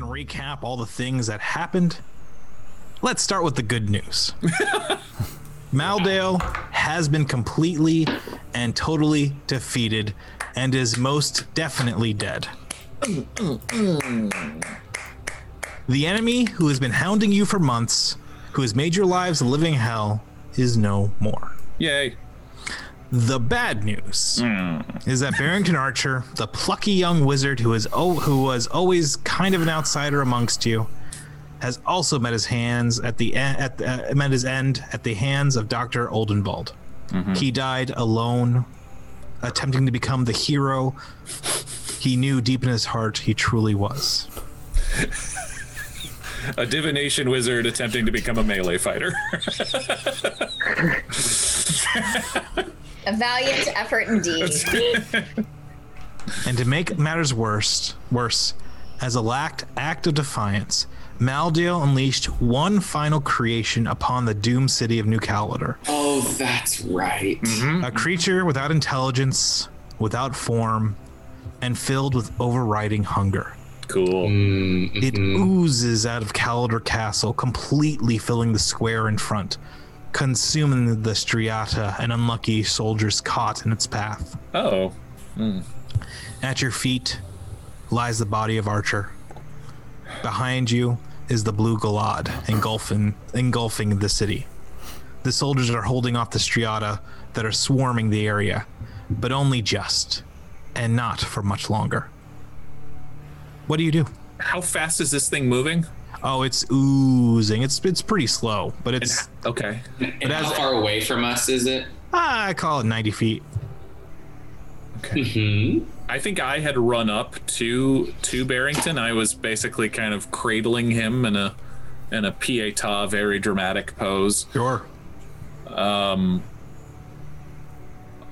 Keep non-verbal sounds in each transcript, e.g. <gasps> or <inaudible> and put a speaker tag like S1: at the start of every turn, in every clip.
S1: recap all the things that happened, let's start with the good news. Maldale has been completely and totally defeated and is most definitely dead. The enemy who has been hounding you for months, who has made your lives a living hell, is no more.
S2: Yay.
S1: The bad news is that Barrington Archer, the plucky young wizard who is oh, who was always kind of an outsider amongst you, has also met his hands at the e- at the, uh, met his end at the hands of Doctor Oldenwald. He died alone, attempting to become the hero he knew deep in his heart he truly was.
S2: A divination wizard attempting to become a melee fighter. <laughs>
S3: A valiant
S2: <laughs>
S3: effort indeed.
S1: And to make matters worse, worse, as a lacked act of defiance, Maldiel unleashed one final creation upon the doomed city of New Calidor.
S4: Oh, that's right.
S2: Mm-hmm.
S1: A creature without intelligence, without form, and filled with overriding hunger.
S2: cool.
S1: It oozes out of Calidor Castle, completely filling the square in front, consuming the striata and unlucky soldiers caught in its path.
S2: Oh.
S1: At your feet lies the body of Archer. Behind you is the blue Galad engulfing engulfing the city. The soldiers are holding off the striata that are swarming the area, but only just, and not for much longer. What do you do?
S2: How fast is this thing moving?
S1: Oh, it's oozing. It's it's pretty slow, but it's
S2: Okay.
S4: And how
S1: as-
S4: far away from us is it?
S1: ah, I call it 90 feet.
S2: I think I had run up to to Barrington. I was basically kind of cradling him in a in a pieta, very dramatic pose.
S1: Sure.
S2: Uh,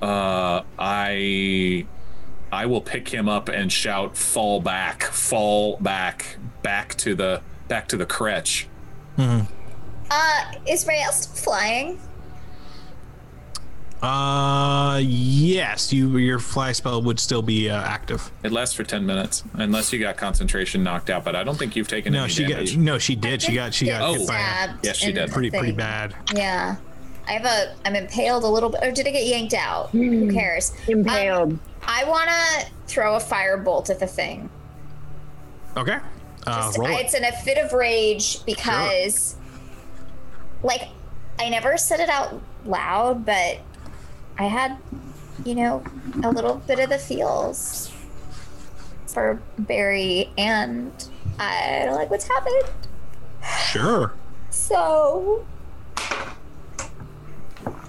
S2: I I will pick him up and shout, "Fall back! Fall back! Back to the back to the crutch!"
S3: Uh, is Rael still flying?
S1: Uh, yes, you your fly spell would still be uh, active.
S2: It lasts for ten minutes, unless you got concentration knocked out. But I don't think you've taken
S1: No,
S2: any
S1: she
S2: damage.
S1: got no, she did. She got she got
S2: Oh.
S1: hit by a-
S3: Stabbed
S2: Yes, she
S3: in
S2: did.
S3: the
S1: pretty pretty
S3: thing.
S1: bad.
S3: Yeah. I have a. I'm impaled a little bit. Or did I get yanked out? Who cares?
S5: Impaled.
S3: Um, I want to throw a firebolt at the thing.
S1: Okay. Uh,
S3: Just-
S1: roll it.
S3: it's in a fit of rage because, like, I never said it out loud, but I had, you know, a little bit of the feels for Barry, and I don't like what's happened.
S1: Sure.
S3: So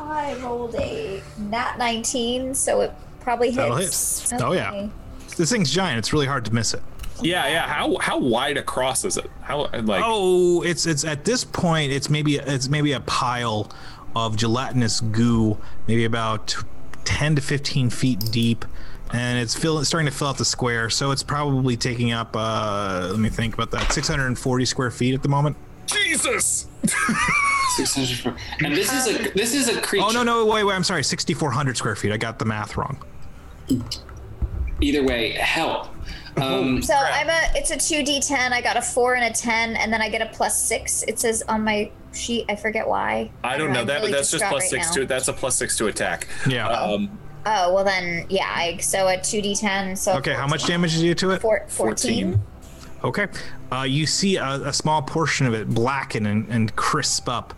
S3: I rolled a nat 19, so it probably
S1: That'll
S3: hits.
S1: hit. Oh, yeah. This thing's giant. It's really hard to miss it.
S2: yeah, yeah. How how wide across is it? How like?
S1: Oh, it's it's at this point. It's maybe it's maybe a pile of gelatinous goo, maybe about ten to fifteen feet deep, and it's fill, it's starting to fill out the square. So it's probably taking up. Uh, let me think about that. Six hundred and forty square feet at the moment.
S2: Jesus!
S4: 600 from- And this is a this is a creature.
S1: Oh no no wait wait I'm sorry. Sixty four hundred square feet. I got the math wrong.
S4: Either way, help. Um,
S2: Oh.
S3: So I'm a. It's a two d10. I got a four and a ten, and then I get a plus six. It says on my sheet. I forget why.
S2: I don't know
S3: I'm
S2: that,
S3: really
S2: but that's just
S3: distraught
S2: plus
S3: right
S2: six
S3: now.
S2: to that's a plus six to attack.
S1: Yeah.
S2: Um,
S3: Oh well, then yeah. I, so a two d10. So
S1: Okay, how much damage did you do to it?
S3: Four,
S2: 14.
S3: 14.
S1: Okay. Uh, you see a, a small portion of it blacken and, and crisp up,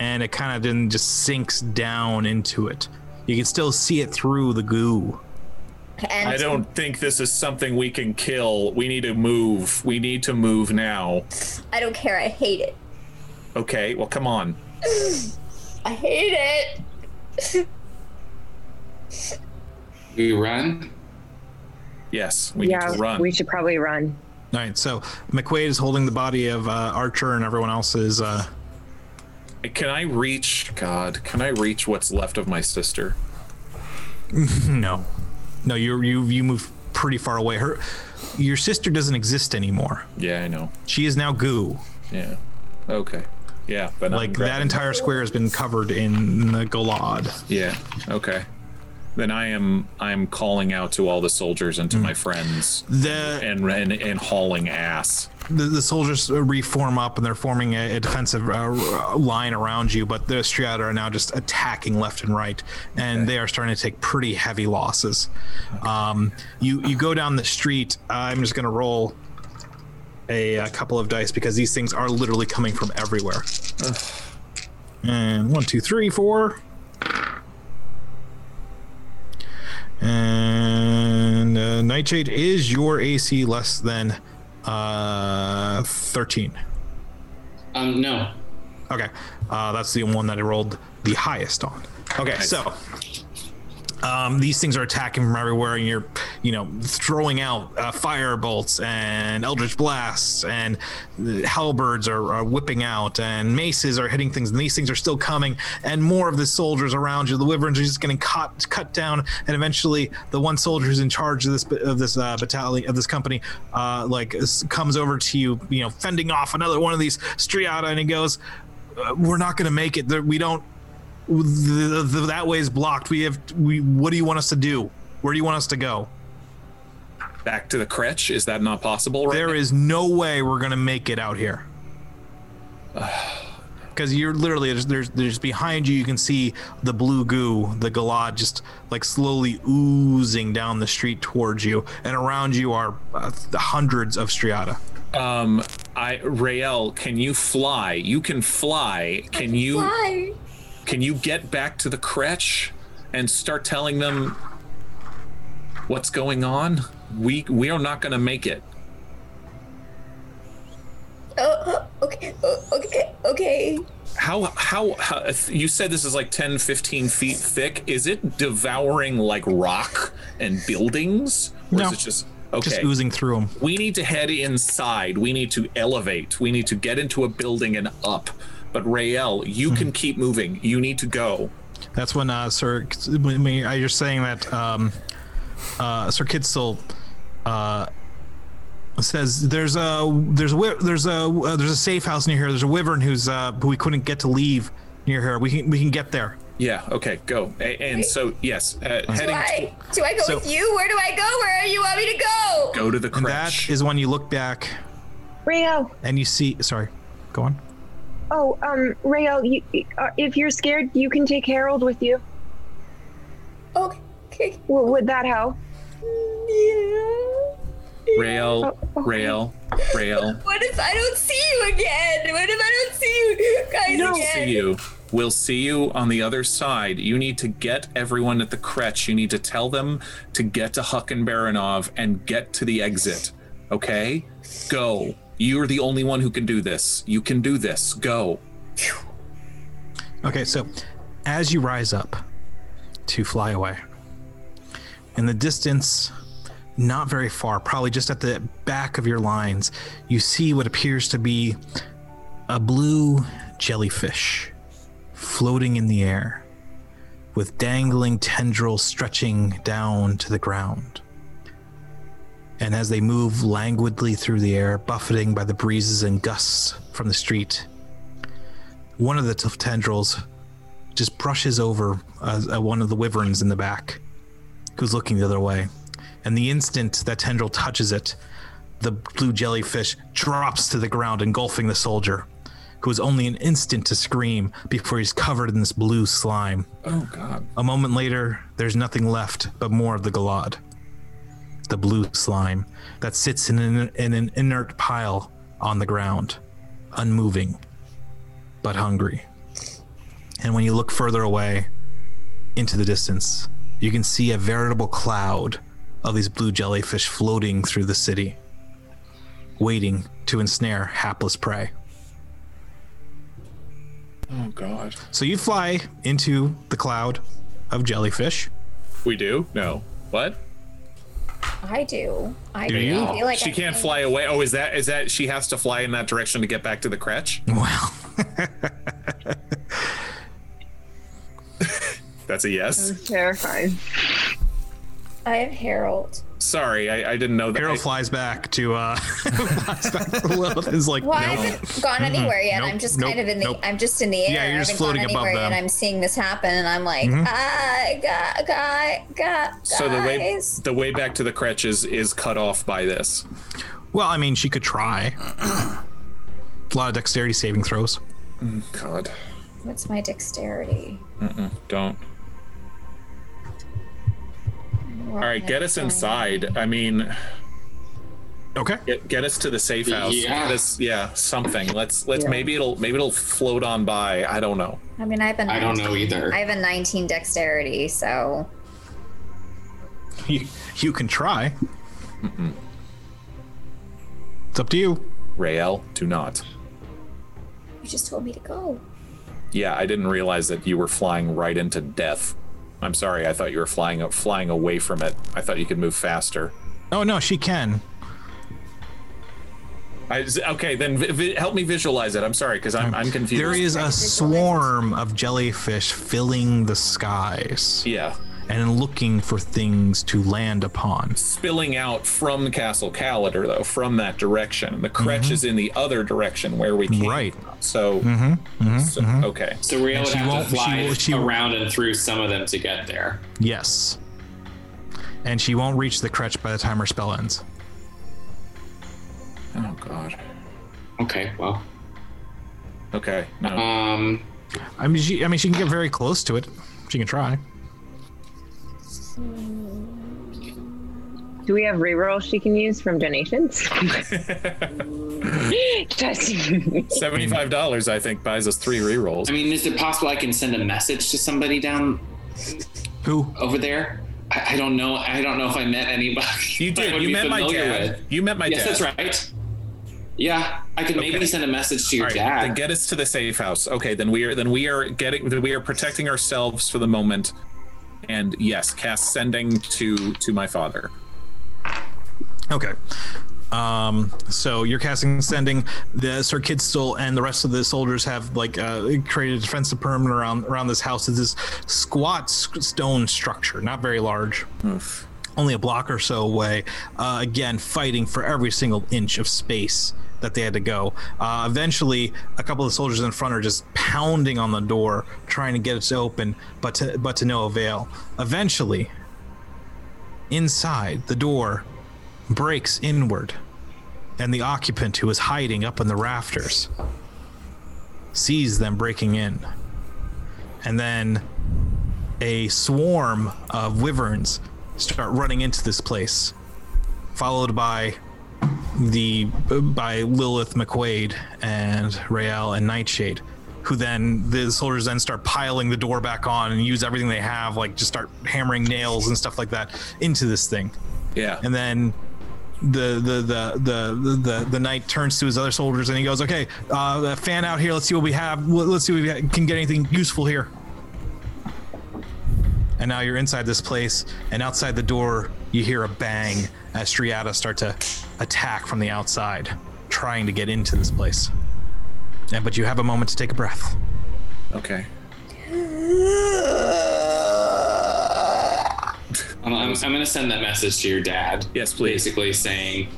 S1: and it kind of then just sinks down into it. You can still see it through the goo.
S3: And
S2: I don't think this is something we can kill. We need to move. We need to move now.
S3: I don't care. I hate it.
S2: Okay, well, come on.
S3: I hate it.
S4: we run.
S2: Yes, we
S5: yeah,
S2: need to run.
S5: we should probably run.
S1: All right, so McQuaid is holding the body of uh, Archer, and everyone else is. Uh, <clears throat>
S2: Can I reach? God, can I reach what's left of my sister?
S1: no, no, you you you move pretty far away. Her, your sister doesn't exist anymore.
S2: Yeah, I know.
S1: She is now goo.
S2: Yeah. Okay. Yeah, but I'm
S1: Like that
S2: grabbing-
S1: entire square has been covered in the Golod.
S2: Yeah. Okay. then I am I am calling out to all the soldiers
S1: Hmm.
S2: and to my friends
S1: The,
S2: and and, and hauling ass.
S1: the the soldiers reform up and they're forming a, a defensive uh, r- line around you, but the Striata are now just attacking left and right, and they are starting to take pretty heavy losses. Um, you you go down the street. I'm just gonna roll a, uh couple of dice because these things are literally coming from everywhere. And one, two, three, four. And uh, Nightshade is your AC less than uh, 13.
S4: Um, no.
S1: Okay, uh, that's the one that I rolled the highest on. Okay, so um, these things are attacking from everywhere, and you're, you know, throwing out uh, fire bolts and eldritch blasts, and the halberds are, are whipping out, and maces are hitting things, and these things are still coming, and more of the soldiers around you. The wyverns are just getting cut cut down, and eventually, the one soldier who's in charge of this of this uh, battalion of this company, uh, like s- comes over to you, you know, fending off another one of these striata, and he goes, uh, "We're not going to make it. There- We don't." the, the, that way is blocked. We have we. What do you want us to do? Where do you want us to go?
S2: Back to the crutch. Is that not possible? Right
S1: There is no way we're gonna make it out here. <sighs> Because you're literally there's, there's there's behind you. You can see the blue goo, the galad, just like slowly oozing down the street towards you, and around you are uh, hundreds of striata.
S2: Um, I Rael, can you fly? You can fly. Can you?
S3: Why?
S2: Can you get back to the crutch and start telling them what's going on? We we are not going to make it.
S3: Oh, oh, okay, oh, okay, okay.
S2: How, how how you said this is like 10 15 feet thick is it devouring like rock and buildings or
S1: No.
S2: is it just okay
S1: Just oozing through them.
S2: we need to head inside we need to elevate we need to get into a building and up but rael you can keep moving you need to go
S1: That's when uh, Sir. When when I you're saying that um, uh, Sir Kitzel uh, says there's a there's a wi- there's a uh, there's a safe house near here. There's a wyvern who's uh, who we couldn't get to leave near here. We can we can get there.
S2: yeah okay go A- and so yes uh,
S3: Do
S2: heading
S3: I do I go
S1: So-
S3: with you? Where do I go? Where do you want me to go?
S2: to go to the
S1: And
S2: crash
S1: That is when you look back
S5: Rayo.
S1: and you see. Sorry, go on.
S5: Oh, um, Rayo, you, uh, if you're scared, you can take Harold with you.
S3: Okay.
S5: W- would that help?
S3: Yeah.
S2: rael rael rael
S3: What if I don't see you again? What if I don't see you guys
S2: We'll
S3: again?
S2: see you. We'll see you on the other side. You need to get everyone at the crutch. You need to tell them to get to Huck and Baranov and get to the exit. Okay? Go. You're the only one who can do this. You can do this. Go.
S1: Okay, so as you rise up to fly away, in the distance, not very far, probably just at the back of your lines, you see what appears to be a blue jellyfish floating in the air with dangling tendrils stretching down to the ground. And as they move languidly through the air, buffeting by the breezes and gusts from the street, one of the t- tendrils just brushes over uh, uh, one of the wyverns in the back who's looking the other way and the instant that tendril touches it the blue jellyfish drops to the ground engulfing the soldier who is only an instant to scream before he's covered in this blue slime
S2: Oh, God.
S1: a moment later, there's nothing left but more of the Galad. The blue slime that sits in an, in an inert pile on the ground, unmoving, but hungry. And when you look further away into the distance, you can see a veritable cloud of these blue jellyfish floating through the city, waiting to ensnare hapless prey.
S2: Oh, God.
S1: So you fly into the cloud of jellyfish. <laughs>
S2: We do? No. What?
S3: I do. I
S1: Do
S3: do.
S1: you?
S3: I feel like
S2: she
S3: I
S2: can't
S3: can.
S2: fly away. Oh, is that, is that, she has to fly in that direction to get back to the crutch?
S1: Well,
S2: That's a yes.
S5: Terrifying.
S3: I have Harold.
S2: Sorry, I, I didn't know that.
S1: Arrow
S2: I-
S1: flies back to uh, <laughs> flies back to Lilith. Is like,
S3: Well, I
S1: no.
S3: haven't gone anywhere yet.
S1: Nope.
S3: I'm just
S1: Nope.
S3: kind of in the.
S1: Nope.
S3: I'm just in the air.
S1: Yeah,
S3: I
S1: you're just
S3: haven't gone
S1: floating above
S3: anywhere yet.
S1: them.
S3: I'm seeing this happen, and I'm like, ah, got, got, got,
S2: so the way
S3: guys.
S2: the way back to the crutch is is cut off by this.
S1: Well, I mean, she could try. A lot of dexterity saving throws.
S2: God,
S3: What's my dexterity?
S2: don't. All right, get us inside. I mean,
S1: Okay.
S2: get, get us to the safe house.
S4: Yeah.
S2: Get us, yeah, something. Let's let's
S3: Yeah.
S2: maybe it'll maybe it'll float on by. I don't know.
S3: I mean, I've been.
S4: I don't know either.
S3: I have a 19 dexterity, so
S1: You, you can try. It's up to you.
S2: Rael, do not.
S3: you just told me to go.
S2: Yeah, I didn't realize that you were flying right into death. I'm sorry. I thought you were flying flying away from it. I thought you could move faster.
S1: Oh, no, she can.
S2: I, okay, then vi- vi- help me visualize it. I'm sorry because I'm, I'm confused.
S1: There is a swarm of jellyfish filling the skies
S2: yeah
S1: and looking for things to land upon.
S2: spilling out from Castle Calidar though from that direction. The crutch is in the other direction where we came.
S1: Mm-hmm. Right. Mm-hmm.
S2: from. So, so- okay.
S4: So we would
S1: she
S4: have
S1: won't-
S4: to
S1: she
S4: fly
S1: will- she will-
S4: around and through some of them to get there.
S1: Yes. And she won't reach the crutch by the time her spell ends.
S2: Oh God.
S4: Okay, well,
S2: Okay. No.
S4: um,
S1: I mean, she, I mean, she can get very close to it. She can try.
S5: Do we have rerolls she can use
S2: <laughs>
S5: from donations? <laughs> Just
S2: Seventy-five dollars, I think, buys us three rerolls.
S4: I mean, is it possible I can send a message to somebody down
S1: Who?
S4: over there? I, I don't know. I don't know if I met anybody.
S2: You
S4: <laughs> that I would
S2: did. You
S4: be
S2: met my
S4: familiar
S2: dad.
S4: with.
S2: You met my
S4: Yes,
S2: dad.
S4: that's right. Yeah, I could maybe
S2: Okay.
S4: send a message to
S2: All
S4: your
S2: right, then
S4: dad.
S2: get us to the safe house. Okay, then we are then we are getting then we are protecting ourselves for the moment. And yes, cast sending to to my father.
S1: Okay. Um, so you're casting sending the Sir Kid Soul and the rest of the soldiers have like uh, created a defensive perimeter around around this house. It's this squat s- stone structure, not very large, only a block or so away. Uh, again, fighting for every single inch of space that they had to go. Uh, eventually, a couple of the soldiers in front are just pounding on the door, trying to get it to open, but to, but to no avail. Eventually, inside the door breaks inward, and the occupant who is hiding up in the rafters sees them breaking in. And then a swarm of wyverns start running into this place, followed by the by Lilith McQuaid and Rael and Nightshade, who then the soldiers then start piling the door back on and use everything they have, like just start hammering nails and stuff like that into this thing
S2: Yeah.
S1: and then the the the the the the knight turns to his other soldiers and he goes, "Okay, uh, fan out here. Let's see what we have. Let- Let's see if we can get anything useful here." And now you're inside this place, and outside the door, you hear a bang as Striata start to attack from the outside, trying to get into this place. And but you have a moment to take a breath.
S2: okay.
S4: I'm, I'm, I'm going to send that message to your dad.
S2: Yes, please.
S4: Basically saying,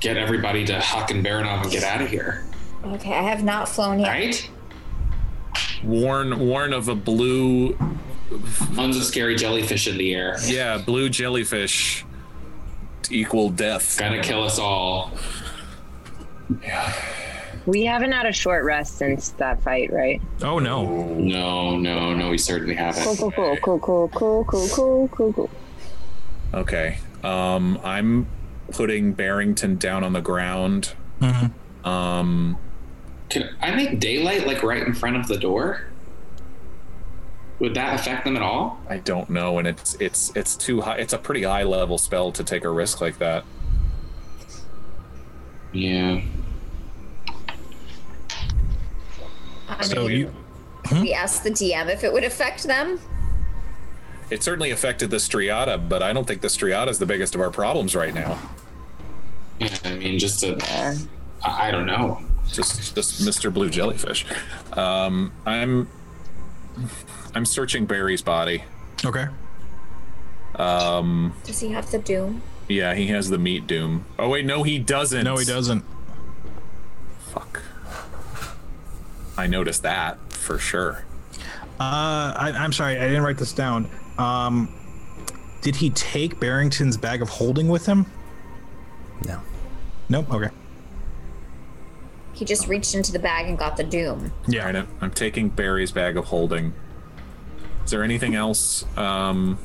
S4: get everybody to Huck and Baranov and get out of here.
S3: Okay, I have not flown yet.
S4: Right?
S2: Warn warn of a blue
S4: Tons of scary jellyfish in the air.
S2: yeah, blue jellyfish to equal death.
S4: Gonna kill us all.
S5: we haven't had a short rest since that fight, right?
S1: Oh no!
S4: No, no, no, we certainly
S5: Cool,
S4: haven't.
S5: cool, cool, cool, cool, cool, cool, cool, cool, cool.
S2: Okay. Um I'm putting Barrington down on the ground.
S4: Can I make daylight like right in front of the door? Would that affect them at all?
S2: I don't know and it's it's it's too high it's a pretty high level spell to take a risk like that.
S4: Yeah.
S3: I
S1: So
S3: mean,
S1: you
S3: we asked the DM if it would affect them.
S2: It certainly affected the striata, but I don't think the striata is the biggest of our problems right now.
S4: Yeah, I mean, just a.
S5: Yeah.
S4: I I don't know.
S2: Just, just Mr. Blue Jellyfish. Um, I'm, I'm searching Barry's body.
S1: okay.
S2: Um,
S3: Does he have the doom?
S2: yeah, he has the meat doom. Oh wait, no, he doesn't.
S1: No, he doesn't.
S2: Fuck. I noticed that for sure.
S1: Uh, I, I'm sorry, I didn't write this down. Um, did he take Barrington's bag of holding with him?
S6: No.
S1: Nope. Okay.
S3: He just reached into the bag and got the doom.
S2: All right, I'm- I'm taking Barry's bag of holding. Is there anything else, um,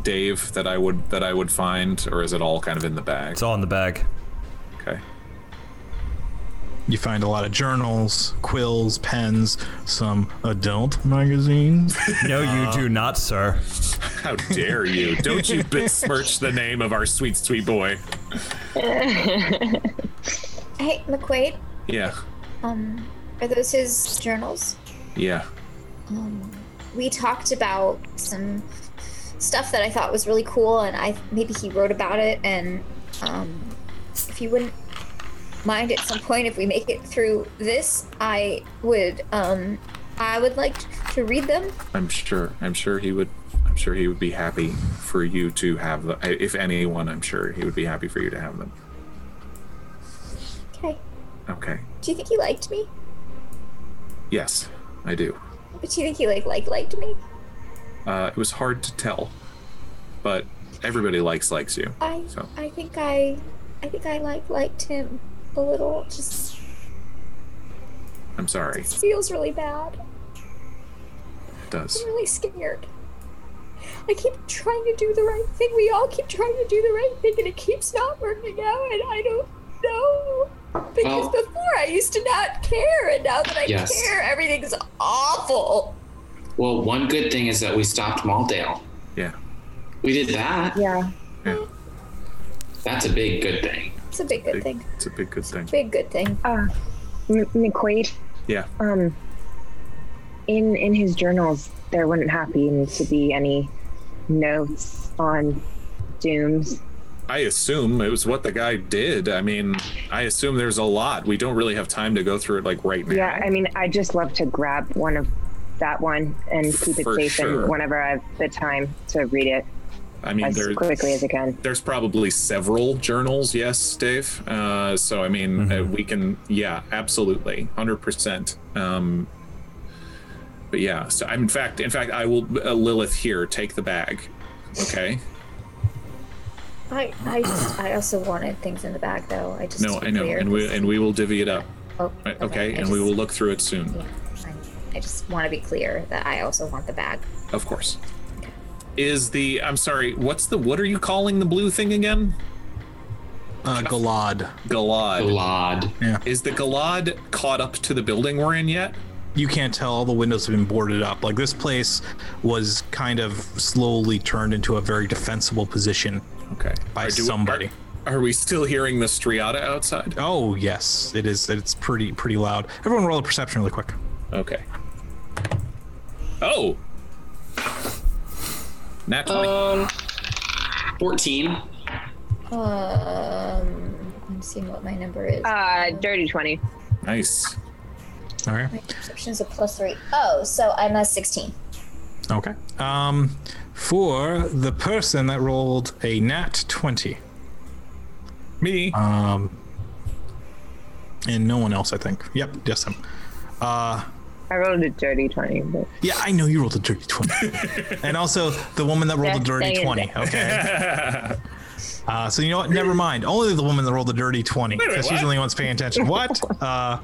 S2: Dave, that I would that I would find, or is it all kind of in the bag?
S6: It's all in the bag.
S2: Okay.
S1: You find a lot of journals, quills, pens, some adult magazines.
S6: No, you do not, sir.
S2: How dare you? Don't you besmirch the name of our sweet, sweet boy.
S3: Hey, McQuaid,
S2: Yeah.
S3: um, are those his journals?
S2: Yeah.
S3: we talked about some stuff that I thought was really cool, and I maybe he wrote about it. And um, if you wouldn't mind, at some point, if we make it through this, I would um, I would like to read them.
S2: I'm sure. I'm sure he would. I'm sure he would be happy for you to have them. If anyone, I'm sure he would be happy for you to have them.
S3: Okay.
S2: Okay.
S3: Do you think he liked me?
S2: Yes, I do.
S3: But do you think he like like liked me?
S2: Uh, it was hard to tell, but everybody likes likes you.
S3: I
S2: So.
S3: I think I I think I like liked him a little. Just
S2: I'm sorry.
S3: feels really bad.
S2: It does.
S3: I'm really scared. I keep trying to do the right thing. We all keep trying to do the right thing, and it keeps not working out. And I don't know because
S4: Well-
S3: before I used to not care, and now that I
S4: Yes.
S3: care, everything's awful.
S4: Well, one good thing is that we stopped Maldale.
S2: Yeah.
S4: We did that.
S5: Yeah.
S2: Yeah.
S4: That's a big good thing.
S3: It's a big good
S2: Big,
S3: thing.
S2: it's a big good thing.
S3: Big good thing.
S5: Uh, M- McQuaid.
S2: Yeah.
S5: Um, in in his journals, there wouldn't happen to be any notes on dooms.
S2: I assume it was what the guy did. I mean, I assume there's a lot. We don't really have time to go through it like right now.
S5: Yeah, I mean, I just love to grab one of that one and keep it
S2: For
S5: safe,
S2: sure.
S5: and whenever I have the time to read it
S2: I mean,
S5: as
S2: there,
S5: quickly as I can.
S2: there's probably several journals. Yes, Dave. Uh, so I mean, uh, we can. Yeah, absolutely, hundred percent. Um, but yeah, so I'm, in fact, in fact, I will uh, Lilith here take the bag. Okay.
S3: I, I, I also wanted things in the bag, though. I just
S2: No, I know, and we and we will divvy it up.
S3: Oh,
S2: Right, Okay, and we will look through it soon.
S3: I just want to be clear that I also want the bag.
S2: Of course. Is the I'm sorry, what's the what are you calling the blue thing again?
S1: Uh, Galad.
S2: Galad.
S4: Lod.
S2: Is the Galad caught up to the building we're in yet?
S1: You can't tell. All the windows have been boarded up. Like this place was kind of slowly turned into a very defensible position.
S2: Okay.
S1: By
S2: Or do-
S1: somebody.
S2: Are, are we still hearing the striata outside?
S1: Oh yes, it is. It's pretty pretty loud. Everyone, roll a perception really quick.
S2: Okay. Oh. Nat 20.
S4: Um, 14.
S3: Um, I'm seeing what my number is.
S5: Uh, dirty twenty.
S2: nice.
S1: All right.
S3: My perception is a plus three. Oh, so I'm a 16.
S1: Okay. Um, for the person that rolled a nat twenty,
S2: Me.
S6: uh,
S1: and no one else, I think. Yep, just him.
S5: I rolled a dirty twenty. But
S1: Yeah, I know you rolled a dirty
S2: <laughs>
S1: 20. and also the woman that rolled a
S5: Just
S1: dirty
S5: saying.
S1: 20. Okay. Uh, so you know what? Never mind. Only the woman that rolled a dirty 20.
S2: wait,
S1: Because she's
S2: what?
S1: the only one's paying attention. What?
S2: <laughs>
S1: Uh,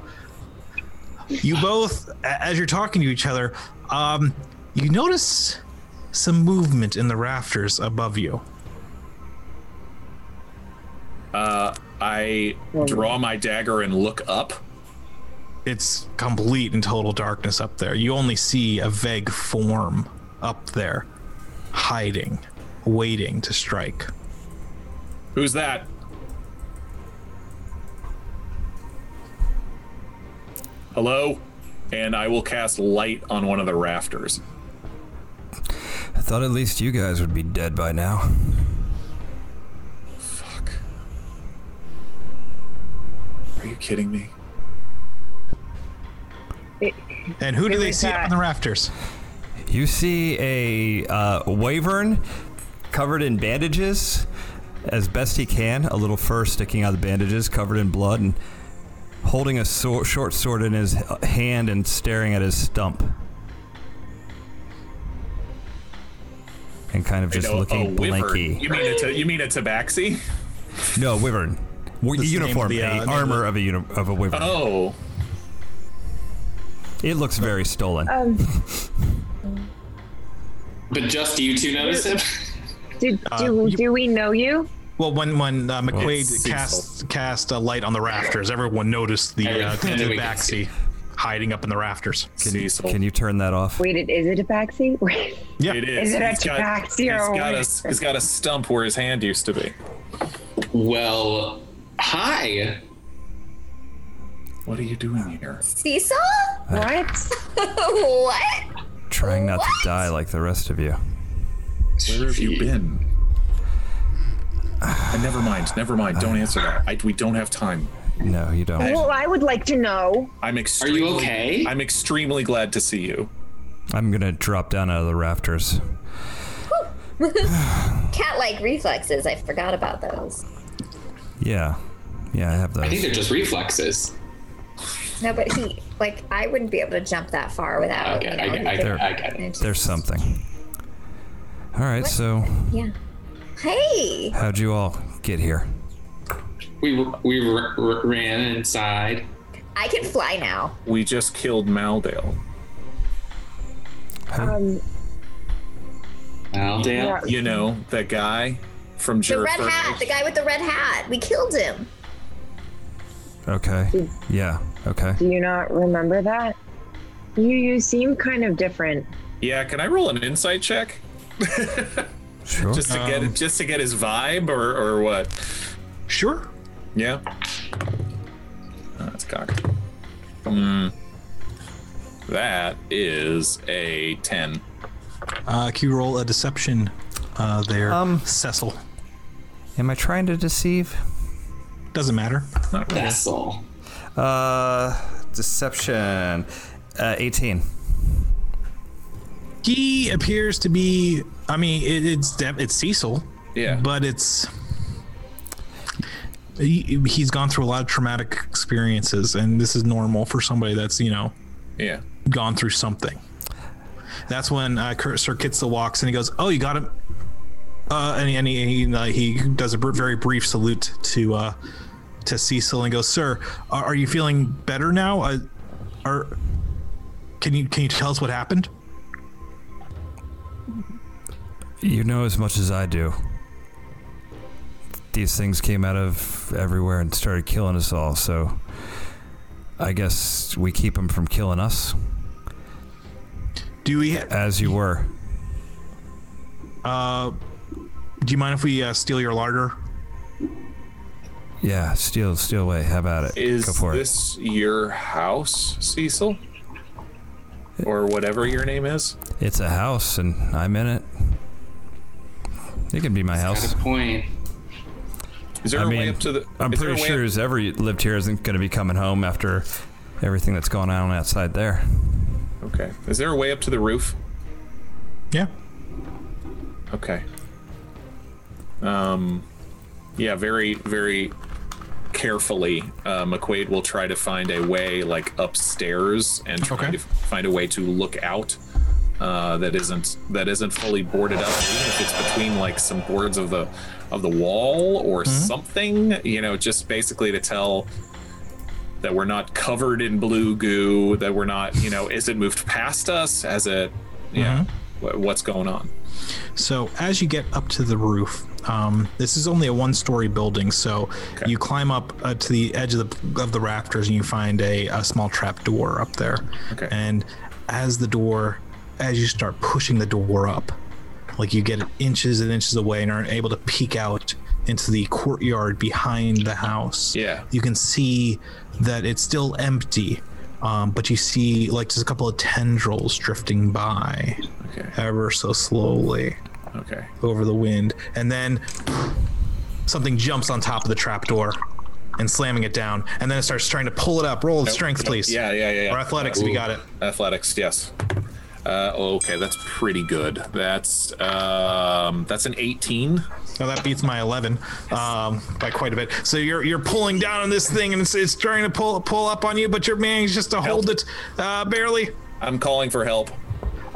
S1: you both, a- as you're talking to each other, um, you notice some movement in the rafters above you.
S2: uh, I draw my dagger and look up.
S1: It's complete and total darkness up there. You only see a vague form up there, hiding, waiting to strike.
S2: Who's that? Hello? And I will cast light on one of the rafters.
S6: I thought at least you guys would be dead by now.
S2: Fuck. Are you kidding me?
S1: And who do
S5: Who
S1: they
S5: is
S1: see up
S5: that?
S1: on the rafters?
S6: You see a uh, wyvern covered in bandages as best he can, a little fur sticking out of the bandages, covered in blood, and holding a so- short sword in his uh, hand and staring at his stump. And kind of just
S2: You know,
S6: looking
S2: wyvern.
S6: blanky.
S2: Oh, You mean a ta- you mean a tabaxi?
S6: No, wyvern. W-
S1: That's the name
S6: uniform,
S1: of the, uh,
S6: a
S1: name of
S6: armor of a uni- of a wyvern.
S2: Oh,
S6: It looks very stolen.
S5: Um,
S4: But just you two notice him?
S5: do,
S2: Uh,
S5: do, do we know you?
S1: Well, when when uh,
S2: It's
S1: McQuaid
S2: Cecil.
S1: cast cast a light on the rafters, everyone noticed the uh,
S4: Everyone-
S1: the
S4: we can
S1: Baxi hiding up in the rafters.
S2: Cecil.
S6: Can you turn that off?
S5: Wait, it- is it a tabaxi? <laughs> Wait,
S1: Yeah,
S2: It is.
S5: Is it a
S2: He's got-
S5: tabaxi
S2: He's
S5: or
S2: got a
S5: what?
S2: s- he's got a stump where his hand used to be.
S4: Well, hi.
S2: What are you doing here?
S3: Cecil?
S5: what?
S3: what? <laughs>
S6: Trying not
S3: What?
S6: to die like the rest of you.
S2: Where have you been? And never mind. Never mind. Don't answer that. I, we don't have time.
S6: No, you don't.
S5: Well, I would like to know.
S2: I'm
S4: Are
S2: extremely.
S4: you okay?
S2: I'm extremely glad to see you.
S6: I'm gonna drop down out of the rafters.
S3: Cat like reflexes. I forgot about those.
S6: Yeah, yeah, I have
S4: I think
S6: those.
S4: they're just reflexes.
S3: No, but he, like, I wouldn't be able to jump that far without.
S4: Okay,
S3: you
S4: I,
S3: know,
S4: get- I,
S3: the-
S4: get- I get it.
S6: There's something. All right, so
S3: Yeah. Hey!
S6: how'd you all get here?
S4: We, we r- r- ran inside.
S3: I can fly now.
S2: We just killed Maldale.
S6: How-
S5: Um,
S4: Well, Dale,
S5: yeah.
S2: You know that guy from
S3: The
S2: Jericho.
S3: red hat, the guy with the red hat. We killed him.
S6: okay. Yeah. Okay.
S5: Do you not remember that? You you seem kind of different.
S2: Yeah. Can I roll an insight check
S6: Sure.
S2: just to
S1: Um,
S2: get just to get his vibe or or what?
S1: sure.
S2: Yeah. Oh, that's cocked. Hmm. That is a ten.
S1: Uh, can you roll a deception uh, there,
S6: Um,
S1: Cecil?
S6: Am I trying to deceive?
S1: Doesn't matter.
S2: Not really.
S4: that's all.
S6: Uh, deception. Uh, 18.
S1: He appears to be. I mean, it, it's def- it's Cecil,
S2: Yeah.
S1: but it's he, he's gone through a lot of traumatic experiences, and this is normal for somebody that's you know
S2: yeah.
S1: gone through something. That's when uh, Kurt, Sir Kitzel walks and he goes, "Oh, you got him!" Uh, and, he- and he he, uh, he does a br- very brief salute to uh, to Cecil and goes, "Sir, are, are you feeling better now? Uh, are can you can you tell us what happened?"
S6: You know as much as I do. These things came out of everywhere and started killing us all, so I guess we keep them from killing us
S1: Do we?
S6: as you were.
S1: Do you mind if we uh, steal your larder?
S6: Yeah, steal, steal away. Have at it. Go
S2: Is
S6: for
S2: this your house, Cecil? Or whatever your name is?
S6: it. It's a house, and I'm in it. It can be my
S4: Got
S6: house.
S4: a point.
S2: Is there
S6: I
S2: a way
S6: mean,
S2: up to the
S6: I'm
S2: is there a
S6: pretty
S2: way
S6: sure
S2: up-
S6: who's ever lived here isn't going to be coming home after everything that's going on outside there.
S2: Okay. Is there a way up to the roof?
S1: Yeah.
S2: Okay. Um yeah, very very carefully uh, McQuaid will try to find a way like upstairs and try
S1: Okay.
S2: to find a way to look out uh, that isn't that isn't fully boarded up even if it's between like some boards of the of the wall or something you know just basically to tell that we're not covered in blue goo that we're not you know is it moved past us has it yeah wh- what's going on
S1: So as you get up to the roof, um, this is only a one-story building. So you climb up uh, to the edge of the of the rafters, and you find a, a small trap door up there.
S2: Okay.
S1: And as the door, as you start pushing the door up, like you get inches and inches away, and aren't able to peek out into the courtyard behind the house.
S2: Yeah.
S1: You can see that it's still empty, um, but you see like just a couple of tendrils drifting by,
S2: okay
S1: ever so slowly
S2: okay
S1: over the wind, and then something jumps on top of the trapdoor and slamming it down, and then it starts trying to pull it up. Roll of strength, please.
S2: Yeah, yeah, yeah. yeah.
S1: Or athletics, if you got it.
S2: Athletics, yes. Uh, okay, that's pretty good. That's um, that's an 18.
S1: Now that beats my 11 um, by quite a bit. So you're you're pulling down on this thing, and it's, it's trying to pull pull up on you, but you're managing just to hold it uh, barely.
S2: I'm calling for help.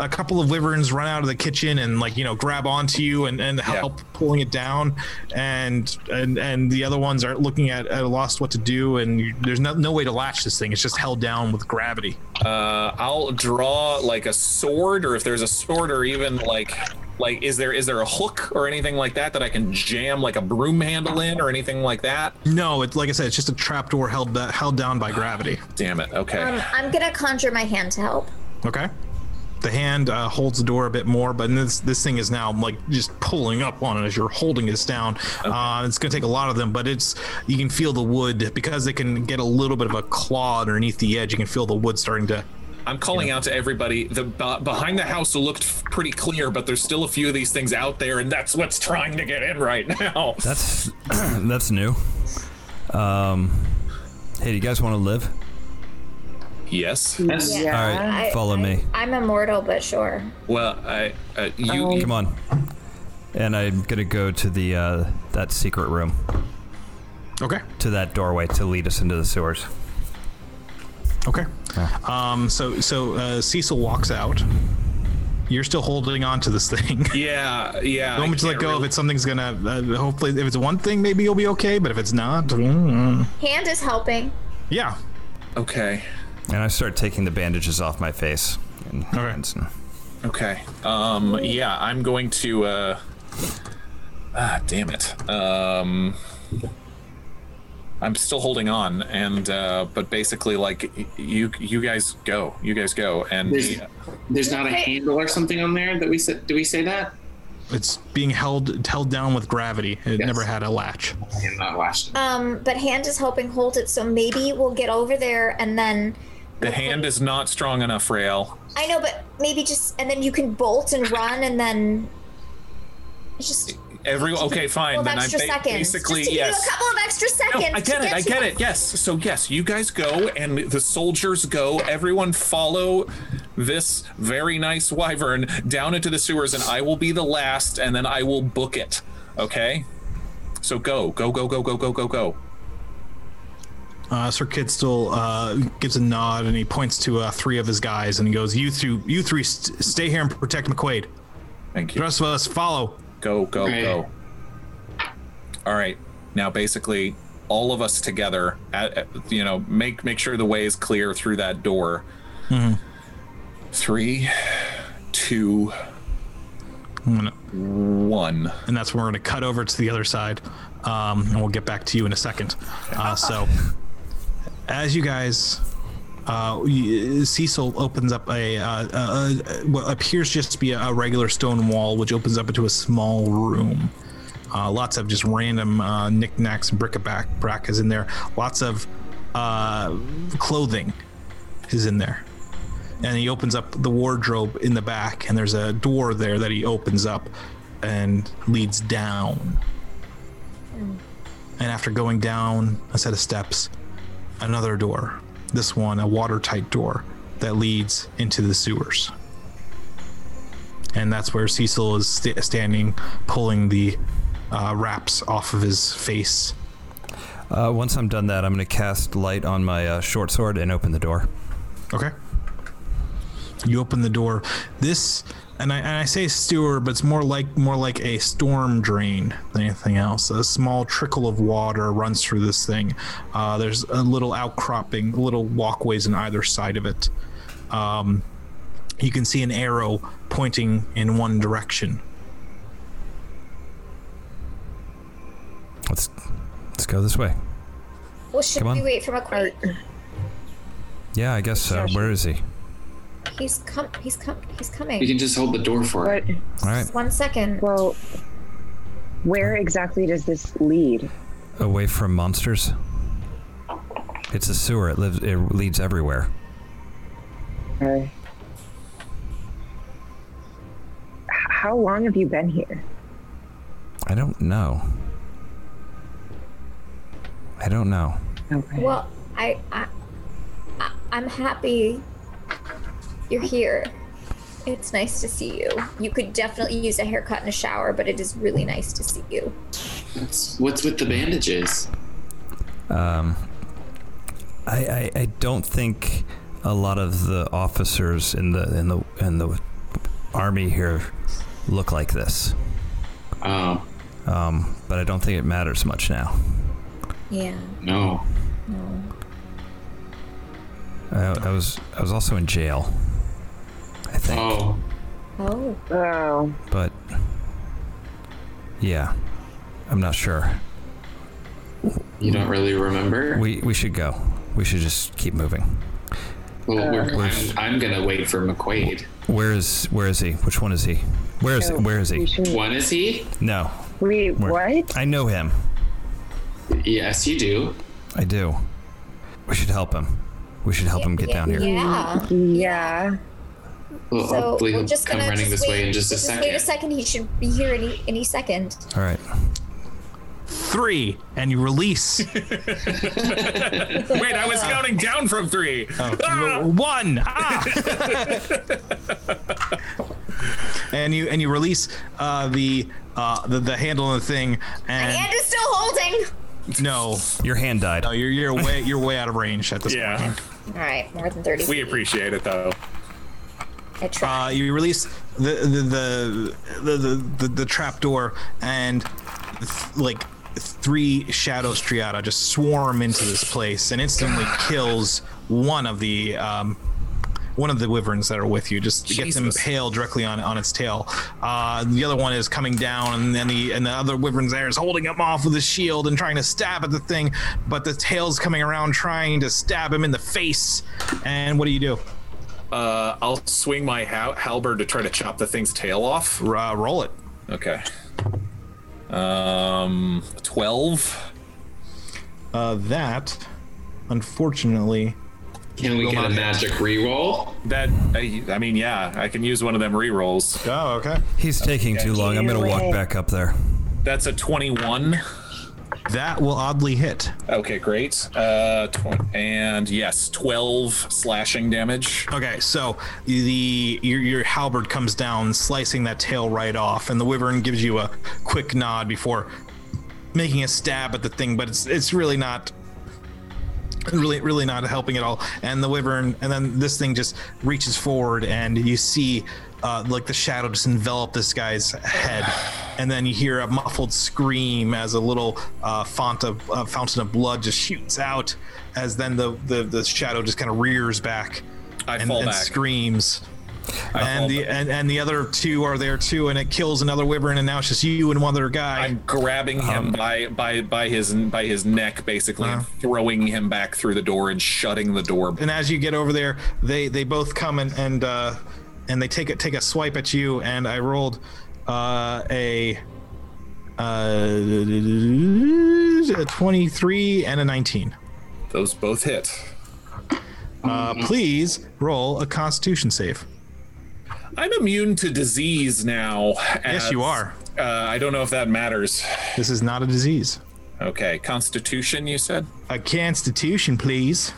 S1: A couple of wyverns run out of the kitchen and like you know grab onto you and, and help pulling it down, and and and the other ones are looking at, at lost what to do, and you, there's no, no way to latch this thing. It's just held down with gravity.
S2: Uh, I'll draw like a sword, or if there's a sword, or even like like is there is there a hook or anything like that that I can jam like a broom handle in or anything like that?
S1: No, it like I said, it's just a trapdoor held ba- held down by gravity.
S2: Damn it.
S3: Um,
S2: Okay.
S3: I'm gonna conjure my hand to help.
S1: Okay. The hand uh, holds the door a bit more, but this this thing is now like just pulling up on it as you're holding this down. Uh, it's going to take a lot of them, but it's you can feel the wood because they can get a little bit of a claw underneath the edge. You can feel the wood starting to.
S2: I'm calling out to everybody. The be- behind the house looked f- pretty clear, but there's still a few of these things out there, and that's what's trying to get in right <laughs> now.
S6: That's <clears throat> that's new. Um, hey, do you guys want to live?
S2: Yes.
S4: That's,
S3: Yeah.
S6: All right,
S3: I-
S6: follow me.
S3: I'm immortal, but sure.
S2: Well, I uh, you
S3: Um,
S6: Come on. And I'm gonna go to the uh, that secret room,
S1: Okay.
S6: to that doorway to lead us into the sewers.
S1: Okay. Um. So so uh, Cecil walks out. You're still holding on to this thing. <laughs>
S2: Yeah, yeah.
S1: Don't
S2: I
S1: let
S2: can't
S1: go
S2: really-
S1: if it's something's gonna. Uh, hopefully, if it's one thing, maybe you'll be okay. But if it's not, mm,
S3: Hand is helping.
S1: yeah.
S2: Okay,
S6: And I start taking the bandages off my face. And
S1: Okay.
S6: hands and-
S2: okay. Um, yeah, I'm going to. Uh, ah, damn it. Um, I'm still holding on, and uh, but basically, like y- you, you guys go, you guys go, and
S4: there's, there's not a handle or something on there that we said. Do we say that?
S1: It's being held held down with gravity. It
S4: Yes.
S1: never had a latch.
S4: I'm not watching.
S3: Um, but hand is helping hold it, so maybe we'll get over there and then
S2: the hand is not strong enough, Rael.
S3: I know, but maybe just and then you can bolt and run and then it's just
S2: Every okay, fine.
S3: couple of
S2: then I
S3: extra
S2: ba-
S3: seconds.
S2: basically
S3: just to give
S2: yes.
S3: you a couple of extra seconds.
S2: No, I
S3: to
S2: get it. I
S3: you
S2: get
S3: up.
S2: it. Yes. So yes, you guys go, and the soldiers go. Everyone follow this very nice wyvern down into the sewers, and I will be the last, and then I will book it. Okay. So go, go, go, go, go, go, go, go.
S1: Uh, Sir Kid still uh, gives a nod and he points to uh, three of his guys and he goes, "You two, you three, st- stay here and protect McQuaid.
S2: Thank
S1: The
S2: you.
S1: rest of us follow."
S2: Go, go,
S4: Right.
S2: go. All right. Now, basically, all of us together. At, at- you know, make make sure the way is clear through that door. Three, two,
S1: I'm gonna-
S2: one.
S1: and that's when we're going to cut over to the other side, um, and we'll get back to you in a second. Uh, so, as you guys, uh, y- Cecil opens up a, uh, a, a what appears just to be a, a regular stone wall, which opens up into a small room. Uh, lots of just random uh, knickknacks, bric-a-brac brac is in there. Lots of uh, clothing is in there and he opens up the wardrobe in the back and there's a door there that he opens up and leads down and after going down a set of steps another door this one a watertight door that leads into the sewers and that's where cecil is st- standing pulling the uh, wraps off of his face
S6: Uh, once I'm done that, I'm gonna cast light on my uh, short sword and open the door.
S1: Okay. You open the door. This, and I, and I say sewer, but it's more like more like a storm drain than anything else. A small trickle of water runs through this thing. Uh, there's a little outcropping, little walkways on either side of it. Um, you can see an arrow pointing in one direction.
S6: Let's let's go this way.
S3: Well, should
S6: Come on.
S3: we wait for McQuaid?
S6: Yeah, I guess so. Where is he?
S3: He's com- he's com- he's
S4: You
S3: coming.
S4: can just hold the door for
S5: But
S4: it.
S6: All right,
S3: One second.
S5: well, where exactly does this lead?
S6: away from monsters. It's a sewer. It lives. It leads everywhere.
S5: Uh, h- how long have you been here?
S6: I don't know. I don't know.
S5: Okay.
S3: Well, I, I, I I'm happy you're here. It's nice to see you. You could definitely use a haircut and a shower, but it is really nice to see you.
S4: What's, what's with the bandages?
S6: Um, I, I I don't think a lot of the officers in the in the in the army here look like this.
S4: Oh,
S6: Um, but I don't think it matters much now.
S3: Yeah.
S4: no.
S3: No.
S6: I, I was I was also in jail. I think,
S4: Oh,
S3: Oh.
S5: Oh,
S6: but yeah, I'm not sure.
S4: you don't really remember?
S6: We we should go. We should just keep moving.
S4: well, we're,
S6: Where's-
S4: I'm, I'm going to wait for McQuaid.
S6: Where is where is he? Which one is he? Where is
S5: no,
S6: where is
S5: we
S6: he?
S5: shouldn't-
S4: What is he?
S6: No.
S5: Wait,
S6: Where?
S5: what?
S6: I know him.
S4: Yes, you do.
S6: I do. We should help him. We should help him get down here.
S3: Yeah.
S5: Yeah.
S4: Well,
S3: So
S4: hopefully
S3: we're
S4: he'll
S3: just
S4: come
S3: gonna
S4: running
S3: just
S4: this
S3: wait,
S4: way in just a
S3: just
S4: second.
S3: Wait a second. He should be here any any second.
S6: All right.
S1: Three, and you release.
S2: Wait, I was counting down from three.
S1: One. Ah! <laughs> and you and you release uh, the, uh, the the handle and the thing, and,
S3: And is still holding.
S1: no,
S6: Your hand died.
S1: no, you're you're way you're way out of range at this
S2: <laughs> Yeah,
S3: All right, more than thirty.
S2: we
S3: feet.
S2: appreciate it though.
S3: I
S1: Uh,
S3: tried.
S1: you release the the the the, the, the, the trap door, and th- like three shadow striata just swarm into this place and instantly kills one of the um, one of the wyverns that are with you. Just gets
S2: Jesus.
S1: impaled directly on on its tail. Uh, the other one is coming down, and then the and the other wyvern's there is holding him off with a shield and trying to stab at the thing, but the tail's coming around trying to stab him in the face. And what do you do?
S2: Uh, I'll swing my ha- halberd to try to chop the thing's tail off.
S1: R- uh, roll it.
S2: Okay. Um, twelve.
S1: Uh, that, unfortunately,
S4: Can we
S1: Will
S4: get a
S1: not-
S4: magic reroll?
S2: That I, I mean, yeah, I can use one of them rerolls.
S1: oh okay,
S6: He's taking too long. I'm gonna walk back up there.
S2: That's a twenty-one.
S1: that will oddly hit.
S2: Okay, great. Uh, tw- and yes, twelve slashing damage.
S1: Okay, so the your, your halberd comes down, slicing that tail right off, and the wyvern gives you a quick nod before making a stab at the thing, but it's it's really not really really not helping at all and the wyvern and then this thing just reaches forward and you see uh, like the shadow just envelop this guy's head and then you hear a muffled scream as a little uh, font of uh, fountain of blood just shoots out as then the the, the shadow just kind of rears back
S2: I
S1: and,
S2: fall
S1: and
S2: back.
S1: screams
S2: fall
S1: and the
S2: back.
S1: and, and the other two are there too and it kills another wyvern and now it's just you and one other guy
S2: I'm grabbing him by by by his by his neck basically and throwing him back through the door and shutting the door.
S1: and as you get over there, they they both come and and uh, and they take a take a swipe at you. And I rolled uh, a uh, a twenty three and a nineteen.
S2: Those both hit.
S1: Uh, please roll a Constitution save.
S2: I'm immune to disease now.
S1: Yes,
S2: as-
S1: you are.
S2: Uh, I don't know if that matters.
S1: This is not a disease.
S2: Okay, Constitution, you said.
S1: A Constitution, please.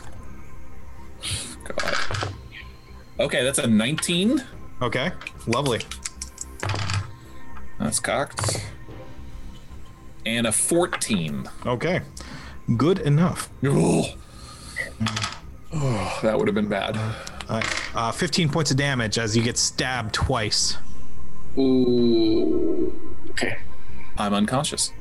S2: God. Okay, that's a 19.
S1: Okay, lovely.
S2: That's cocked. And a 14.
S1: Okay, good enough.
S2: Oh, oh that would have been bad.
S1: All right. Uh, Fifteen points of damage as you get stabbed twice.
S4: Ooh. Okay.
S2: I'm unconscious.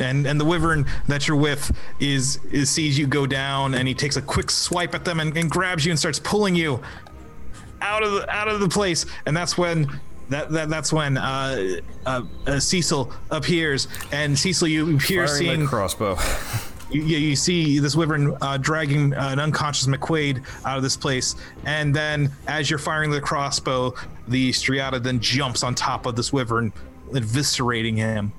S1: and and the wyvern that you're with is, is sees you go down and he takes a quick swipe at them and, and grabs you and starts pulling you out of the, out of the place and that's when that, that that's when uh, uh, uh, Cecil appears and Cecil you appear seeing
S6: crossbow.
S1: you, you you see this wyvern uh, dragging an unconscious McQuaid out of this place, and then as you're firing the crossbow, the striata then jumps on top of this wyvern, eviscerating him.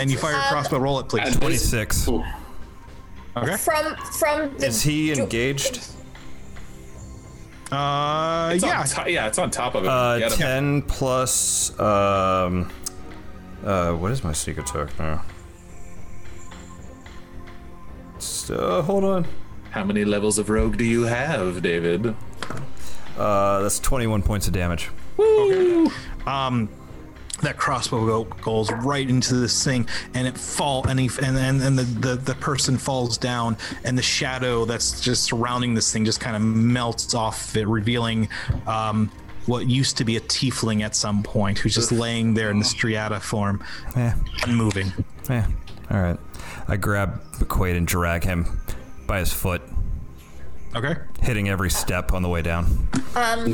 S1: And you
S2: Um,
S1: fire a crossbow. Roll it, please.
S4: At this-
S6: 26.
S4: Ooh.
S1: Okay.
S3: from from the
S6: Is he engaged?
S1: Uh,
S2: It's on
S1: yeah.
S2: to- yeah, it's on top of it.
S6: Uh,
S2: Get him.
S6: 10 plus. Um, uh, what is my secret Oh. attack now? S- Uh, hold on. uh,
S2: How many levels of rogue do you have, David?
S6: Uh, that's 21 points of damage.
S1: that crossbow go, goes right into this thing and it fall and he, and, and, and the, the, the person falls down and the shadow that's just surrounding this thing just kind of melts off it revealing um, what used to be a tiefling at some point who's just laying there in the striata form
S6: Eh,
S1: unmoving
S6: eh. All right. I grab Quaid and drag him by his foot,
S1: okay
S6: hitting every step on the way down.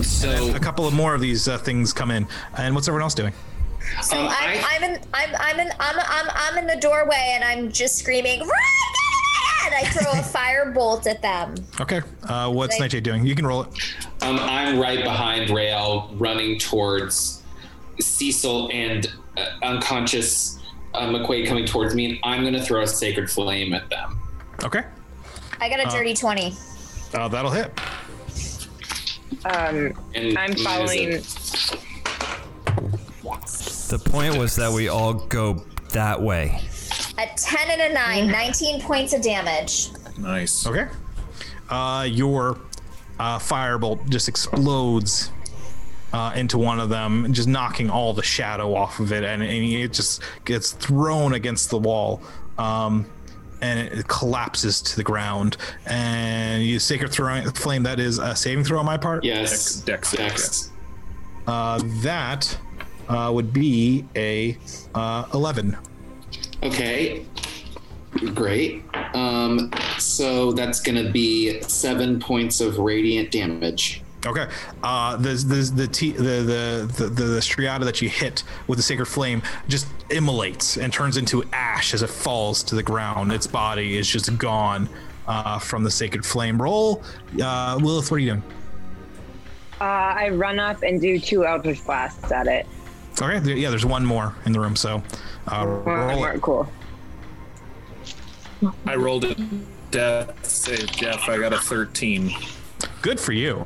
S4: So um,
S1: a couple of more of these uh, things come in and what's everyone else doing
S3: So
S4: Um,
S3: I'm,
S4: I-
S3: I'm in, I'm, I'm in, I'm, I'm, I'm in the doorway, and I'm just screaming, "Run!" And I
S4: <laughs>
S3: throw a fire bolt at them.
S1: okay uh, what's
S3: Like-
S1: nightshade doing you can roll it
S4: um, I'm right behind Rail, running towards Cecil and uh, unconscious uh, McQuaid coming towards me, and I'm going to throw a sacred flame at them.
S1: okay
S3: I got a dirty twenty.
S1: uh, that'll hit
S4: And
S5: I'm
S4: mine is a-
S5: following.
S6: The point was that we all go that way.
S3: A ten and a nine, 19 points of damage.
S2: Nice.
S1: Okay. Uh, your uh, firebolt just explodes uh, into one of them, just knocking all the shadow off of it, and, and it just gets thrown against the wall. Um, and it collapses to the ground. And you sacred throwing, flame. That is a saving throw on my part.
S4: Yes.
S2: Dex- dex,
S4: Dex.
S1: Uh, that uh, would be a uh, eleven.
S4: Okay. Great. Um, so that's going to be seven points of radiant damage.
S1: Okay. Uh, the the the, t- the the the the striata that you hit with the sacred flame just immolates and turns into ash as it falls to the ground. Its body is just gone uh, from the sacred flame. Roll, uh, Lilith. What are you doing?
S5: Uh, I run up and do two Eldritch Blasts at it.
S1: Okay. There, yeah. There's one more in the room. So uh, roll it.
S5: Cool.
S2: I rolled a death save, Jeff. I got a 13.
S1: Good for you.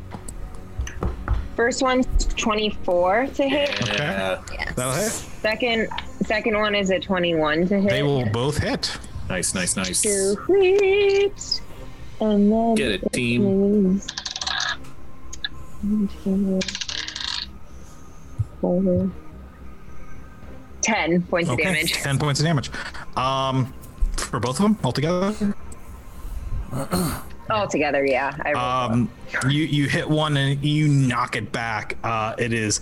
S5: First one's 24 to hit.
S2: Yeah.
S1: That'll hit.
S5: Second second one is a 21 to hit.
S1: They will both hit.
S2: Nice, nice, nice.
S5: Two hits. And then
S2: Get it, team.
S5: is- Ten points of
S1: Okay.
S5: damage.
S1: Ten points of damage. Um, for both of them altogether.
S5: Altogether, yeah. I
S1: Um, you you hit one and you knock it back. Uh, it is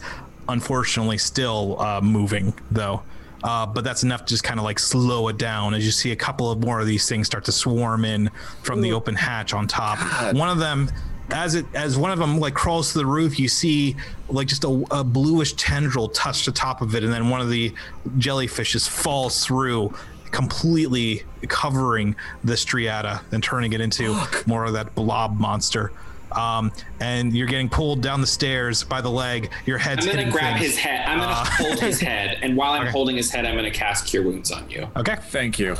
S1: unfortunately still uh, moving though, uh, but that's enough to just kind of like slow it down as you see a couple of more of these things start to swarm in from the open hatch on top. One of them. As it as one of them like crawls to the roof, you see like just a, a bluish tendril touch the top of it, and then one of the jellyfishes falls through, completely covering the striata and turning it into more of that blob monster. Um, and you're getting pulled down the stairs by the leg. Your head's
S4: I'm going
S1: hitting
S4: to grab
S1: things.
S4: his head. I'm going to hold his head. And while I'm holding his head, I'm going to cast Cure Wounds on you.
S1: Okay.
S2: Thank you.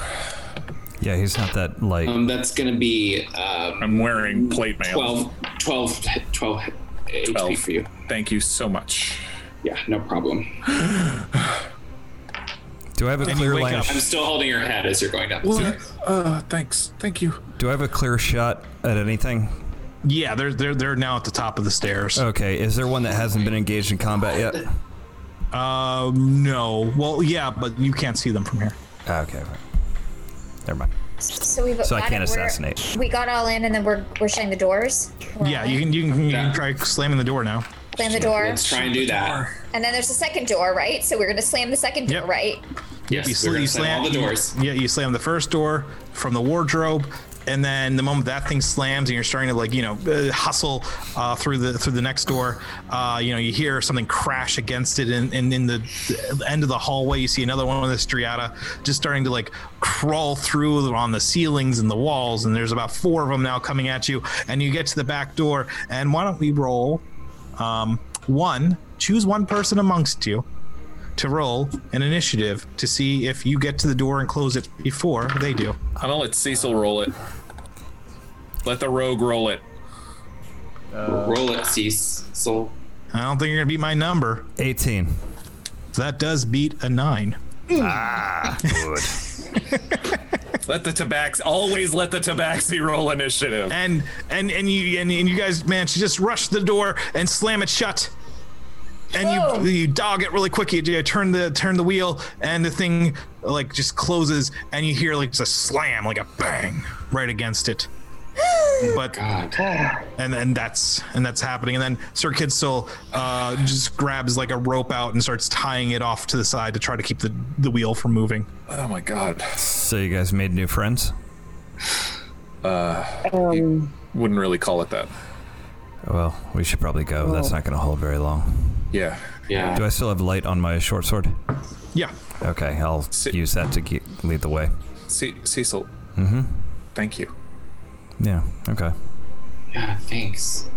S6: Yeah, he's not that light.
S4: Um, that's going to be um,
S2: I'm wearing plate mail.
S4: 12, 12, 12 HP
S2: 12.
S4: for you.
S2: Thank you so much.
S4: Yeah, no problem.
S6: do I have a
S1: you
S6: clear
S1: wake
S6: line?
S1: up.
S6: Of
S4: I'm
S6: sh-
S4: still holding your head as you're going up.
S2: Uh, thanks. Thank you.
S6: do I have a clear shot at anything?
S1: Yeah, they're they're they're now at the top of the stairs.
S6: Okay, is there one that hasn't been engaged in combat yet?
S1: Um, no. Well, yeah, but you can't see them from here.
S6: Ah, okay, okay. never mind.
S3: So we've.
S6: So I
S3: got
S6: can't
S3: it. We're-
S6: assassinate.
S3: We got all in, and then we're we're shutting the doors. We're
S1: Yeah,
S3: all
S1: you
S3: in.
S1: can you can, you
S4: Yeah.
S1: can try slamming the door now.
S3: slam the door,
S4: Let's try and do that.
S3: and then there's a second door, right? So we're gonna slam the second door,
S1: Yep.
S3: right?
S4: Yes,
S1: You,
S4: we're
S1: sl-
S4: gonna
S1: you
S4: slam
S1: slam
S4: all the doors.
S1: Yeah, you slam the first door from the wardrobe, and then the moment that thing slams and you're starting to like you know uh, hustle uh, through the through the next door, uh, you know you hear something crash against it, and, and in the, the end of the hallway you see another one with a striata just starting to like crawl through on the ceilings and the walls, and there's about four of them now coming at you, and you get to the back door, and why don't we roll? Um, one, choose one person amongst you to roll an initiative to see if you get to the door and close it before they do.
S2: I'm gonna let Cecil roll it. Let the rogue roll it.
S4: Roll it, Cecil.
S1: I don't think you're gonna beat my number.
S6: 18.
S1: So that does beat a nine.
S6: Good.
S2: Let the tabaxi always let the tabaxi roll initiative.
S1: and and and you and, and you guys man she just rushed the door and slam it shut and
S3: Boom.
S1: you you dog it really quick you, you turn the turn the wheel and the thing like just closes and you hear like just a slam like a bang right against it but
S4: God.
S1: and and that's and that's happening and then sir kid soul uh just grabs like a rope out and starts tying it off to the side to try to keep the the wheel from moving
S2: Oh my god.
S6: So you guys made new friends?
S5: um,
S2: Wouldn't really call it that.
S6: Well, we should probably go. That's not going to hold very long.
S2: Yeah.
S4: Yeah.
S6: Do I still have light on my short sword?
S1: yeah
S6: Okay, I'll use that to ge- lead the way.
S2: C- Cecil. Mm-hmm. Thank you.
S6: Yeah. Okay.
S4: yeah. Thanks.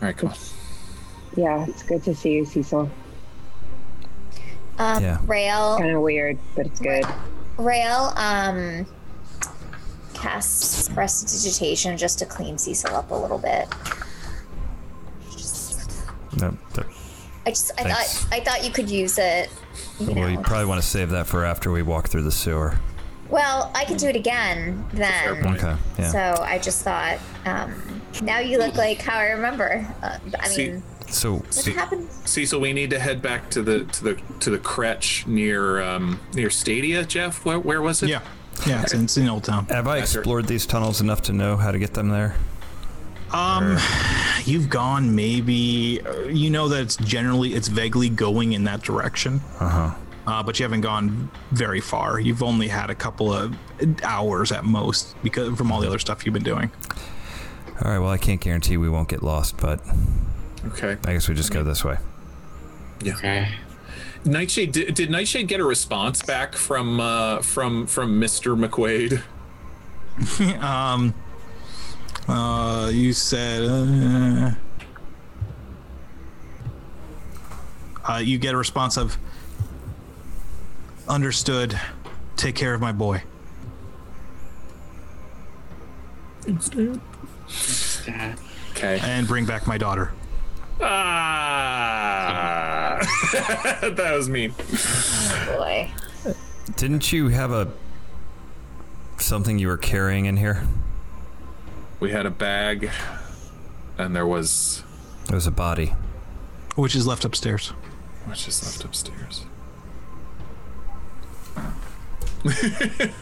S2: All right, come on.
S5: Yeah, it's good to see you, Cecil.
S3: Um,
S6: Yeah.
S3: Rail,
S5: Kind of weird, but it's good.
S3: Rail, um, casts prestidigitation just to clean Cecil up a little bit.
S6: No, th-
S3: I just, I
S6: Thanks.
S3: thought, I thought you could use it. You
S6: well,
S3: know.
S6: you probably want to save that for after we walk through the sewer.
S3: Well, I can do it again then.
S2: point.
S6: Okay. Yeah.
S3: So I just thought, um, now you look like how I remember. Uh, I
S2: See-
S3: mean,
S6: So,
S3: what happened?
S2: Cecil, we need to head back to the to the to the crutch near um near Stadia, Jeff. Where, where was it?
S1: yeah yeah it's, in- it's in old town
S6: have I
S2: sure.
S6: explored these tunnels enough to know how to get them there?
S1: Um, you've gone maybe uh, you know that it's generally it's vaguely going in that direction uh-huh but you haven't gone very far you've only had a couple of hours at most because from all the other stuff you've been doing
S6: All right. Well, I can't guarantee we won't get lost, but
S2: Okay.
S6: I guess we just go this way.
S4: Okay.
S2: Nightshade did, did Nightshade get a response back from uh from from Mr. McQuaid?
S1: <laughs> Um, uh you said uh, uh, you get a response of understood take care of my boy
S4: Yeah.
S2: Okay.
S1: and bring back my daughter
S2: Ah, <laughs> that was mean.
S3: Boy.
S6: Didn't you have a something you were carrying in here?
S2: We had a bag, and there was
S6: It was a body.
S1: which is left upstairs
S2: what's just left upstairs. <laughs>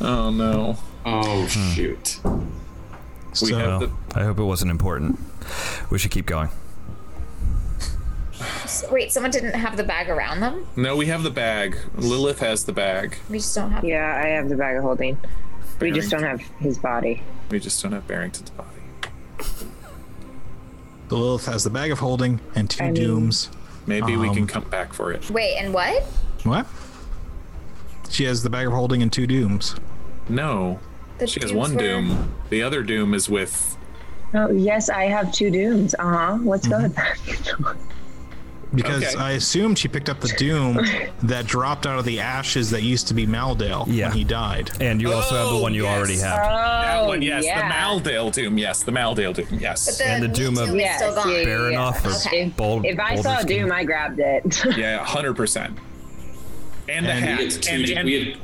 S2: oh no!
S4: Oh shoot.
S2: We
S1: So-
S2: have the
S6: I hope it wasn't important. We should keep going.
S3: So- wait, someone didn't have the bag around them?
S2: no. We have the bag. Lilith has the bag.
S3: We just don't have
S5: Yeah, I have the bag of holding. We just don't
S2: Barrington-
S5: have his body.
S2: We just don't have Barrington's body.
S1: The Lilith has the bag of holding and two
S5: I mean-
S1: dooms.
S2: Maybe we
S1: Um,
S2: can come back for it.
S3: Wait, and what?
S1: What? She has the bag of holding and two dooms.
S2: No,
S3: The
S2: she has
S3: dooms
S2: one
S3: were-
S2: doom. The other doom is with.
S5: Oh, yes, I have two dooms. Uh huh. Let's go with <laughs> that.
S1: Because
S2: Okay.
S1: I assumed she picked up the doom
S5: <laughs>
S1: that dropped out of the ashes that used to be Maldale
S6: Yeah.
S1: when he died.
S6: And you also have the
S2: Oh,
S6: one you
S2: yes.
S6: already have.
S3: Oh,
S2: that
S5: Oh,
S2: one, yes, the Maldale doom. Yes, the Maldale doom. Yes.
S3: The
S6: And the doom of-
S3: is
S5: Yes,
S3: still gone.
S5: yeah, yeah,
S6: Fair
S5: yeah.
S6: enough. or
S3: Okay.
S6: Bold,
S5: If I
S6: Boulder's
S5: saw a
S6: Gate.
S5: doom, I grabbed it. <laughs>
S2: Yeah, hundred percent. And the
S1: And-
S2: hat.
S4: We had two.
S2: and, and-
S4: we had,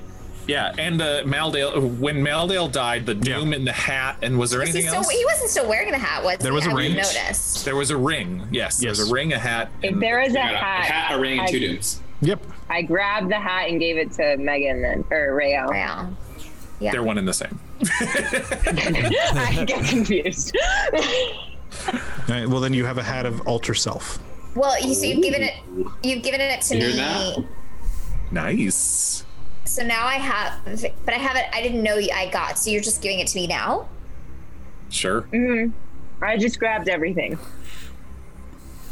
S2: yeah, and the Maldale. When Maldale died, the
S1: Yeah.
S2: doom in the hat. And was there
S3: Was he,
S2: anything
S3: still,
S2: else?
S3: he wasn't still wearing the hat, was
S1: There
S3: he?
S1: was a
S3: I would've
S1: ring.
S3: noticed.
S2: There was a ring. Yes, there was
S1: Yes.
S2: a ring, a hat.
S5: if
S2: and-
S5: there is a
S4: we had a
S5: hat,
S4: hat, a ring, and
S5: I,
S4: two dooms.
S1: Yep.
S5: I grabbed the hat and gave it to Megan then, or Rayo.
S2: <laughs>
S3: Wow. Yeah.
S2: they're one and the same.
S5: <laughs> I get confused. <laughs>
S1: All right, well, then you have a hat of alter self.
S3: Well, you so you've given it you've given it to
S4: You hear
S3: me.
S4: that?
S2: Nice.
S3: So now I have but I haven't I didn't know you- I got. So you're just giving it to me now?
S2: Sure.
S3: Mm-hmm.
S5: I just grabbed everything.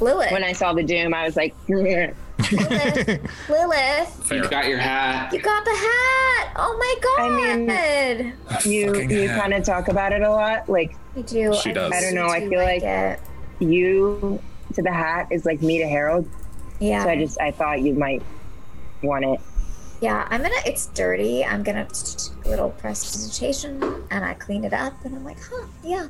S3: Lilith.
S5: When I saw the doom, I was like, <laughs> "Grr."
S3: Lilith. <laughs> Lilith.
S2: Fair.
S4: You got your hat.
S3: You got the hat. Oh my
S5: I mean-
S3: god.
S5: you
S2: Fucking
S5: you
S2: hat.
S5: kind of talk about it a lot. Like
S3: I do.
S2: She does. I
S5: don't know, I
S3: do
S5: feel like-
S3: it.
S5: you to the hat is like me to Harold.
S3: Yeah.
S5: So I just I thought you might want it.
S3: yeah, I'm gonna it's dirty. I'm gonna just do a little prestidigitation and I clean it up and I'm like, huh, yeah.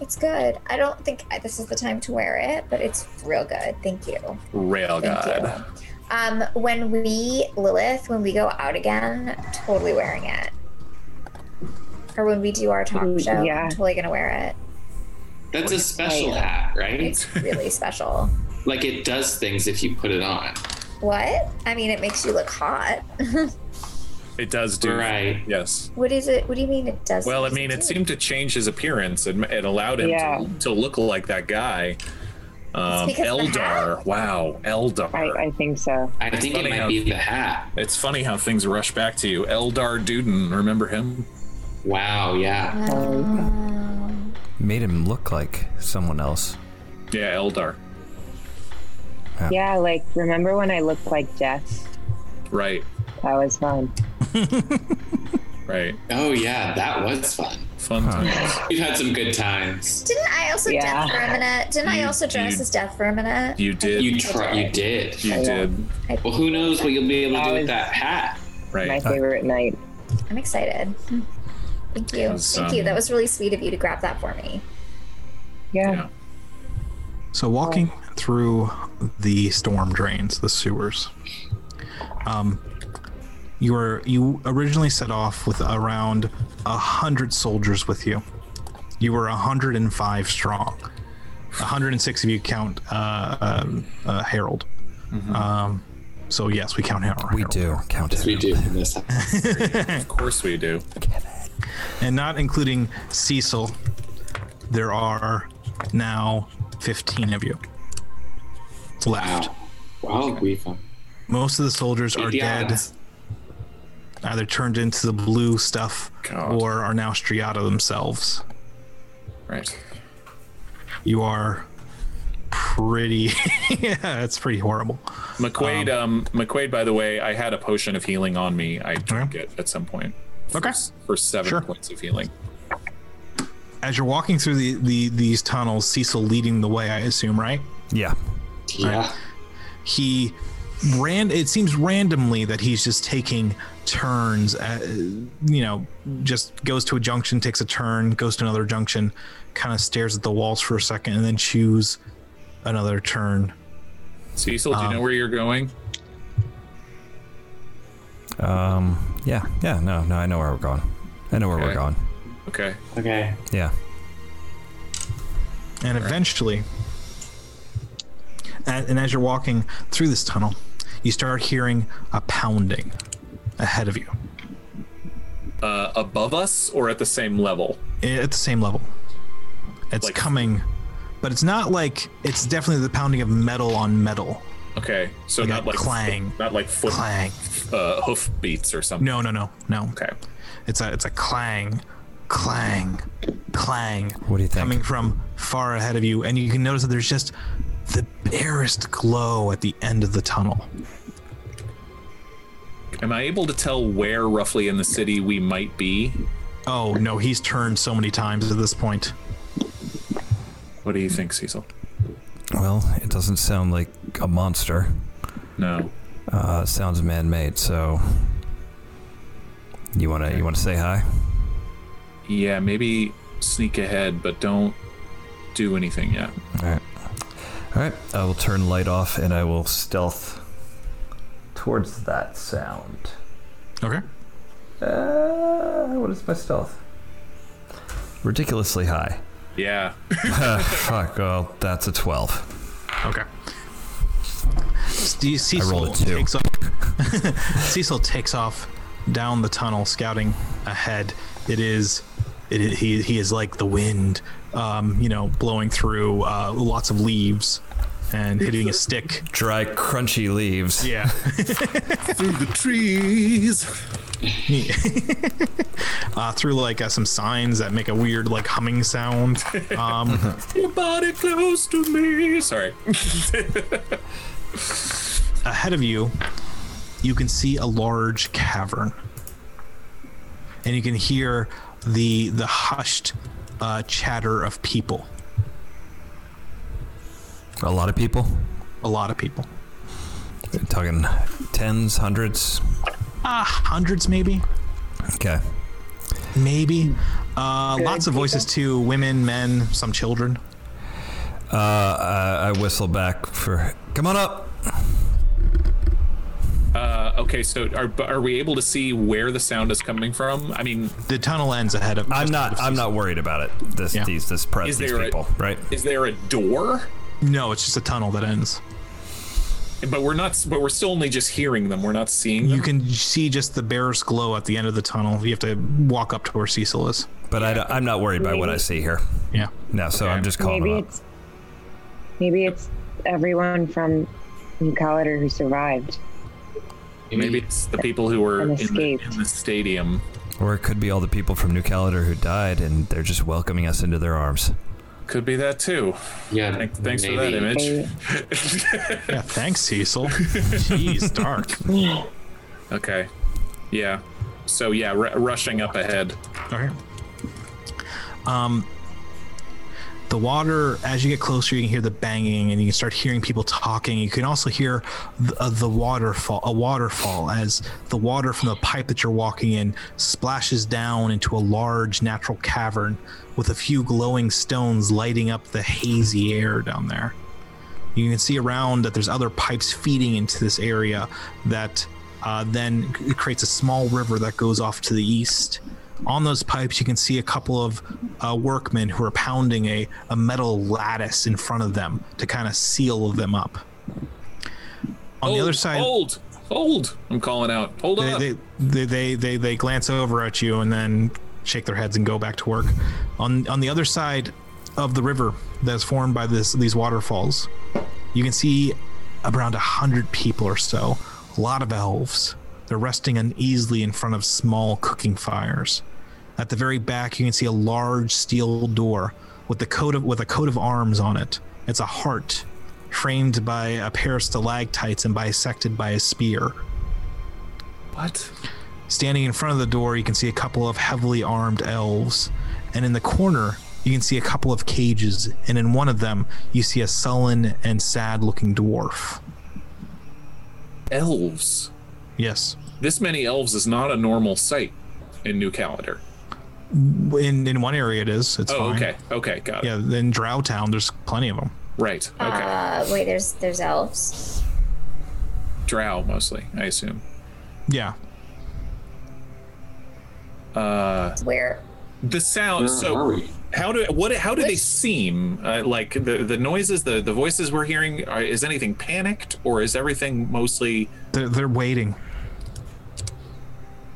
S3: It's good. I don't think I- this is the time to wear it, but it's real good. Thank you.
S2: Rail
S3: Thank
S2: god.
S3: you. Um, when we Lilith, when we go out again, totally wearing it. Or when we do our talk
S5: Mm,
S3: show,
S5: yeah.
S3: I'm totally gonna wear it.
S4: That's a special hat, right?
S3: It's
S2: <laughs>
S3: really special.
S4: Like it does things if you put it on.
S3: What? I mean, it makes you look hot. <laughs>
S2: It does do.
S4: Right.
S2: Yes.
S3: what is it? What do you mean it does?
S2: Well, I
S3: things
S2: mean,
S3: to
S2: it
S3: do?
S2: seemed to change his appearance. It, it allowed him
S5: Yeah.
S2: to, to look like that guy. Um,
S3: It's because of the
S2: Eldar. Wow. Eldar.
S5: I, I think so.
S4: I think it
S2: funny
S4: might
S2: how-
S4: be the hat.
S2: It's funny how things rush back to you. Eldar Duden, remember him?
S4: Wow, yeah.
S3: Um,
S6: Made him look like someone else.
S2: Yeah, Eldar.
S5: Yeah, like remember when I looked like death?
S2: Right,
S5: That was fun.
S2: right.
S4: Oh yeah, that was fun.
S2: Fun times.
S4: We've had some good times.
S3: didn't I also
S5: Yeah.
S3: death for a minute? Didn't I
S2: You-
S3: also dress
S2: you-
S3: as death for a minute?
S2: You did. You,
S4: You try you did.
S2: did.
S4: Well who knows what you'll be able to do with
S5: Guys.
S4: that hat.
S5: My
S2: Right.
S5: favorite night.
S3: I'm excited. Thank you.
S2: was,
S3: Thank you.
S2: um,
S3: That was really sweet of you to grab that for me.
S5: Yeah.
S2: Yeah.
S1: So walking through the storm drains, the sewers, um, you were you originally set off with around a hundred soldiers with you. You were hundred and five strong. hundred and six if you count uh, um, uh, Harold. Um, so yes, we count Harold.
S6: Mm-hmm. We do count
S4: We
S6: it.
S4: do in this house.
S2: Of course we do.
S1: and not including Cecil, there are now fifteen of you left.
S4: Wow. Wow, we've um,
S1: Most of the soldiers are
S4: beat the
S1: dead.
S4: odds.
S1: either turned into the blue stuff
S2: God.
S1: or are now striata themselves.
S2: Right.
S1: You are pretty. <laughs> yeah, it's pretty horrible.
S2: McQuaid, um, McQuaid, by the way, I had a potion of healing on me. I drank it at some point
S1: Okay.
S2: for seven
S1: Sure.
S2: points of healing.
S1: As you're walking through the, the these tunnels, Cecil leading the way, I assume, right?
S6: Yeah.
S4: Yeah.
S1: He ran. It seems randomly that he's just taking turns. At, you know, just goes to a junction, takes a turn, goes to another junction, kind of stares at the walls for a second, and then choose another turn.
S2: Cecil, do you
S1: Um,
S2: know where you're going?
S6: Um. Yeah. Yeah. No. No. I know where we're going. I know where we're
S2: Okay.
S6: going.
S2: Okay.
S4: Okay.
S6: Yeah.
S1: And eventually, a- and as you're walking through this tunnel, you start hearing a pounding ahead of you
S2: Uh, above us or at the same level?
S1: i- eh, at the same level. It's
S2: Like-
S1: coming, but it's not like it's definitely the pounding of metal on metal.
S2: Okay. So
S1: Like a
S2: not like
S1: clang.
S2: not like foot
S1: Clang.
S2: uh, hoof beats or something.
S1: No, no, no, no.
S2: Okay.
S1: It's a it's a clang, clang, clang.
S6: What do you think?
S1: Coming from far ahead of you, and you can notice that there's just the barest glow at the end of the tunnel.
S2: Am I able to tell where roughly in the city we might be?
S1: Oh no, he's turned so many times at this point.
S2: What do you think, Cecil?
S6: Well, it doesn't sound like a monster.
S2: No.
S6: Uh, it sounds man-made. So, you wanna you wanna say hi?
S2: Yeah, maybe sneak ahead, but don't do anything yet.
S6: All right. All right. I will turn light off and I will stealth towards that sound.
S1: Okay.
S6: Uh, what is my stealth? Ridiculously high.
S1: <laughs>
S2: Yeah.
S6: Fuck. Well, that's a twelve.
S1: Okay. Steve, Cecil
S6: rolled a two.
S1: takes off. <laughs> Cecil takes off down the tunnel, scouting ahead. It is, it is he, he is like the wind, um, you know, blowing through uh, lots of leaves and hitting <laughs> a stick.
S6: dry, crunchy leaves.
S1: Yeah.
S2: Through the trees.
S1: uh, through like uh, some signs that make a weird like humming sound. Um,
S2: Your body close to me. Sorry.
S1: ahead of you, you can see a large cavern, and you can hear the the hushed uh, chatter of people.
S6: A lot of people.
S1: A lot of people,
S6: talking tens, hundreds.
S1: ah, hundreds maybe,
S6: Okay.
S1: maybe. Uh, lots of voices too: women, men, some children.
S6: Uh, I, I whistle back for. Come on up.
S2: Uh, okay, so are but are we able to see where the sound is coming from? I mean,
S1: The tunnel ends ahead of.
S6: I'm not. I'm not worried about it. This
S1: Yeah.
S6: these this press
S2: Is
S6: these
S2: there a-
S6: people, right?
S2: is there a door?
S1: No, it's just a tunnel that ends.
S2: But we're not. But we're still only just hearing them. We're not seeing them.
S1: You can see just the bear's glow at the end of the tunnel. You have to walk up to where Cecil is.
S6: But I don't- I'm not worried by what I
S5: Maybe.
S6: see here.
S1: Yeah.
S6: No, so
S2: Okay.
S6: I'm just calling
S5: Maybe
S6: them up.
S5: it's maybe it's everyone from New Calendar who survived.
S2: Maybe it's the people who were in
S5: And
S2: the,
S5: escaped.
S2: in the stadium.
S6: Or it could be all the people from New Calendar who died, and they're just welcoming us into their arms.
S2: Could be that too.
S4: Yeah.
S2: Thank- Thanks for that
S4: maybe.
S2: image.
S5: They,
S1: Yeah. Thanks, Cecil. Jeez, dark.
S2: Okay. Yeah. So yeah, r- rushing up ahead.
S1: Okay. Um, the water, as you get closer, you can hear the banging, and you can start hearing people talking. You can also hear the, uh, the waterfall, a waterfall, as the water from the pipe that you're walking in splashes down into a large natural cavern with a few glowing stones lighting up the hazy air down there. You can see around that there's other pipes feeding into this area that uh, then c- creates a small river that goes off to the east. On those pipes, you can see a couple of uh, workmen who are pounding a, a metal lattice in front of them to kind of seal them up. On the
S2: Oh,
S1: other side,
S2: Hold, hold! I'm calling out. Hold up.
S1: they, they, they, they, they glance over at you and then shake their heads and go back to work. On on the other side of the river that's formed by this these waterfalls, you can see around a hundred people or so. A lot of elves. They're resting uneasily in front of small cooking fires. At the very back, you can see a large steel door with the coat of with a coat of arms on it. It's a heart framed by a pair of stalactites and bisected by a spear.
S2: what?
S1: Standing in front of the door, you can see a couple of heavily armed elves. And in the corner, you can see a couple of cages. And in one of them, you see a sullen and sad looking dwarf.
S2: Elves.
S1: Yes.
S2: This many elves is not a normal sight in New Calendar.
S1: In, in one area, it is. It's
S2: Oh,
S1: fine.
S2: okay. Okay, got it.
S1: Yeah, in Drow Town, there's plenty of them.
S2: Right. Oh, Okay.
S3: Uh, wait, there's there's elves.
S2: Drow mostly, I assume.
S1: Yeah.
S3: Where?
S2: The sound.
S4: Where
S2: so
S4: are we?
S2: how do what? How do they seem? Uh, like the the noises, the the voices we're hearing. Are, is anything panicked or is everything mostly?
S1: They're, they're waiting.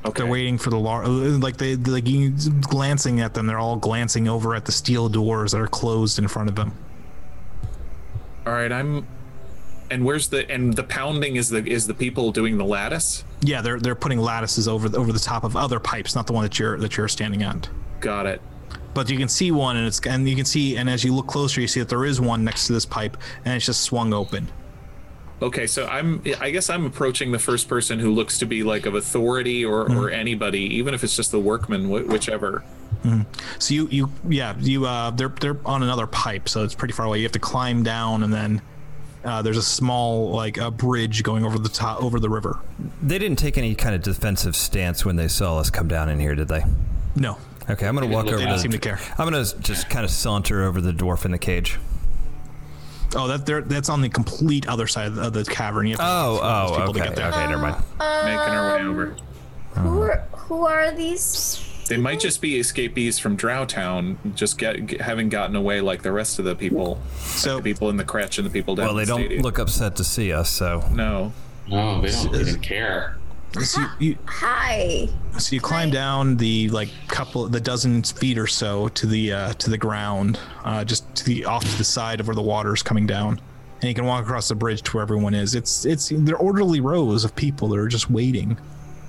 S2: Okay.
S1: They're waiting for the lar- like they like you glancing at them. They're all glancing over at the steel doors that are closed in front of them.
S2: All right. I'm. And where's the and the pounding is the is the people doing the lattice?
S1: Yeah, they're they're putting lattices over over the top of other pipes, not the one that you're that you're standing on.
S2: Got it.
S1: but you can see one and it's and you can see and as you look closer you see that there is one next to this pipe and it's just swung open
S2: Okay, so I'm I guess I'm approaching the first person who looks to be like of authority or, or anybody, even if it's just the workman, wh- whichever.
S1: so you you yeah you uh they're they're on another pipe so it's pretty far away you have to climb down and then uh, there's a small like a bridge going over the top over the river
S6: They didn't take any kind of defensive stance when they saw us come down in here, did they?
S1: no
S6: Okay, I'm gonna walk
S4: look
S6: over.
S4: down.
S6: the-
S1: Seem to care.
S6: I'm gonna s- just kind of saunter over the dwarf in the cage.
S1: oh that there that's on the complete other side of the cavern you have to
S6: Oh,
S1: those
S6: oh,
S1: people to
S6: okay,
S1: get
S6: okay,
S1: there.
S6: never mind.
S2: Making our way
S3: Um,
S2: over.
S3: Who are who are these?
S2: They might just be escapees from Drowtown, just get, get having gotten away like the rest of the people,
S1: so
S2: the people in the crutch and the people down.
S6: Well, they
S2: in the
S6: don't
S2: stadium.
S6: look upset to see us, so
S2: No.
S4: No, Oh, they don't even care.
S1: so you, you
S3: Hi.
S1: So you climb down the like couple, the dozen feet or so to the uh, to the ground, uh, just to the off to the side of where the water's coming down, and you can walk across the bridge to where everyone is. It's it's they're orderly rows of people that are just waiting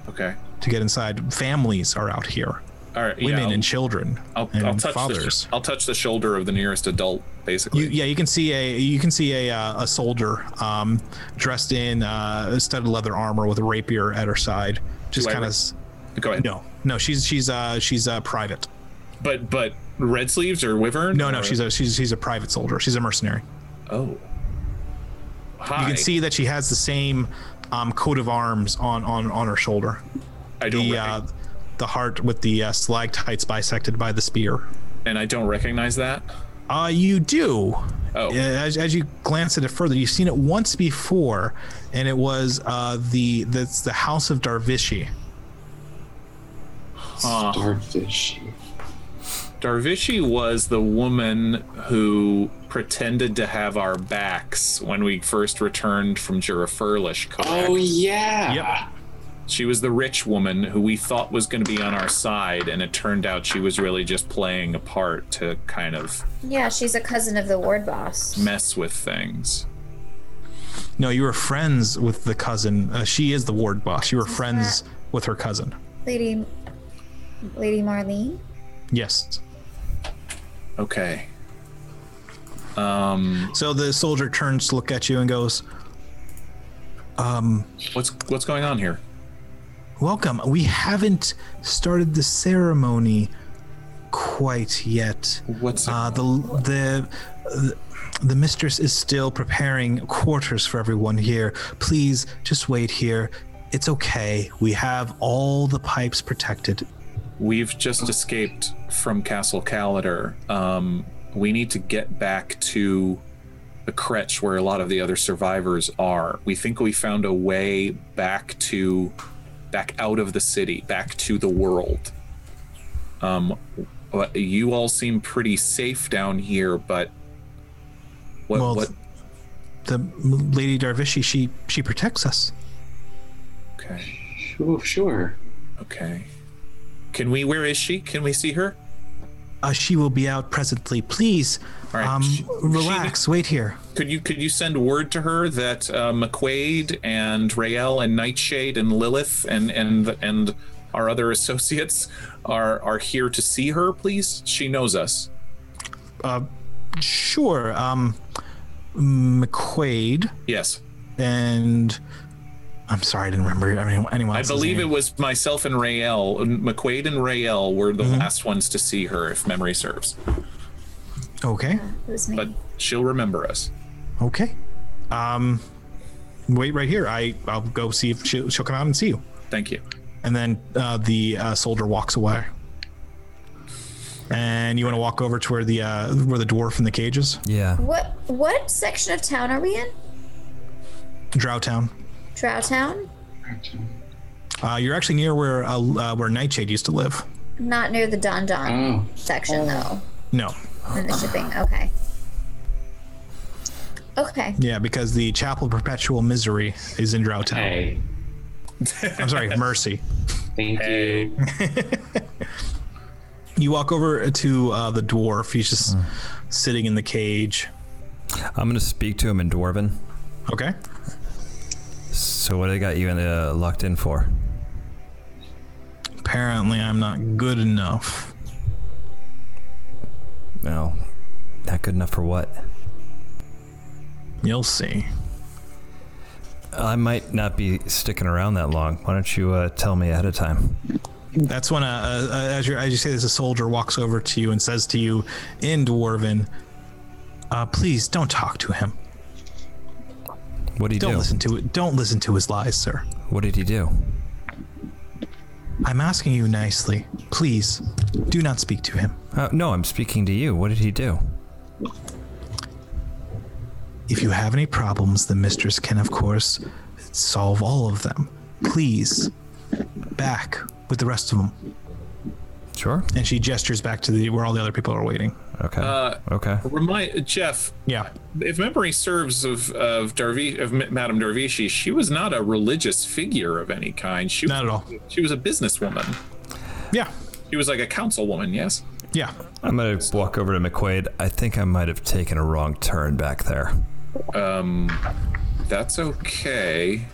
S2: Okay.
S1: to get inside. Families are out here,
S2: All right. yeah,
S1: women
S2: I'll-
S1: and children
S2: I'll,
S1: and
S2: I'll touch
S1: fathers.
S2: The, I'll touch the shoulder of the nearest adult, basically.
S1: You, yeah, you can see a you can see a uh, a soldier um, dressed in uh, studded leather armor with a rapier at her side, just
S2: Do I
S1: kind of.
S2: rec- Go ahead.
S1: No, no, she's she's uh, she's uh, private.
S2: But but red sleeves or wyvern?
S1: No, no,
S2: or-
S1: she's a she's she's a private soldier. She's a mercenary.
S2: oh. Hi.
S1: You can see that she has the same um, coat of arms on on on her shoulder.
S2: I don't.
S1: The
S2: recog-
S1: uh, the heart with the uh, stalactites bisected by the spear.
S2: and I don't recognize that.
S1: Uh, you do.
S2: Oh.
S1: Yeah, as, as you glance at it further, you've seen it once before, and it was uh, the that's the House of Darvishi.
S2: Uh,
S4: Starfish.
S2: Darvishi was the woman who pretended to have our backs when we first returned from Jurafurlish. correct?
S4: Oh
S1: Ah.
S4: yeah.
S2: She was the rich woman who we thought was going to be on our side, and it turned out she was really just playing a part to kind of
S3: Yeah, she's a cousin of the ward boss.
S2: mess with things.
S1: No, you were friends with the cousin. Uh, she is the ward boss. You were friends with her cousin.
S3: Lady Lady Marlene?
S1: Yes.
S2: Okay. Um,
S1: So the soldier turns to look at you and goes,
S2: what's what's going on here?
S1: Welcome. We haven't started the ceremony quite yet.
S2: What's
S1: Uh, the, the the mistress is still preparing quarters for everyone here. Please just wait here. It's okay. We have all the pipes protected.
S2: We've just escaped from Castle Calidar. Um, we need to get back to the Kretch where a lot of the other survivors are. We think we found a way back to, back out of the city, back to the world. Um, but you all seem pretty safe down here, but what?
S1: Well,
S2: what
S1: The lady Darvishi, she she protects us.
S2: okay,
S4: Sure, sure.
S2: okay. Can we? Where is she? Can we see her?
S1: Uh, she will be out presently. Please,
S2: All right,
S1: um,
S2: she-
S1: relax. wait here.
S2: Could you could you send word to her that uh, McQuaid and Rael and Nightshade and Lilith and and and our other <laughs> associates are are here to see her, please? She knows us.
S1: Sure. Um, McQuaid
S2: Yes,
S1: and I'm sorry, I didn't remember anyone. anyone
S2: I
S1: else's
S2: believe
S1: name.
S2: it was myself and Rael. McQuaid and Rael were the
S1: Mm-hmm.
S2: last ones to see her, if memory serves.
S1: Okay.
S3: It was me.
S2: But she'll remember us.
S1: Okay. Um, wait right here. I I'll go see if she, she'll come out and see you.
S2: Thank you.
S1: And then uh, the uh, soldier walks away. And you want to walk over to where the uh, where the dwarf in the cage is?
S6: Yeah.
S3: what what section of town are we in?
S1: Drow Town.
S3: Drow town?
S1: Uh, you're actually near where uh, uh, where Nightshade used to live.
S3: Not near the Don Don
S4: Oh.
S3: section though.
S1: No.
S3: And the shipping. Okay. Okay.
S1: Yeah, because the Chapel of Perpetual Misery is in Drow
S2: <laughs>
S1: Town.
S4: Hey.
S1: I'm sorry, Mercy.
S4: Thank you.
S1: You walk over to uh, the dwarf. He's just sitting in the cage.
S6: I'm gonna speak to him in Dwarven.
S1: Okay.
S6: So what I got you in, uh, locked in for?
S1: Apparently, I'm not good enough.
S6: No, not good enough for what?
S1: You'll see.
S6: I might not be sticking around that long. Why don't you uh, tell me ahead of time?
S1: That's when, uh, uh, uh, as, you're, as you say this, a soldier walks over to you and says to you in Dwarven, uh, "Please don't talk to him.
S6: What did he
S1: Don't
S6: do?
S1: listen to it. Don't listen to his lies, sir.
S6: What did he do?
S1: I'm asking you nicely. Please, do not speak to him.
S6: Uh, no, I'm speaking to you. What did he do?
S1: If you have any problems, the mistress can, of course, solve all of them. Please, back with the rest of them."
S6: Sure.
S1: And she gestures back to the where all the other people are waiting.
S6: Okay. okay.
S2: Remind Jeff,
S1: Yeah.
S2: if memory serves of of Darvi of M- Madame Darvishi, she was not a religious figure of any kind. She
S1: Not at all.
S2: She was a businesswoman.
S1: Yeah.
S2: She was like a councilwoman. Yes.
S1: Yeah.
S6: I'm gonna walk over to McQuaid. I think I might have taken a wrong turn back there.
S2: Um, that's okay.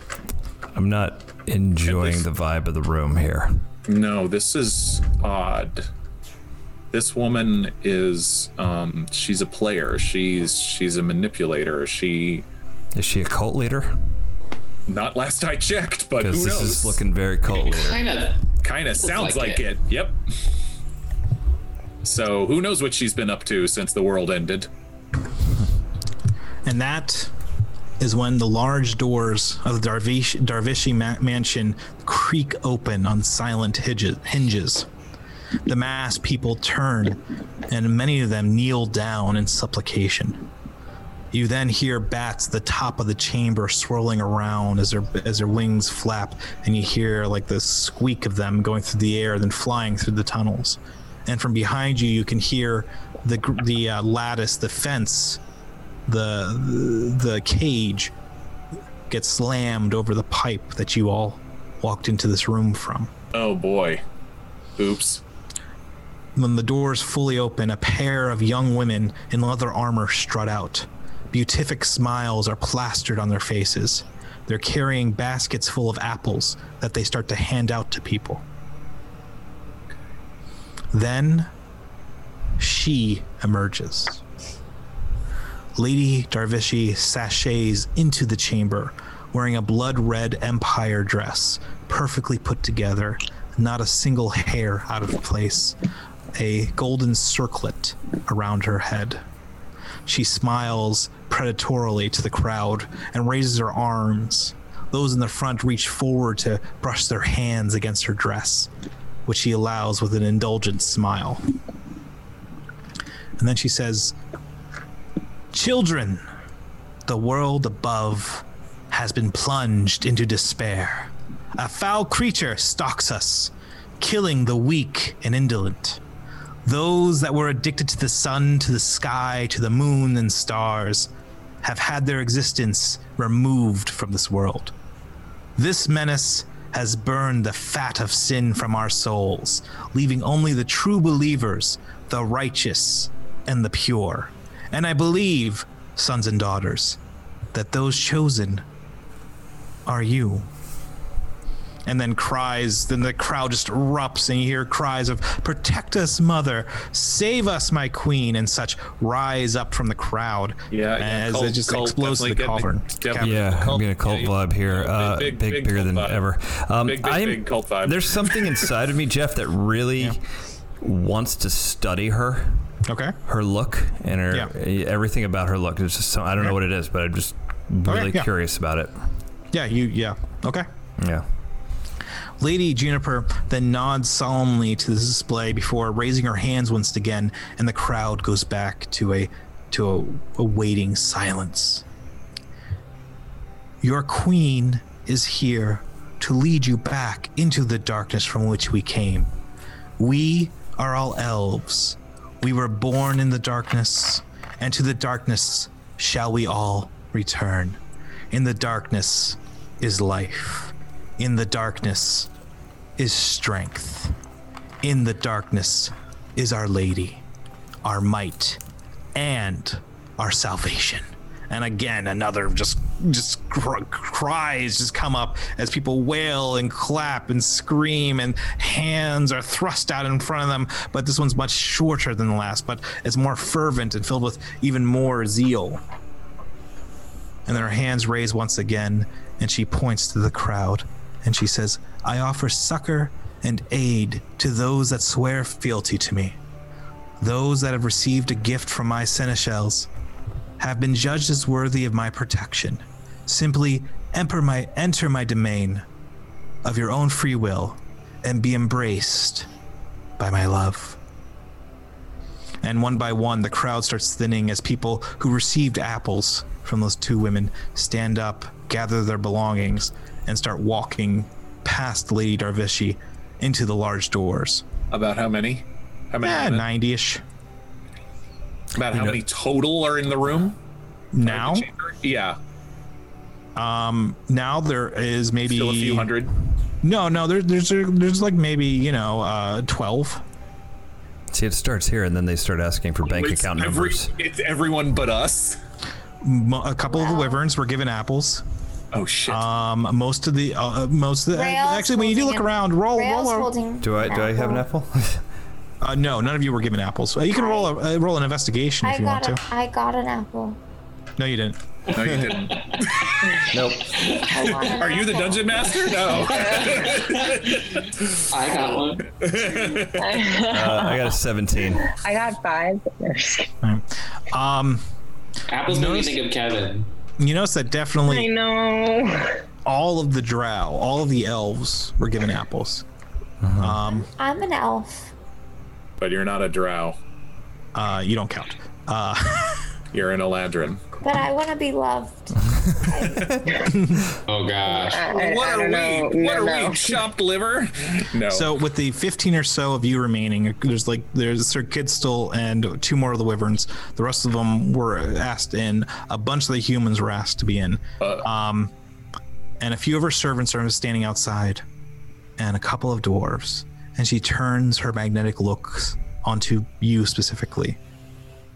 S6: I'm not enjoying the vibe of the room here.
S2: No, this is odd. This woman is um she's a player. She's she's a manipulator. She
S6: Is she a cult leader?
S2: not last I checked, but who
S6: Because
S2: knows?
S6: this is looking very cult leader.
S4: Kind of.
S2: kind of sounds like,
S4: like
S2: it.
S4: it.
S2: Yep. So who knows what she's been up to since the world ended?
S1: And that is when the large doors of the Darvish, Darvishi ma- mansion creak open on silent hinges- hinges. The mass people turn, and many of them kneel down in supplication. You then hear bats the top of the chamber swirling around as their as their wings flap, and you hear like the squeak of them going through the air, then flying through the tunnels. And from behind you, you can hear the gr- the uh, lattice, the fence, the the cage get slammed over the pipe that you all walked into this room from.
S2: Oh boy. Oops.
S1: When the doors fully open, a pair of young women in leather armor strut out. Beatific smiles are plastered on their faces. They're carrying baskets full of apples that they start to hand out to people. Then she emerges. Lady Darvishi sachets into the chamber, wearing a blood red empire dress, perfectly put together, not a single hair out of place, a golden circlet around her head. She smiles predatorily to the crowd and raises her arms. Those in the front reach forward to brush their hands against her dress, which she allows with an indulgent smile. And then she says, Children, the world above has been plunged into despair. A foul creature stalks us, killing the weak and indolent. Those that were addicted to the sun, to the sky, to the moon and stars have had their existence removed from this world. This menace has burned the fat of sin from our souls, leaving only the true believers, the righteous, and the pure. And I believe, sons and daughters, that those chosen are you. And then cries, then the crowd just erupts, and you hear cries of, Protect us, mother! Save us, my queen! And such rise up from the crowd
S2: Yeah, yeah,
S1: as
S2: cult-
S1: it just
S2: cult,
S1: explodes to the
S2: definitely
S1: cavern.
S2: get- definitely
S1: cavern.
S6: Yeah, I'm
S2: Cult-
S6: getting a cult
S2: yeah,
S6: vibe here. Uh, big,
S2: big, big
S6: bigger
S2: cult
S6: than
S2: vibe.
S6: ever. Um,
S2: Big, big,
S6: I'm-
S2: big cult vibe.
S6: There's something inside of me, Jeff, that really wants to study her,
S1: Okay.
S6: her look, and her
S1: Yeah.
S6: everything about her look. There's just some, I don't know what it is, but I'm just
S2: Oh,
S6: really
S1: yeah.
S6: curious about it.
S1: Yeah, you, yeah. Okay.
S6: Yeah.
S1: Lady Juniper then nods solemnly to this display before raising her hands once again, and the crowd goes back to a to a, a waiting silence. Your queen is here to lead you back into the darkness from which we came. We are all elves. We were born in the darkness, and to the darkness shall we all return. In the darkness is life. In the darkness is strength. In the darkness is Our Lady, our might, and our salvation. And again, another just just cr- cries just come up as people wail and clap and scream, and hands are thrust out in front of them. But this one's much shorter than the last, but it's more fervent and filled with even more zeal and then her hands raise once again, and she points to the crowd, and she says, I offer succor and aid to those that swear fealty to me. Those that have received a gift from my seneschals have been judged as worthy of my protection. Simply enter my, enter my domain of your own free will and be embraced by my love and one by one the crowd starts thinning as people who received apples from those two women stand up, gather their belongings, and start walking past Lady Darvishi into the large doors. Eh,
S2: About how many? How many?
S1: Yeah, 90-ish.
S2: About how
S6: Eh, know-
S2: many total are in the room?
S1: Now,
S2: Yeah,
S1: now there is maybe
S2: still a few hundred.
S1: No, no, there's there's there's like maybe you know uh, twelve.
S6: See, it starts here, and then they start asking for bank
S2: It's
S6: account
S2: every-
S6: numbers.
S2: It's everyone but us.
S1: Mo- A couple of the wyverns were given apples.
S2: Oh shit!
S1: Um, most of the uh, most of the
S3: Rails
S1: actually when you do
S3: holding
S1: look
S3: an-
S1: around, roll
S3: Rails
S1: roll. a-
S3: holding.
S6: Do I do I have an apple? <laughs>
S1: Uh, no, none of you were given apples. Uh, you can roll a, uh, roll an investigation if
S3: I
S1: you want
S3: got.
S1: to.
S3: A, I got an apple.
S1: No, you didn't.
S2: no, you didn't.
S6: nope.
S3: I got an
S2: Are you the
S3: apple.
S2: dungeon master? No.
S4: I got one.
S6: Uh, I got a 17.
S5: I got <laughs> five. No, I'm just kidding.
S1: Um,
S4: Apples made me think of Kevin.
S1: you notice that
S5: I
S1: definitely
S5: know.
S1: all of the drow, all of the elves were given apples. Um,
S3: I'm an elf.
S2: but you're not a drow.
S1: uh, you don't count. Uh,
S2: You're an Eladrin.
S3: But I want to be loved.
S4: Oh gosh.
S5: I, I
S2: What are
S5: don't know.
S2: we? What
S5: No,
S2: are
S5: no.
S2: we? Chopped liver? No.
S1: So with the 15 or so of you remaining, there's like there's Sir Kidstall and two more of the wyverns. The rest of them were asked in. A bunch of the humans were asked to be in. um, and a few of her servants are standing outside, and a couple of dwarves. And she turns her magnetic looks onto you specifically,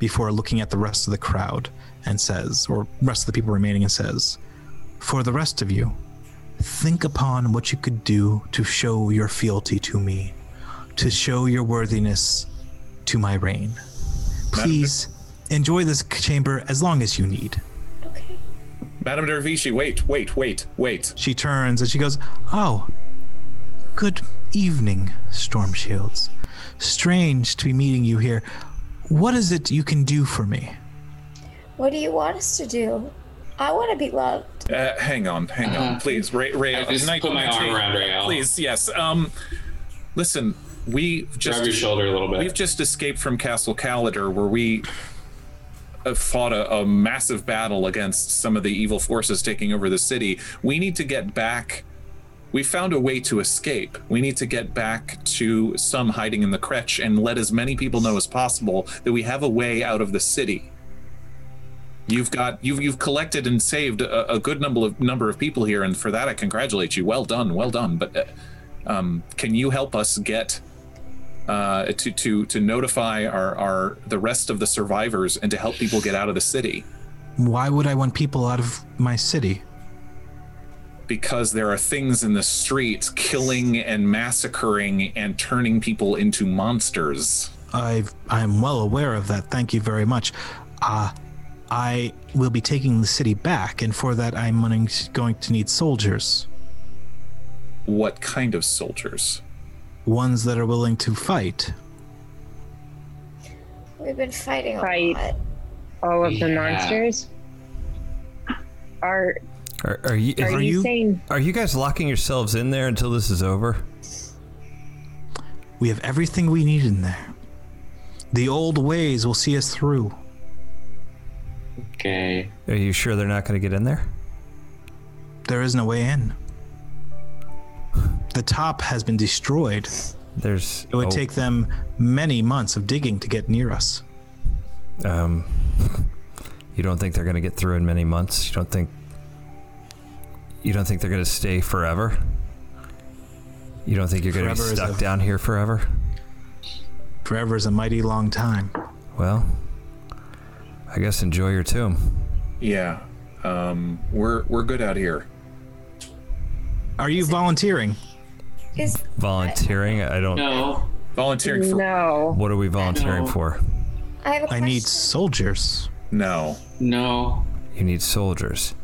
S1: before looking at the rest of the crowd and says, or rest of the people remaining, and says, "For the rest of you, Think upon what you could do to show your fealty to me, to show your worthiness to my reign. Please enjoy this chamber as long as you need.
S2: Madame Dervishi, wait, wait, wait, wait.
S1: She turns and she goes, Oh, good evening, Storm Shields. Strange to be meeting you here. What is it you can do for me?
S3: What do you want us to do? I want to be loved.
S2: Uh, hang on, hang on, please. Ray, Ray,
S4: Uh-huh. I just put my arm around Rael.
S2: Please, yes. Um, listen, we
S4: Grab your
S2: just
S4: shoulder a little
S2: We've
S4: bit.
S2: just escaped from Castle Calidar, where we uh, fought a, a massive battle against some of the evil forces taking over the city. We need to get back. We found a way to escape. We need to get back to some hiding in the Kretch and let as many people know as possible that we have a way out of the city. You've got you've you've collected and saved a, a good number of number of people here, and for that I congratulate you. Well done, well done. But uh, um, can you help us get uh, to to to notify our our the rest of the survivors and to help people get out of the city
S1: Why would I want people out of my city?
S2: because there are things in the streets killing and massacring and turning people into monsters.
S1: I I'm well aware of that. Thank you very much. Uh, I will be taking the city back, and for that, I'm running- going to need soldiers,
S2: What kind of soldiers?
S1: ones that are willing to fight.
S3: We've been fighting a
S5: Fight.
S3: lot.
S5: All of the
S4: Yeah.
S5: monsters. Are
S6: Are, are you?
S5: are,
S1: Are
S5: you
S1: you-
S5: saying
S6: Are you guys locking yourselves in there until this is over?
S1: We have everything we need in there. The old ways will see us through.
S4: Okay.
S6: Are you sure they're not going to get in there?
S1: There isn't a way in. The top has been destroyed.
S6: There's.
S1: It would
S6: oh,
S1: take them many months of digging to get near us.
S6: Um, <laughs> you don't think they're going to get through in many months? You don't think? You don't think they're going to stay forever? You don't think you're going to be
S1: Forever is
S6: stuck
S1: a-
S6: down here forever?
S1: Forever is a mighty long time.
S6: Well, I guess enjoy your tomb.
S2: Yeah, um, we're we're good out here.
S1: Are you volunteering?
S3: Is
S6: Volunteering? I don't.
S4: No.
S2: Volunteering for no.
S5: no?
S6: What are we volunteering
S4: No.
S6: for?
S3: I have a
S1: I
S3: question.
S1: need soldiers.
S4: No.
S6: You need soldiers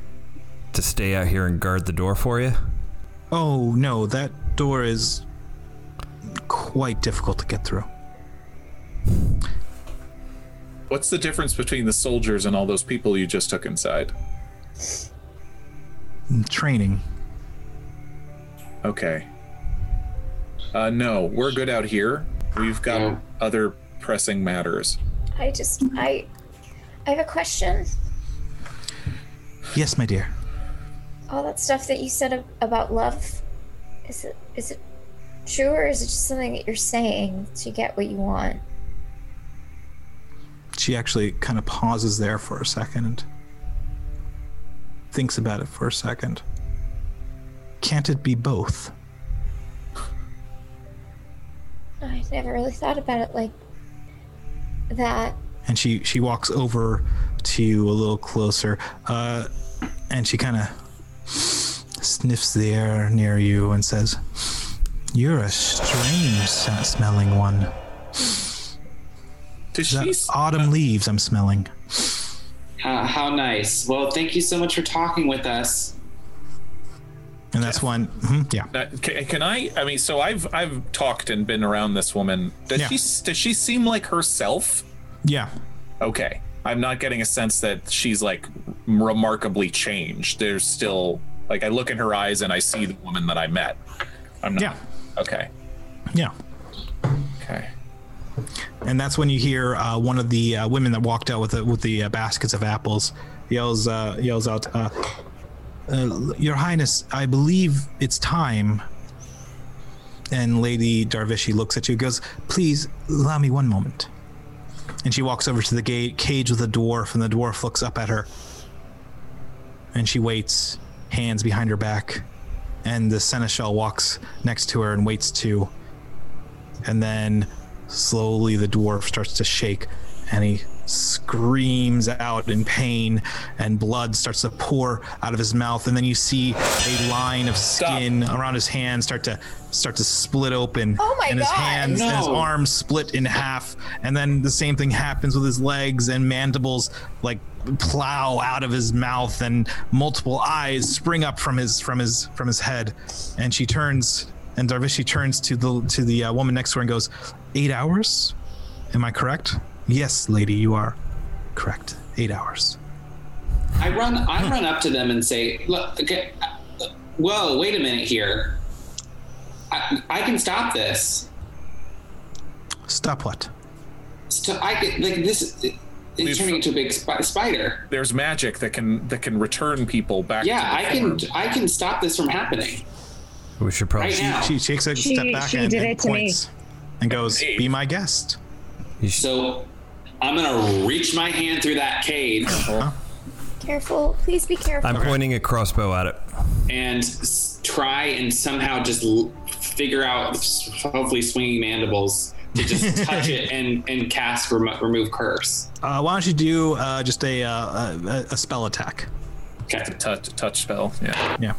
S6: to stay out here and guard the door for you.
S1: Oh no, that door is quite difficult to get through.
S2: What's the difference between the soldiers and all those people you just took inside?
S1: Training.
S2: Okay. Uh, no, we're good out here. We've got
S4: Yeah.
S2: other pressing matters.
S3: I just I I have a question.
S1: Yes, my dear.
S3: All that stuff that you said ab- about love, is it is it true or is it just something that you're saying to get what you want?
S1: She actually kind of pauses there for a second and thinks about it for a second. Can't it be both?
S3: I never really thought about it like that.
S1: And she she walks over to you a little closer, uh, and she kind of sniffs the air near you and says, "You're a strange smelling one.
S2: Does she
S1: That autumn leaves I'm smelling."
S4: Uh, how nice. Well, thank you so much for talking with us.
S1: And that's one. mhm, yeah.
S2: Now, Uh, can, can I? I mean, so I've I've talked and been around this woman. Does
S1: Yeah.
S2: she does she seem like herself?
S1: Yeah.
S2: Okay, I'm not getting a sense that she's like remarkably changed. There's still like I look in her eyes and I see the woman that I met. I'm not.
S1: Yeah.
S2: Okay.
S1: Yeah.
S2: Okay.
S1: and that's when you hear uh, one of the uh, women that walked out with the, with the uh, baskets of apples yells uh, yells out, uh, uh, "Your Highness, I believe it's time." And Lady Darvishi looks at you, goes, "Please allow me one moment." And she walks over to the gate cage with the dwarf, and the dwarf looks up at her, and she waits, hands behind her back, and the seneschal walks next to her and waits too. And then slowly the dwarf starts to shake and he screams out in pain and blood starts to pour out of his mouth and then you see a line of skin around his hand start to start to split open
S3: Oh my
S1: and his
S3: God,
S1: hands and his
S4: no.
S1: arms split in half and then the same thing happens with his legs and mandibles like plow out of his mouth and multiple eyes spring up from his from his from his head and she turns and Darvishi turns to the to the uh, woman next to her and goes, eight hours? Am I correct? Yes, lady, you are correct. Eight hours.
S4: I
S2: <laughs>
S4: run I run up to them and say, "Look, okay, uh, whoa, wait a minute here. I, I can stop this.
S1: Stop what?
S4: St- I can, like this.
S2: We've-
S4: It's turning into a big spi- spider.
S2: There's magic that can that can return people back.
S4: Yeah,
S2: to the
S4: I can
S2: form.
S4: I can stop this from happening
S6: We should probably.
S4: right now.
S1: She takes a
S5: She-
S1: step back
S5: she
S1: and,
S5: did
S1: and
S5: it to me.
S1: points and goes,
S2: Hey.
S1: Be my guest.
S6: you should-
S4: So I'm gonna reach my hand through that cage
S3: Careful. Please be careful.
S6: I'm pointing a crossbow at it.
S4: and s- try and somehow just l- figure out, s- hopefully, swinging mandibles to just
S2: <laughs>
S4: touch it and and cast remo- remove curse.
S1: Uh, why don't you do uh, just a, uh, a a spell attack?
S4: Okay.
S2: touch touch spell. Yeah.
S1: Yeah.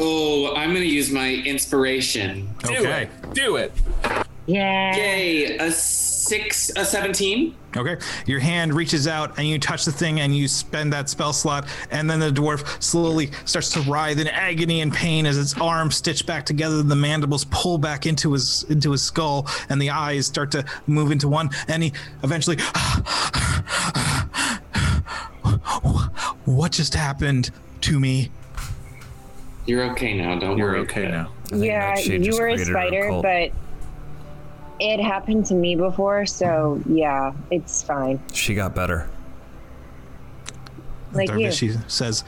S4: Oh, I'm gonna use my inspiration.
S1: Okay.
S2: Do it. Do it.
S5: Yeah.
S4: Yay! A six, a seventeen.
S1: Okay. Your hand reaches out and you touch the thing and you spend that spell slot. And then the dwarf slowly starts to writhe in agony and pain as its arms stitch back together. The mandibles pull back into his into his skull and the eyes start to move into one. And he eventually. what just happened to me?
S4: You're okay now. Don't
S2: You're
S4: worry.
S2: okay now.
S6: think
S5: Yeah,
S6: that she
S5: you
S6: just
S5: were a
S6: created her
S5: spider,
S6: cult.
S5: but it happened to me before, so yeah, it's fine.
S6: She got better.
S5: Like you.
S1: She says,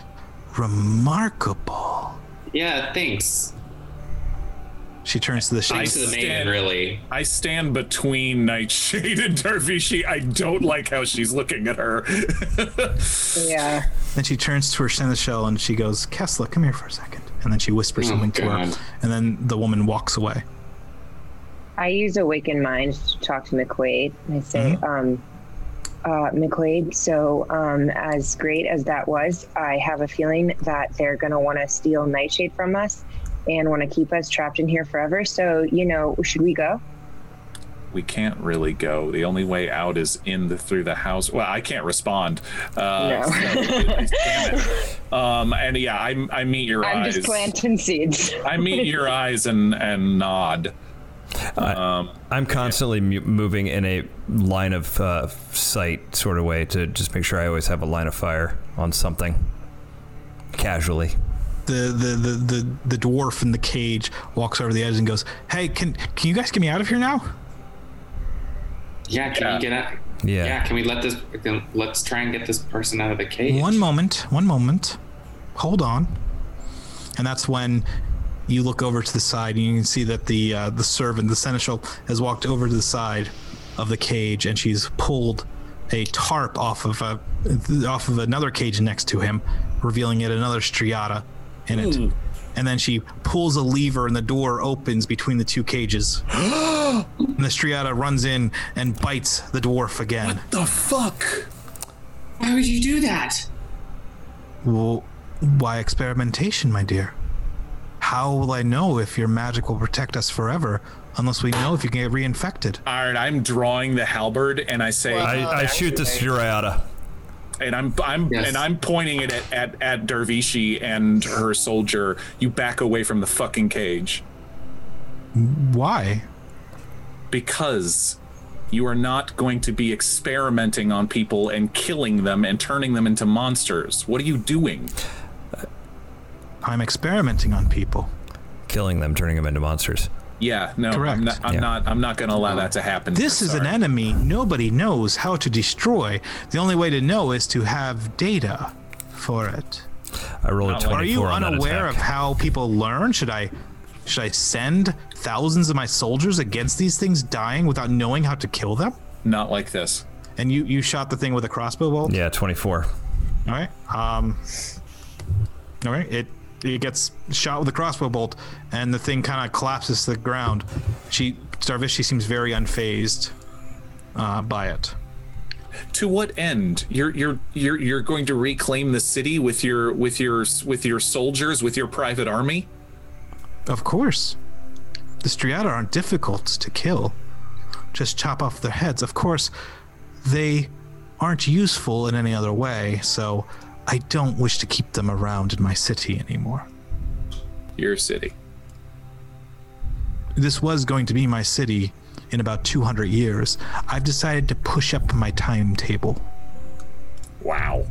S1: remarkable.
S4: Yeah. Thanks.
S1: She turns to the shade.
S4: Thanks to the maiden,
S2: stand-
S4: really.
S2: I stand between Nightshade and Darvishi. I don't like how she's looking at her. <laughs>
S5: Yeah.
S1: Then she turns to her seneschal and she goes, Kessler, come here for a second. And then she whispers
S4: Oh,
S1: something to
S4: God.
S1: her. And then the woman walks away.
S5: I use Awakened Mind to talk to McQuaid. I say,
S6: Mm-hmm.
S5: um, uh, McQuaid, so um, as great as that was, I have a feeling that they're going to want to steal Nightshade from us and want to keep us trapped in here forever. So, you know, should we go?
S2: we can't really go. The only way out is in the through the house. Well, I can't respond. Uh,
S5: No.
S2: so- damn it. Um, and yeah, I, I meet your
S5: <laughs> I'm
S2: eyes.
S5: just planting seeds.
S2: I meet your eyes and and nod.
S6: I'm constantly mu- moving in a line of uh, sight sort of way to just make sure I always have a line of fire on something. Casually.
S1: The the, the, the the dwarf in the cage walks over the edge and goes, Hey, can can you guys get me out of here now?
S4: Yeah. Can
S2: Yeah.
S4: you get out?
S6: Yeah.
S4: Yeah. Can we let this? Can, let's try and get this person out of the cage.
S1: One moment, one moment. Hold on. And that's when you look over to the side and you can see that the uh, the servant, the seneschal, has walked over to the side of the cage and she's pulled a tarp off of a off of another cage next to him, revealing yet another striata in it. And then she pulls a lever and the door opens between the two cages. and the striata runs in and bites the dwarf again.
S2: The fuck.
S4: Why would you do that?
S1: Well, why experimentation, my dear? How will I know if your magic will protect us forever unless we know if you get reinfected?
S2: All right, I'm drawing the halberd, and I say,
S6: I, I shoot the Suriata.
S2: and I'm I'm
S4: Yes.
S2: and I'm pointing it at, at at Dervishi and her soldier. You back away from the fucking cage
S1: Why?
S2: because you are not going to be experimenting on people and killing them and turning them into monsters. What are you doing?
S1: I'm experimenting on people.
S6: Killing them, turning them into monsters.
S2: Yeah, no,
S1: Correct.
S2: I'm not. I'm
S6: Yeah.
S2: not. I'm not going to allow that to happen.
S1: This is an
S2: Sorry.
S1: enemy nobody knows how to destroy. The only way to know is to have data for it.
S6: I roll a 24
S1: Are you
S6: on that
S1: unaware of
S6: attack.
S1: how people learn? Should I should I send thousands of my soldiers against these things dying without knowing how to kill them?
S2: Not like this.
S1: And you you shot the thing with a crossbow bolt?
S6: Yeah, 24.
S1: All right. Um All right. It it gets shot with a crossbow bolt and the thing kind of collapses to the ground. She Starvish she seems very unfazed uh, by it.
S2: To what end? You're you're you're you're going to reclaim the city with your with your with your soldiers with your private army?
S1: Of course. The Striata aren't difficult to kill. Just chop off their heads. Of course, they aren't useful in any other way, so I don't wish to keep them around in my city anymore.
S2: Your city.
S1: This was going to be my city in about 200 years. I've decided to push up my timetable.
S2: Wow.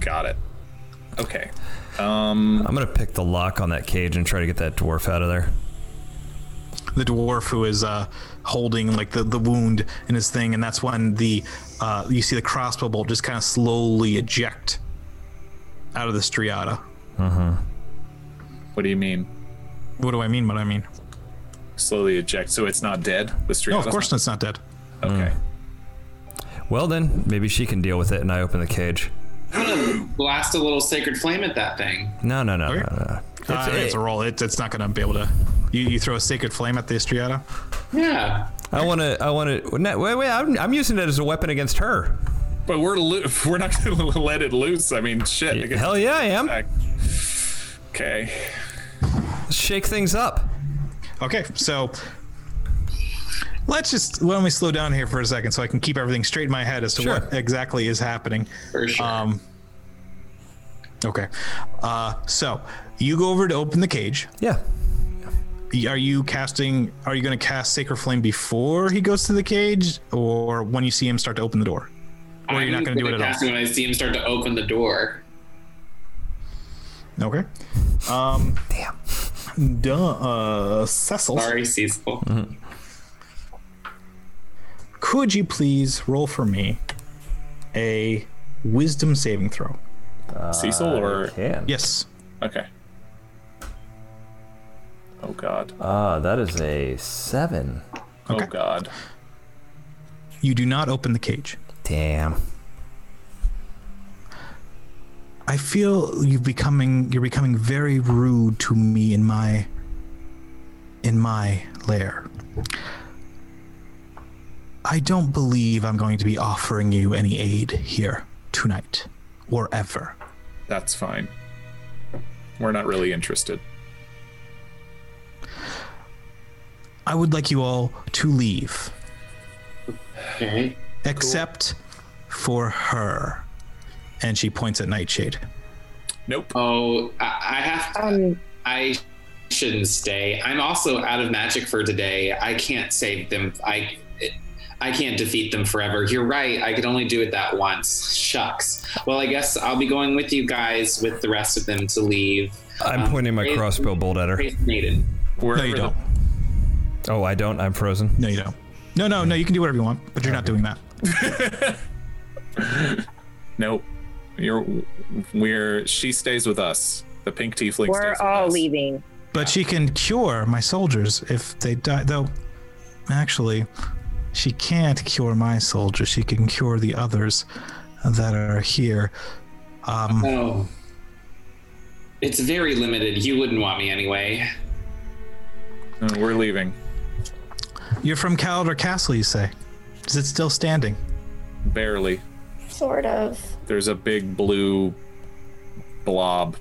S2: Got it. Okay.
S6: I'm going to pick the lock on that cage and try to get that dwarf out of there.
S1: the dwarf who is uh, holding like the, the wound in his thing, and that's when the uh, you see the crossbow bolt just kind of slowly eject out of the striata.
S2: What do you mean?
S1: What do I mean? What I mean?
S2: Slowly eject. So it's not dead. The street.
S1: No, of course it's not dead.
S2: Okay.
S6: Mm. Well, then, maybe she can deal with it and I open the cage.
S4: Blast a little sacred flame at that thing.
S6: No, no, no,
S1: Okay.
S6: no, no. It's,
S1: Uh, it's a roll. It, it's not going to be able to. You, you throw a sacred flame at the striata.
S4: Yeah.
S6: I want to. I want to. No, wait, wait. I'm, I'm using that as a weapon against her.
S2: But we're lo- <laughs> we're not going to let it loose. I mean, shit. I guess-
S6: Hell yeah, I am.
S2: Okay.
S6: Shake things up.
S1: Okay, so let's just why don't we slow down here for a second so I can keep everything straight in my head as to
S6: Sure.
S1: what exactly is happening.
S4: For sure.
S1: Um, okay. Uh, so you go over to open the cage.
S6: Yeah.
S1: Are you casting? Are you going to cast Sacred Flame before he goes to the cage, or when you see him start to open the door? Or you're
S4: I'm
S1: not going to do
S4: gonna
S1: it at
S4: cast When I see him start to open the door.
S1: all? Okay.
S6: Damn.
S1: Um, duh, uh, Cecil,
S4: Sorry, Cecil.
S1: Mm-hmm. could you please roll for me a Wisdom saving throw?
S6: Uh,
S2: Cecil or
S6: Can.
S1: Yes.
S2: okay. Oh god.
S6: Ah, that is a seven.
S1: okay.
S2: Oh god.
S1: You do not open the cage.
S6: Damn.
S1: I feel you becoming you're becoming very rude to me in my in my lair. I don't believe I'm going to be offering you any aid here tonight or ever.
S2: That's fine. We're not really interested.
S1: I would like you all to leave
S4: Okay.
S1: except for her. And she points at Nightshade.
S2: Nope.
S4: Oh, I, I have.
S5: Um,
S4: I shouldn't stay. I'm also out of magic for today. I can't save them. I. I can't defeat them forever. You're right. I could only do it that once. Shucks. Well, I guess I'll be going with you guys with the rest of them to leave.
S6: I'm
S4: Um,
S6: pointing my
S4: it-
S6: crossbow bolt at her.
S4: Praise Maiden.
S2: Wherever
S1: No, you
S2: the-
S1: don't.
S6: Oh, I don't. I'm frozen.
S1: No, you don't. No, no, no, you can do whatever you want, but you're not doing that.
S2: nope. You're. We're. She stays with us. The pink tiefling. stays
S5: we're
S2: with
S5: all
S2: us.
S5: leaving.
S1: But she can cure my soldiers if they die. Though, actually, she can't cure my soldiers. She can cure the others that are here.
S4: Oh. It's very limited. You wouldn't want me anyway.
S2: Uh, We're leaving.
S1: You're from Calder Castle, you say? Is it still standing?
S2: Barely.
S3: Sort of.
S2: There's a big blue blob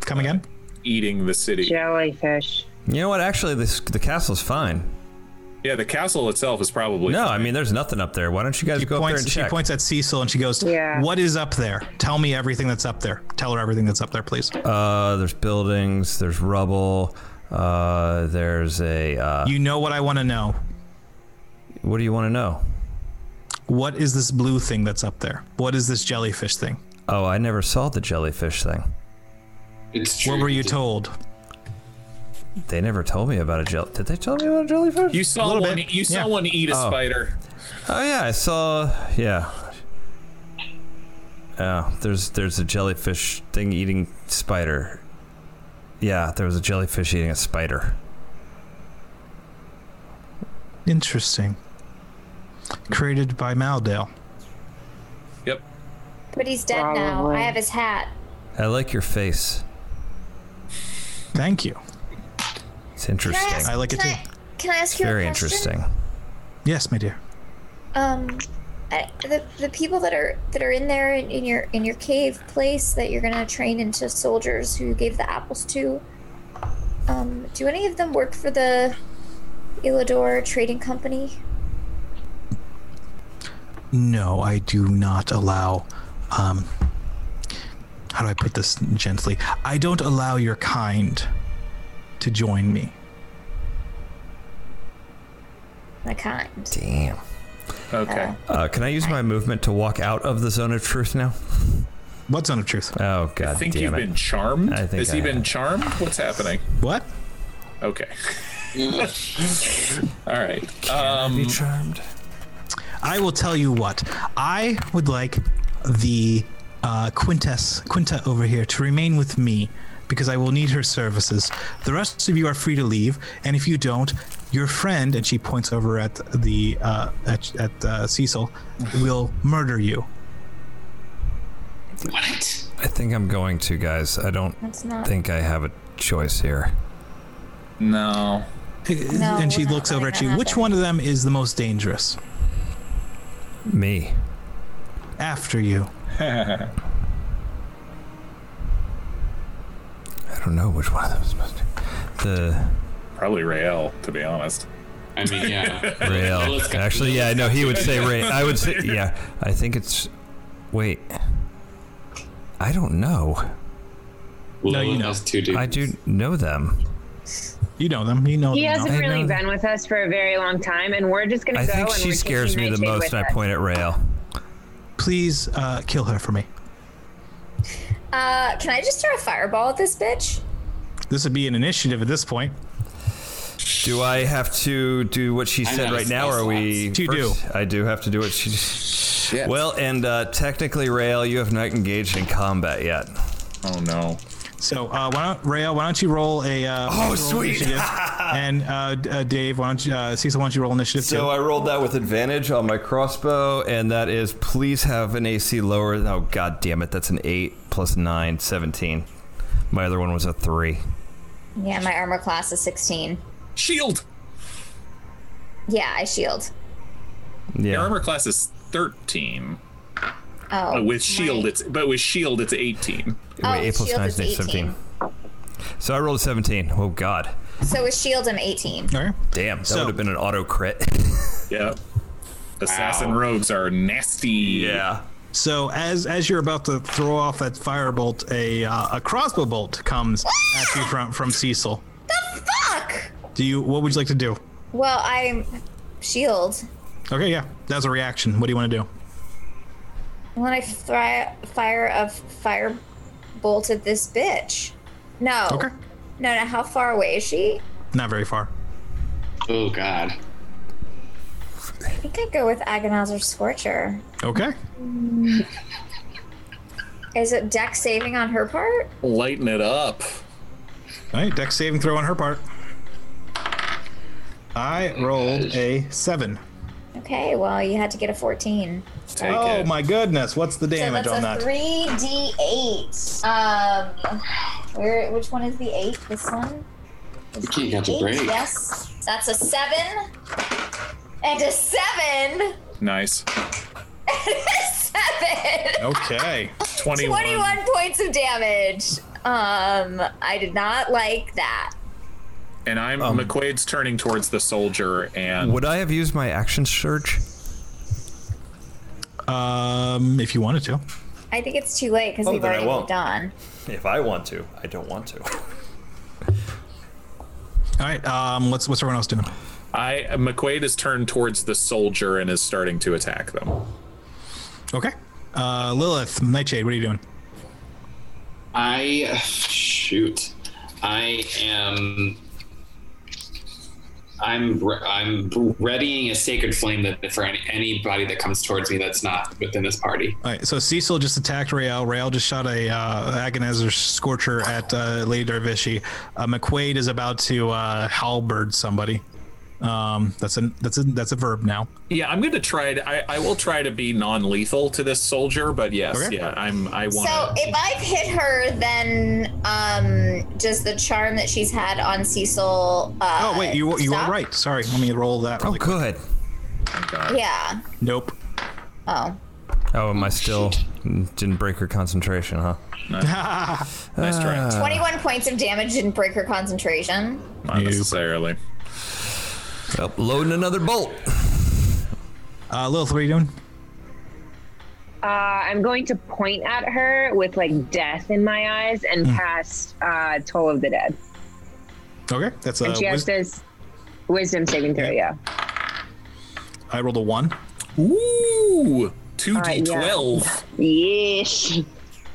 S1: Come again?
S6: Uh,
S2: eating the city.
S5: Jellyfish.
S6: You know what? Actually, this the castle's fine.
S2: Yeah, the castle itself is probably
S6: No, I mean, there's nothing up there. Why don't you guys
S1: She
S6: go
S1: points,
S6: up
S1: she
S6: there and check?
S1: points at Cecil and she goes,
S5: Yeah.
S1: What is up there? Tell me everything that's up there. Tell her everything that's up there, please.
S6: uh, there's buildings. There's rubble. Uh, there's a. Uh,
S1: you know what I want to know.
S6: what do you want to know?
S1: What is this blue thing that's up there? What is this jellyfish thing?
S6: Oh, I never saw the jellyfish thing.
S4: It's true.
S1: What were you told?
S6: They never told me about a jelly. Did they tell me about a jellyfish?
S2: You saw
S1: little
S2: one. e,
S1: bit,
S2: You saw
S1: yeah.
S2: one eat a spider.
S6: oh yeah, I saw. Yeah. Oh, there's there's a jellyfish thing eating spider. Yeah, there was a jellyfish eating a spider.
S1: Interesting. Created by Maldale.
S2: Yep.
S3: But he's dead now. I have his hat.
S6: I like your face.
S1: Thank you.
S6: It's
S3: Can
S6: interesting.
S1: I like it
S3: can
S1: too.
S3: can I ask you
S6: Very
S3: a question?
S6: interesting.
S1: Yes, my dear.
S3: Um, I, the, the people that are that are in there in, in your in your cave place that you're gonna train into soldiers who you gave the apples to. Um, do any of them work for the Elidor Trading Company?
S1: No, I do not allow. Um, how do I put this gently? I don't allow your kind to join me.
S3: My kind.
S6: Damn.
S2: Okay.
S6: Uh, can I use my movement to walk out of the zone of truth now?
S1: What's on of truth?
S6: Oh god
S2: I think
S6: damn
S2: you've
S6: it!
S2: been charmed.
S6: I think
S2: Has
S6: I
S2: he been
S6: have.
S2: charmed? What's happening?
S1: What?
S2: <laughs> Okay. All right. Um,
S6: Be charmed.
S1: I will tell you what. I would like the uh, Quintess Quinta over here to remain with me because I will need her services. The rest of you are free to leave, and if you don't, your friend and she points over at the uh, at, at uh, Cecil will murder you.
S4: What?
S6: I think I'm going to, guys. I don't
S3: That's not.
S6: think I have a choice here.
S2: no.
S1: and she
S3: we're not
S1: looks over at
S3: letting that
S1: you. Which
S3: happen.
S1: one of them is the most dangerous?
S6: Me.
S1: After you.
S6: I don't know which one of them is supposed to. The
S2: Probably Rael, to be honest.
S4: I mean,
S6: <laughs>
S4: yeah.
S6: rail.
S4: Let's go-
S6: Actually, yeah, I know he would say rail. I would say, yeah. I think it's. Wait. I don't know.
S1: No, you
S4: Lilith
S1: know.
S4: has two dudes.
S6: I do know them.
S1: You know them. You know
S5: He
S1: them.
S5: hasn't
S6: I
S5: really
S6: know that.
S5: been with us for a very long time, and we're just gonna
S6: I
S5: go.
S6: think
S5: and
S6: she
S5: we're
S6: scares
S5: taking
S6: me the
S5: Nightshade
S6: most,
S5: with
S6: and I
S5: us.
S6: point at rail.
S1: Please uh, kill her for me.
S3: Uh, can I just throw a fireball at this bitch?
S1: This would be an initiative at this point.
S6: Do I have to do what she
S4: I
S6: said
S4: know,
S6: right
S4: it's
S6: now, or are we?
S1: You do.
S6: first? I do have to do what she. Well, and uh, technically, Rail, you have not engaged in combat yet.
S2: Oh no.
S1: So, uh, why don't Rayo? Why don't you roll a? Uh, roll
S6: Oh, sweet. <laughs>
S1: initiative. and uh, D- uh, Dave, why don't you, uh, Cecil? Why don't you roll initiative?
S6: So uh,
S1: too?
S6: I rolled that with advantage on my crossbow, and that is please have an AC lower. Oh, god damn it. That's an 8 plus 9, 17. My other one was a 3.
S3: Yeah, my armor class is 16.
S2: Shield.
S3: Yeah, I shield.
S2: Your
S6: Yeah.
S2: armor class is thirteen.
S3: Oh,
S2: But with shield,
S3: my-
S2: it's but with shield, it's eighteen.
S3: oh,
S6: Wait, 8 plus
S3: shield
S6: 9
S3: is 18.
S6: So I rolled a 17. Oh, god.
S3: So with shield, I'm 18.
S1: All right.
S6: Damn. That
S1: So-
S6: would have been an auto <laughs> crit.
S2: Yeah. Assassin
S4: Wow.
S2: rogues are nasty.
S1: So as as you're about to throw off that firebolt, a uh, a crossbow bolt comes at you from from Cecil.
S3: Fuck!
S1: Do you? What would you like to do?
S3: Well, I'm shield.
S1: Okay, yeah, that's a reaction. What do you want to do?
S3: When I fry, fire a fire bolt at this bitch. No.
S1: Okay.
S3: No, no. How far away is she?
S1: Not very far.
S4: Oh God.
S3: I think I go with Agonizer Scorcher.
S1: Okay.
S3: Is it deck saving on her part?
S2: Lighten it up.
S1: All right. Deck saving throw on her part. I rolled a seven.
S3: Okay. Well, you had to get a 14.
S2: Take
S1: Oh
S2: it.
S1: my goodness! What's the damage
S3: so
S1: on that?
S3: that's a three d eight. Um, where? Which one is the eight? This one.
S4: We can't catch a
S3: Eight.
S4: break.
S3: Yes. That's a seven. And a seven. <laughs>
S2: Nice.
S3: seven.
S1: Okay.
S2: 21.
S3: 21 points of damage. Um, I did not like that.
S2: And I'm McQuaid's turning towards the soldier and
S6: would I have used my action surge?
S1: Um, if you wanted to.
S3: I think it's too late because
S6: Oh,
S3: we've
S6: then I
S3: already
S6: won't.
S3: moved on.
S6: If I want to. I don't want to.
S1: All right. Um, what's what's everyone else doing?
S2: I McQuaid is turned towards the soldier and is starting to attack them.
S1: Okay. Uh, Lilith, Nightshade, what are you doing?
S4: I shoot. I am I'm re- I'm readying a sacred flame that for any, anybody that comes towards me that's not within this party.
S1: All right, so Cecil just attacked Rael. Rael just shot a uh, agonizer scorcher at uh, Lady Darvishi. Uh, McQuaid is about to uh, halberd somebody. Um, that's a that's a that's a verb now.
S2: Yeah, I'm gonna try to. I, I will try to be non-lethal to this soldier, but yes,
S1: Okay.
S2: yeah, I'm. I want.
S3: So if I've hit her, then um, does the charm that she's had on Cecil? Uh,
S1: Oh wait, you you
S3: stop?
S1: are right. Sorry, let me roll that.
S6: Oh,
S1: Really quick.
S6: good.
S3: Yeah.
S1: Nope.
S3: Oh.
S6: Oh, am I still didn't break her concentration, huh?
S2: nice try.
S6: Uh-huh.
S3: 21 points of damage didn't break her concentration.
S2: Not necessarily.
S6: Well, loading another bolt.
S1: Uh, Lilith, what are you doing?
S5: Uh, I'm going to point at her with like death in my eyes and
S1: Hmm.
S5: cast uh, Toll of the Dead.
S1: Okay, that's uh,
S5: And
S1: a.
S5: she has
S1: wis-
S5: this wisdom saving throw, yeah.
S1: I rolled a one.
S2: Ooh, two
S5: right,
S2: d twelve.
S5: Yeesh.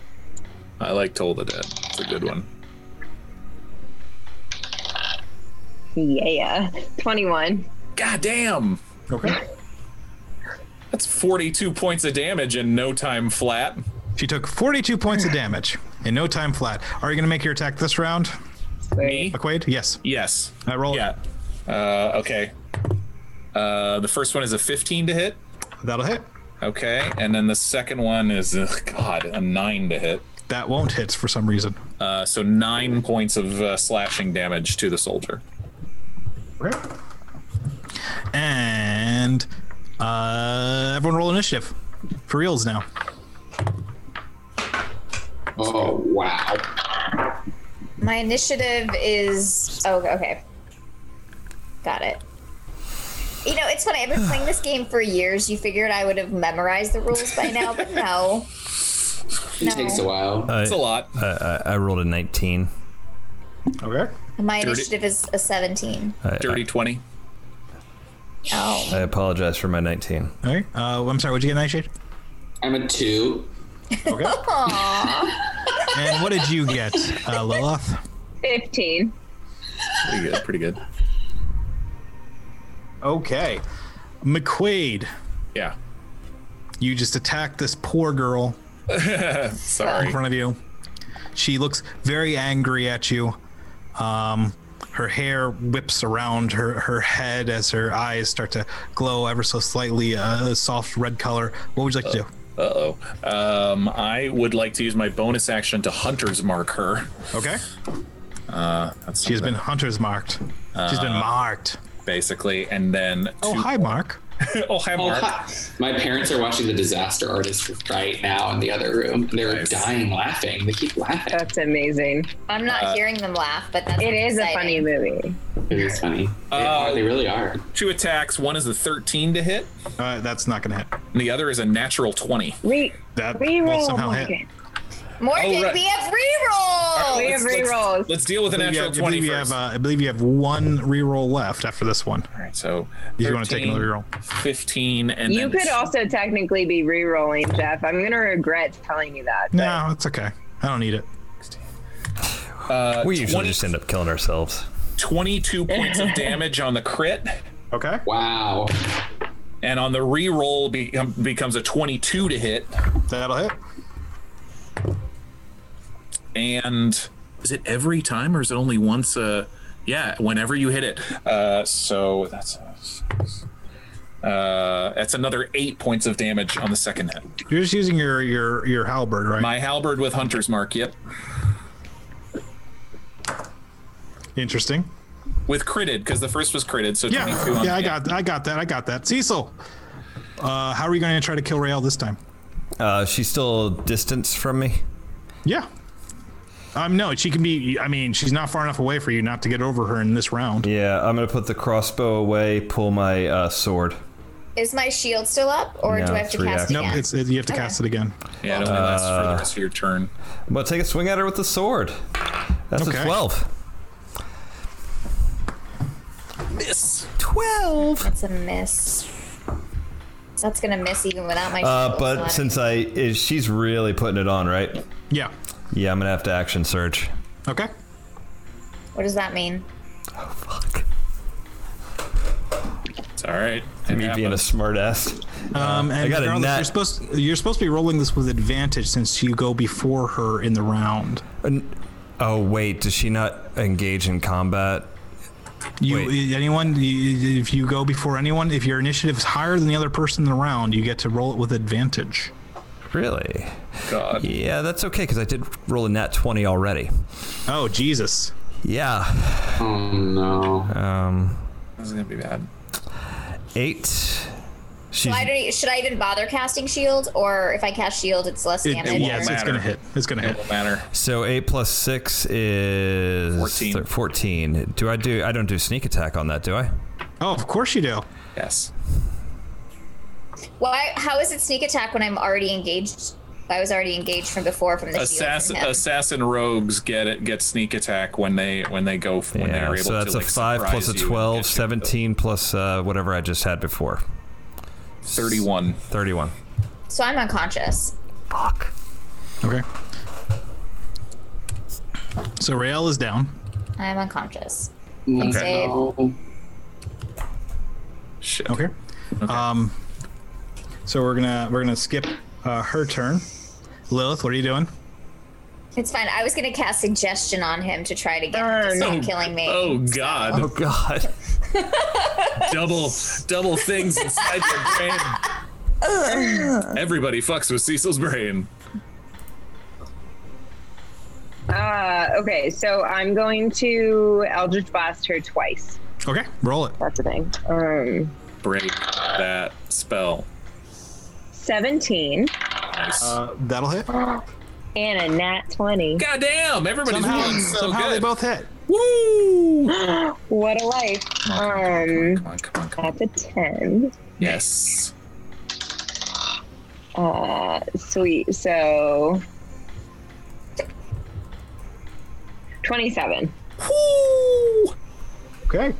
S5: <laughs>
S2: I like Toll the Dead. It's a good one.
S5: Yeah. 21.
S2: God damn,
S5: <laughs>
S1: Okay.
S2: that's forty-two points of damage in no time flat.
S1: She took 42 points of damage in no time flat. Are you going to make your attack this round,
S2: Me?
S1: McQuaid? Yes.
S2: Yes.
S1: I roll.
S2: Yeah. Uh, okay. Uh, the first one is a 15 to hit.
S1: That'll hit.
S2: Okay. And then the second one is, ugh, God, a 9 to hit.
S1: That won't hit for some reason.
S2: Uh, so 9 points of uh, slashing damage to the soldier.
S1: Okay. And uh, everyone roll initiative for reals now.
S4: Oh wow!
S3: My initiative is. Oh, okay. Got it. You know, it's funny. I've been playing this game for years. You figured I would have memorized the rules by now, but no.
S4: It takes a while.
S6: Uh,
S2: It's a lot.
S6: I, I rolled a 19.
S1: Okay.
S3: My
S2: Dirty.
S3: initiative is a 17.
S2: Dirty 20.
S3: Oh.
S6: I apologize for my 19.
S1: All right. Uh, I'm sorry. What'd you get, Nightshade?
S4: I'm a two.
S5: <laughs>
S1: Okay. and what did you get, uh, Lilith?
S5: 15.
S2: Pretty good. Pretty good.
S1: Okay. McQuaid,
S2: Yeah.
S1: you just attacked this poor girl in <laughs>
S2: Sorry.
S1: front of you. She looks very angry at you. Um, her hair whips around her, her head as her eyes start to glow ever so slightly, uh, a soft red color. What would you like to do?
S2: Uh oh. Um, I would like to use my bonus action to Hunter's Mark her.
S1: Okay.
S2: That's
S1: She has been hunter's marked. She's been marked.
S2: basically, and then
S1: Oh,
S2: two-
S1: hi, Mark.
S5: <laughs>
S2: oh hi,
S4: Oh,
S2: Mark.
S4: hi. My parents are watching The Disaster Artist right now in the other room. They're
S2: Nice.
S4: dying laughing. They keep laughing.
S5: That's amazing.
S3: I'm not
S6: Uh,
S3: hearing them laugh, but that's
S5: It is a
S3: exciting.
S5: funny movie.
S4: It is funny. They,
S2: Oh.
S4: are, they really are.
S2: Two attacks. One is a 13 to hit.
S1: Uh, that's not going to hit.
S2: And the other is a natural 20.
S5: Re-
S1: That will
S5: reroll,
S1: somehow hit.
S5: Morgan.
S3: Morgan,
S2: Oh, right.
S3: we have reroll.
S5: We have rerolls.
S2: Let's deal with the
S1: I believe you
S2: natural
S1: have- I
S2: 20
S1: believe you
S2: first.
S1: have, uh, I believe you have one reroll left after this one.
S2: All right, so
S1: If you wanna take another
S2: 13, 15, and
S5: You
S2: then
S5: could also technically be re-rolling, Jeff. I'm gonna regret telling you that. but-
S1: No, it's okay. I don't need it.
S6: we usually
S2: 20
S6: just end up killing ourselves.
S2: 22 points
S5: <laughs>
S2: of damage on the crit,
S1: Okay.
S4: Wow.
S2: and on the reroll become, becomes a 22 to hit,
S1: That'll hit.
S2: and is it every time or is it only once? Uh, yeah, whenever you hit it. Uh, so that's uh, that's another eight points of damage on the second hit.
S1: You're just using your your your halberd, right?
S2: My halberd with hunter's mark. Yep.
S1: Interesting.
S2: with critted because the first was critted so
S1: Yeah,
S2: 22 on
S1: yeah, I got, I got that, I got that. Cecil, uh, how are you going to try to kill Rael this time?
S6: Uh, she's still distance from me.
S1: Yeah. Um, no, she can be. I mean, she's not far enough away for you not to get over her in this round.
S6: Yeah, I'm gonna put the crossbow away, pull my uh, sword.
S3: Is my shield still up, or
S6: No,
S3: do I have
S6: it's
S3: to cast
S6: react.
S1: Nope,
S3: again?
S1: it's it, you have to cast it again.
S2: yeah it only lasts for the rest of your turn
S6: I'm gonna take a swing at her with the sword. That's
S1: Okay.
S6: a 12.
S2: miss
S6: 12.
S3: That's a miss. That's gonna miss even without my.
S6: Uh,
S3: shield on.
S6: but since I, is, she's really putting it on, right?
S1: Yeah.
S6: Yeah, I'm gonna have to action surge.
S1: Okay.
S3: what does that mean?
S6: Fuck.
S2: It's all right. It
S6: Me being a
S2: happens.
S6: smartass.
S1: Um, and
S6: Uh, got a
S1: regardless,
S6: nat-
S1: you're supposed you're supposed to be rolling this with advantage since you go before her in the round.
S6: An- Oh wait, does she not engage in combat?
S1: You
S6: Wait.
S1: anyone you, if you go before anyone, if your initiative is higher than the other person in the round, you get to roll it with advantage.
S6: Really?
S2: God.
S6: Yeah, that's okay because I did roll a nat twenty already.
S1: Oh Jesus!
S6: Yeah.
S4: Oh no.
S6: Um,
S2: This is gonna be bad.
S6: eight. She's,
S3: Why do you, should I even bother casting shield? Or if I cast shield, it's less
S1: It,
S3: damage.
S2: won't
S1: yes, it's
S2: matter.
S1: gonna hit. It's gonna
S2: It
S1: hit.
S2: won't matter.
S6: so eight plus six is
S2: 14.
S6: thir- Fourteen. Do I do? I don't do sneak attack on that, do I?
S1: Oh, of course you do.
S2: Yes.
S3: Why? How is it sneak attack when I'm already engaged? I was already engaged from before from the
S2: Assassin,
S3: shield. From him.
S2: assassin rogues get it get sneak attack when they when they go when
S6: yeah.
S2: they're able
S6: so
S2: to.
S6: that's a
S2: like,
S6: five plus
S2: surprise
S6: a
S2: you and
S6: 12,
S2: get you
S6: 17 plus uh, whatever I just had before.
S2: to Thirty-one.
S6: Thirty-one.
S3: so I'm unconscious.
S6: Fuck.
S1: Okay. So Rael is down.
S3: I'm unconscious.
S2: Okay.
S4: No.
S2: Shit.
S1: Okay. Um. So we're gonna we're gonna skip uh, her turn. Lilith, what are you doing?
S3: It's fine. I was gonna cast suggestion on him to try to get him to
S5: Darn.
S2: Oh,
S3: stop killing me.
S2: Oh God!
S3: <laughs>
S6: Oh god.
S2: <laughs> double double things inside your
S3: <laughs>
S2: brain. Everybody fucks with Cecil's brain.
S5: Uh, okay, so I'm going to Eldritch Blast her twice.
S1: Okay, roll it.
S5: That's the thing. Um,
S2: Break that spell.
S5: 17
S2: Nice.
S1: Uh, that'll hit.
S5: and a nat 20.
S2: God damn! Everybody's
S1: Somehow,
S2: doing so
S1: somehow they
S2: good.
S1: both hit.
S2: Woo!
S5: What a life. Um,
S2: Come on, come on, come on.
S5: that's a 10.
S2: Yes.
S5: Uh, sweet. So 27.
S2: Woo!
S1: Okay.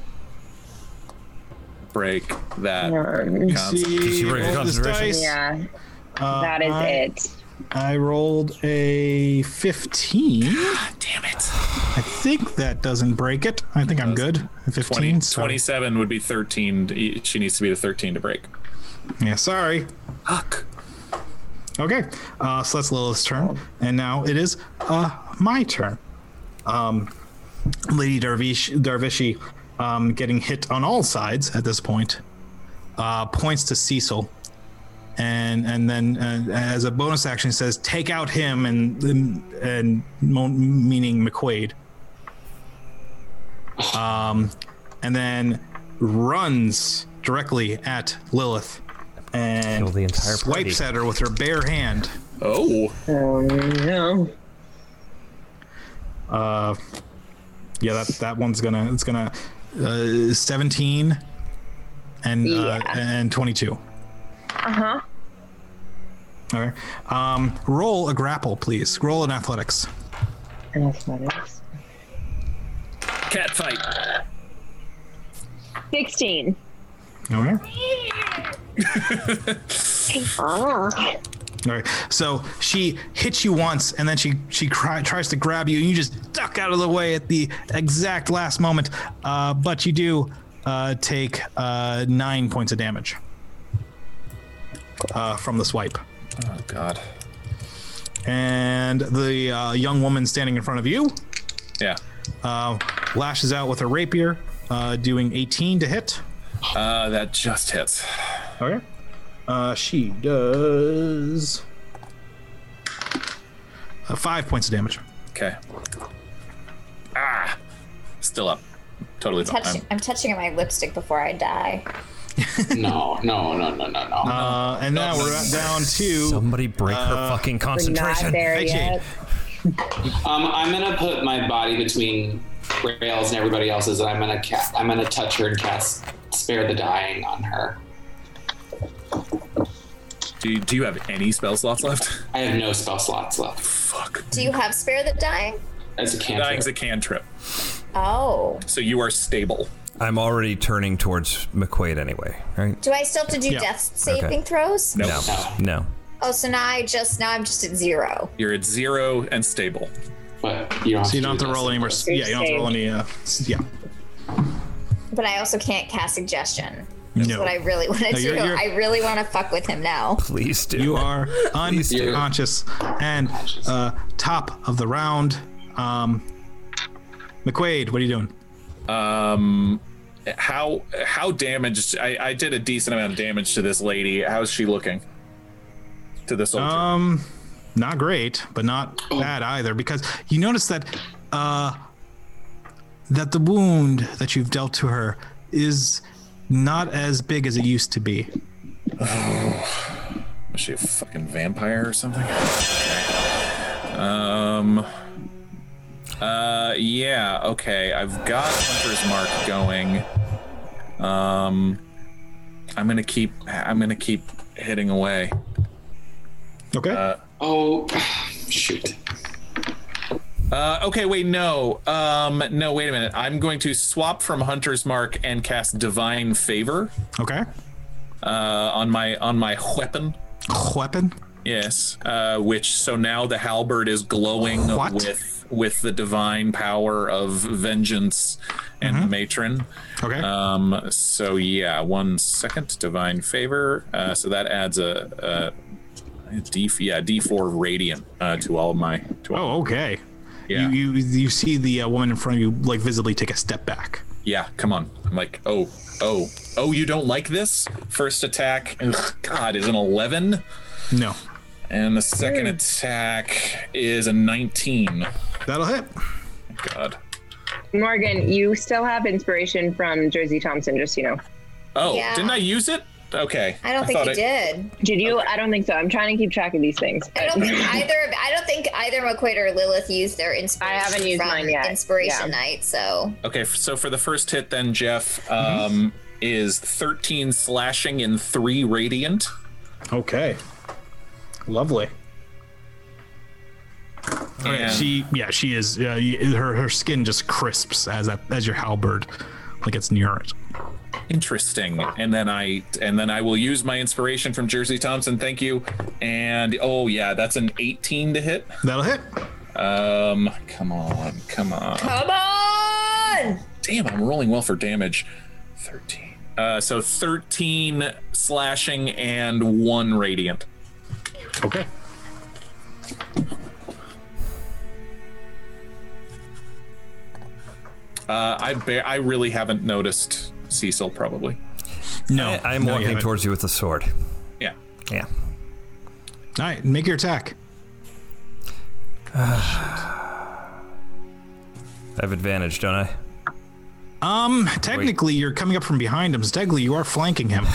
S2: Break that.
S5: Um,
S2: concept.
S6: she break
S1: roll this
S6: concentration?
S1: dice.
S5: yeah,
S1: Uh,
S5: that is
S1: I-
S5: it.
S1: I rolled a 15.
S2: Damn it.
S1: I think that doesn't break it. I think I'm good. A
S2: 20,
S1: 15. so-
S2: 27 would be 13. to- She needs to be the 13 to break.
S1: Yeah, sorry.
S2: Fuck.
S1: Okay. Uh, so that's Lilith's turn. And now it is uh, my turn. Um, Lady Darvish, Darvishi, um, getting hit on all sides at this point, uh, points to Cecil. And, and then uh, as a bonus action says take out him and and, and mo- meaning McQuaid Um, and then runs directly at Lilith and
S6: Kill the entire party.
S1: swipes at her with her bare hand.
S2: Oh.
S5: Oh no.
S1: Yeah, that that one's gonna it's gonna uh, seventeen and uh,
S5: Yeah.
S1: and twenty two.
S5: Uh huh.
S1: All right, um, roll a grapple, please. Roll an athletics.
S5: Athletics.
S2: Cat fight.
S5: 16.
S1: All right,
S5: Ah.
S1: all right. So she hits you once, and then she she cry, tries to grab you, and you just duck out of the way at the exact last moment. Uh, but you do uh, take uh, nine points of damage uh, from the swipe.
S2: Oh, God.
S1: And the uh, young woman standing in front of you
S2: Yeah.
S1: uh, lashes out with a rapier, uh, doing 18 to hit.
S2: Uh, that just hits.
S1: Okay. Uh, she does uh, five points of damage.
S2: Okay. Ah. Still up. Totally fine.
S3: Touch, I'm touching my lipstick before I die.
S4: No, no, no, no, no, no.
S1: Uh, and now we're at- down to
S6: Somebody break
S2: uh,
S6: her fucking
S5: We're not
S6: concentration.
S5: there
S1: Hey,
S5: yet.
S4: Um, I'm gonna put my body between rails and everybody else's, and I'm gonna ca- I'm gonna touch her and cast spare the dying on her.
S2: Do you, do you have any spell slots left? <laughs>
S4: I have no spell slots left.
S2: Fuck.
S3: Do you have spare the dying?
S4: As a
S2: Dying's a
S4: cantrip.
S2: cantrip,
S3: Oh,
S2: so you are stable.
S6: I'm already turning towards McQuaid anyway, right?
S3: do I still have to do
S1: Yeah.
S3: death saving
S6: Okay.
S3: throws?
S2: No.
S4: No,
S6: No.
S3: Oh, so now I just now I'm just at zero.
S2: You're at zero and stable.
S4: but you don't.
S1: so you
S4: do
S1: don't have to
S4: this.
S1: roll any more. Yeah, you don't have to roll any. Uh, s- yeah.
S3: But I also can't cast suggestion. That's
S1: No.
S3: what I really <laughs> want to do.
S1: you're- you're-
S3: I really want to fuck with him now.
S6: Please do.
S1: You are
S6: do.
S1: unconscious. And uh, top of the round, um, McQuaid, what are you doing?
S2: How how damaged? I, I did a decent amount of damage to this lady. How's she looking? To this soldier.
S1: Um, not great, but not bad either, because you notice that uh, that the wound that you've dealt to her is not as big as it used to be.
S2: Is she a fucking vampire or something? Um. Uh, yeah, okay. I've got Hunter's Mark going. Um, I'm gonna keep. I'm gonna keep hitting away.
S1: Okay.
S4: Oh, <sighs> shoot.
S2: Uh, okay, wait, no. Um, no, wait a minute. I'm going to swap from Hunter's Mark and cast Divine Favor
S1: okay.
S2: uh, on my on my weapon.
S1: Weapon.
S2: Yes, uh, which so now the halberd is glowing
S1: What?
S2: with with the divine power of vengeance and
S1: Mm-hmm.
S2: the matron.
S1: Okay.
S2: Um, so yeah, one second, divine favor. Uh, so that adds a, a, a d yeah d four radiant uh, to all of my to all,
S1: oh, okay.
S2: Yeah.
S1: You, you you see the uh, woman in front of you like visibly take a step back.
S2: yeah. Come on, I'm like oh oh oh you don't like this first attack. ugh, God is an eleven,
S1: No,
S2: and the second attack is a nineteen.
S1: that'll hit.
S2: God.
S5: Morgan, you still have inspiration from Jersey Thompson, just so you know.
S2: Oh,
S3: Yeah.
S2: didn't I use it? Okay.
S3: I don't
S2: thought
S3: think you
S2: it-
S3: did.
S5: Did you? I don't think so. I'm trying to keep track of these things.
S3: I
S5: <laughs>
S3: don't think either. of- I don't think either McQuaid or Lilith used their inspiration.
S5: haven't used
S3: from
S5: mine yet.
S3: Inspiration
S5: Yeah.
S3: night. So
S2: Okay, f- so for the first hit, then Jeff um, is 13 slashing and three radiant.
S1: Okay. Lovely.
S2: And
S1: She yeah she is uh, y- her her skin just crisps as that as your halberd like it's near it.
S2: interesting. And then I and then I will use my inspiration from Jersey Thompson. Thank you. And oh yeah, that's an 18 to hit.
S1: That'll hit.
S2: Um, come on, come on.
S3: come on.
S2: Damn, I'm rolling well for damage. 13. Uh, so 13 slashing and one radiant.
S1: Okay.
S2: Uh, I ba- I really haven't noticed Cecil probably.
S1: No,
S6: I, am
S1: no, you
S6: walking
S1: haven't.
S6: towards you with the sword.
S2: Yeah.
S6: Yeah.
S1: All right, make your attack.
S6: I have advantage, don't I?
S1: Um, technically you're coming up from behind him. So technically you are flanking
S2: <sighs>
S1: him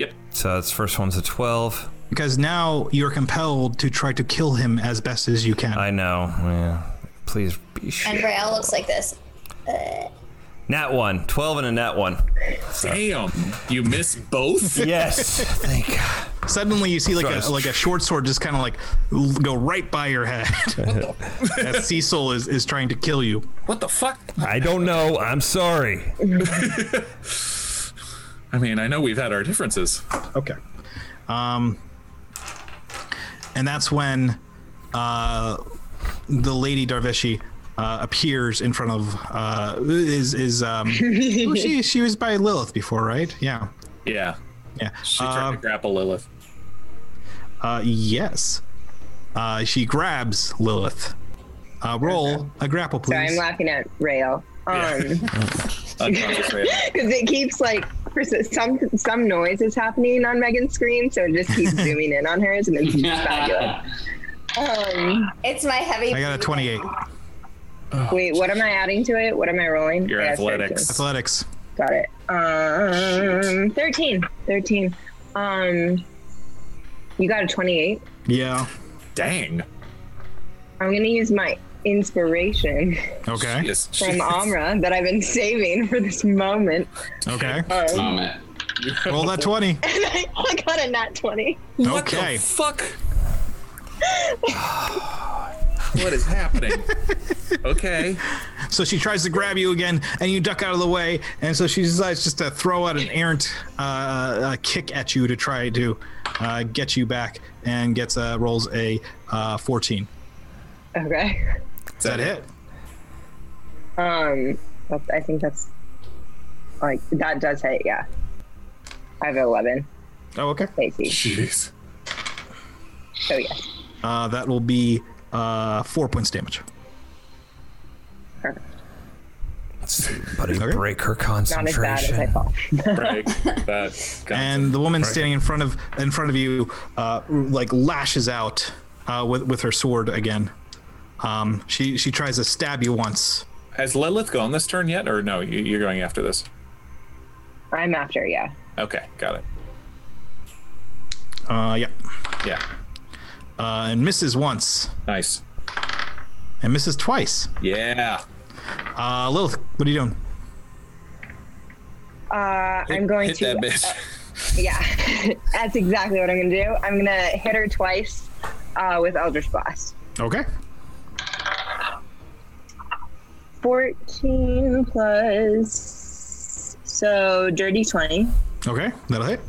S2: Yep.
S6: So that's first one's a 12.
S1: because now you're compelled to try to kill him as best as you can.
S6: I know. Yeah. Please be sure.
S3: And Rael looks like this.
S6: Nat one. 12 and a nat one.
S2: Damn, you miss both.
S6: Yes. Thank God.
S1: Suddenly you see like a
S6: Sorry.
S1: like a short sword just kind of like l- go right by your head. <laughs> as Cecil is is trying to kill you.
S2: What the fuck?
S6: I don't know. I'm sorry.
S2: I mean, I know we've had our differences.
S1: Okay. Um, and that's when uh, the lady Darvishi uh, appears in front of uh, is is
S5: <laughs>
S1: um, who she she was by Lilith before, right? Yeah,
S2: Yeah.
S1: yeah.
S2: She tried
S1: Um,
S2: to
S1: <laughs>
S2: grapple Lilith.
S1: Uh, yes. Uh, she grabs Lilith. Uh, roll a grapple, please.
S5: Uh-huh. Sorry, I'm laughing at Rail. Um,
S2: Unconscious Raven.
S5: because it keeps like persi- some some noise is happening on Megan's screen, so
S2: <laughs>
S5: it just keeps zooming in on hers, and it's just fabulous. Um,
S3: It's my heavy.
S1: I got a 28.
S5: wait, what am I adding to it? What am I rolling?
S2: Oh, Your
S5: Yeah,
S2: athletics.
S1: Athletics.
S5: 13. Got it. Um, thirteen. Thirteen. Um, you got a twenty-eight.
S1: Yeah.
S2: Dang.
S5: I'm gonna use my inspiration
S1: Okay.
S2: Yes.
S5: from Amra that I've been saving for this moment. <laughs>
S1: Okay.
S4: <laughs>
S5: Um,
S4: Moment.
S1: Roll that 20.
S5: and I, I got a nat twenty.
S2: What
S1: Okay.
S2: the
S5: <laughs>
S2: fuck? what is happening? Okay.
S1: So she tries to grab you again, and you duck out of the way. And so she decides just to throw out an errant uh, uh, kick at you to try to uh, get you back, and gets uh, rolls a uh, 14.
S5: Okay.
S1: Is that it?
S5: Um, that's, I think that's like that does hit. Yeah. I have 11.
S1: Oh, okay.
S5: Lacey.
S2: Jeez.
S5: So, yeah.
S1: Uh, that will be uh, four points damage.
S5: Perfect.
S7: Buddy,
S1: Okay.
S7: break her
S5: Not as bad as I
S7: concentration.
S5: thought.
S2: Break that. Got
S1: and the woman standing in front of in front of you uh, like lashes out uh, with with her sword again. Um, she she tries to stab you once.
S2: Has Lilith gone this turn yet, or no? you- You're going after this.
S5: I'm after, yeah.
S2: Okay, got it.
S1: Uh, yeah,
S2: Yeah,
S1: uh, and misses once
S2: nice.
S1: and misses twice.
S2: Yeah,
S1: Uh, Lilith, what are you doing?
S5: Uh, I'm going
S2: hit
S5: to. uh,
S2: that bitch.
S5: Yeah, <laughs> that's exactly what I'm going to do. I'm going to hit her twice uh, with Eldritch Blast.
S1: Okay,
S5: 14 plus. So, dirty 20.
S1: okay, that'll hit.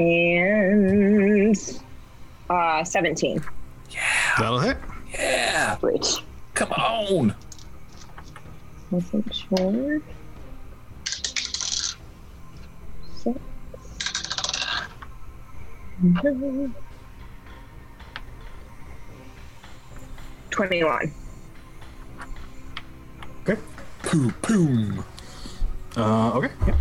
S5: And. Uh, 17.
S1: That'll hit.
S2: Yeah,
S5: Which
S2: come on.
S5: wasn't sure. Six. <laughs> Twenty-one.
S1: Okay,
S2: Poo, poom.
S1: uh, okay. Yeah.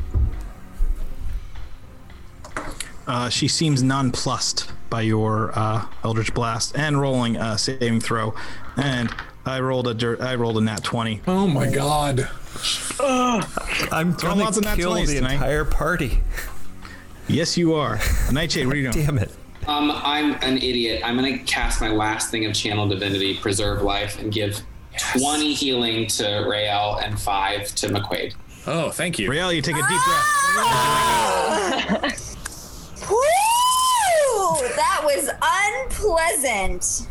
S1: Uh, she seems nonplussed by your uh, Eldritch Blast and rolling a saving throw, and I rolled a dirt. I rolled a nat twenty.
S2: Oh my god.
S7: I'm
S1: Throwing
S7: gonna
S1: lots of nat
S7: kill the
S1: 20s tonight.
S7: entire party.
S1: Yes, you are. Nightshade, what are you doing?
S7: Damn it.
S4: Um, I'm an idiot. I'm gonna cast my last thing of channel divinity, preserve life, and give twenty healing to Rael and five to McQuaid.
S2: Oh, thank you.
S1: Rael, you take a deep breath.
S3: <laughs> Woo! That was unpleasant.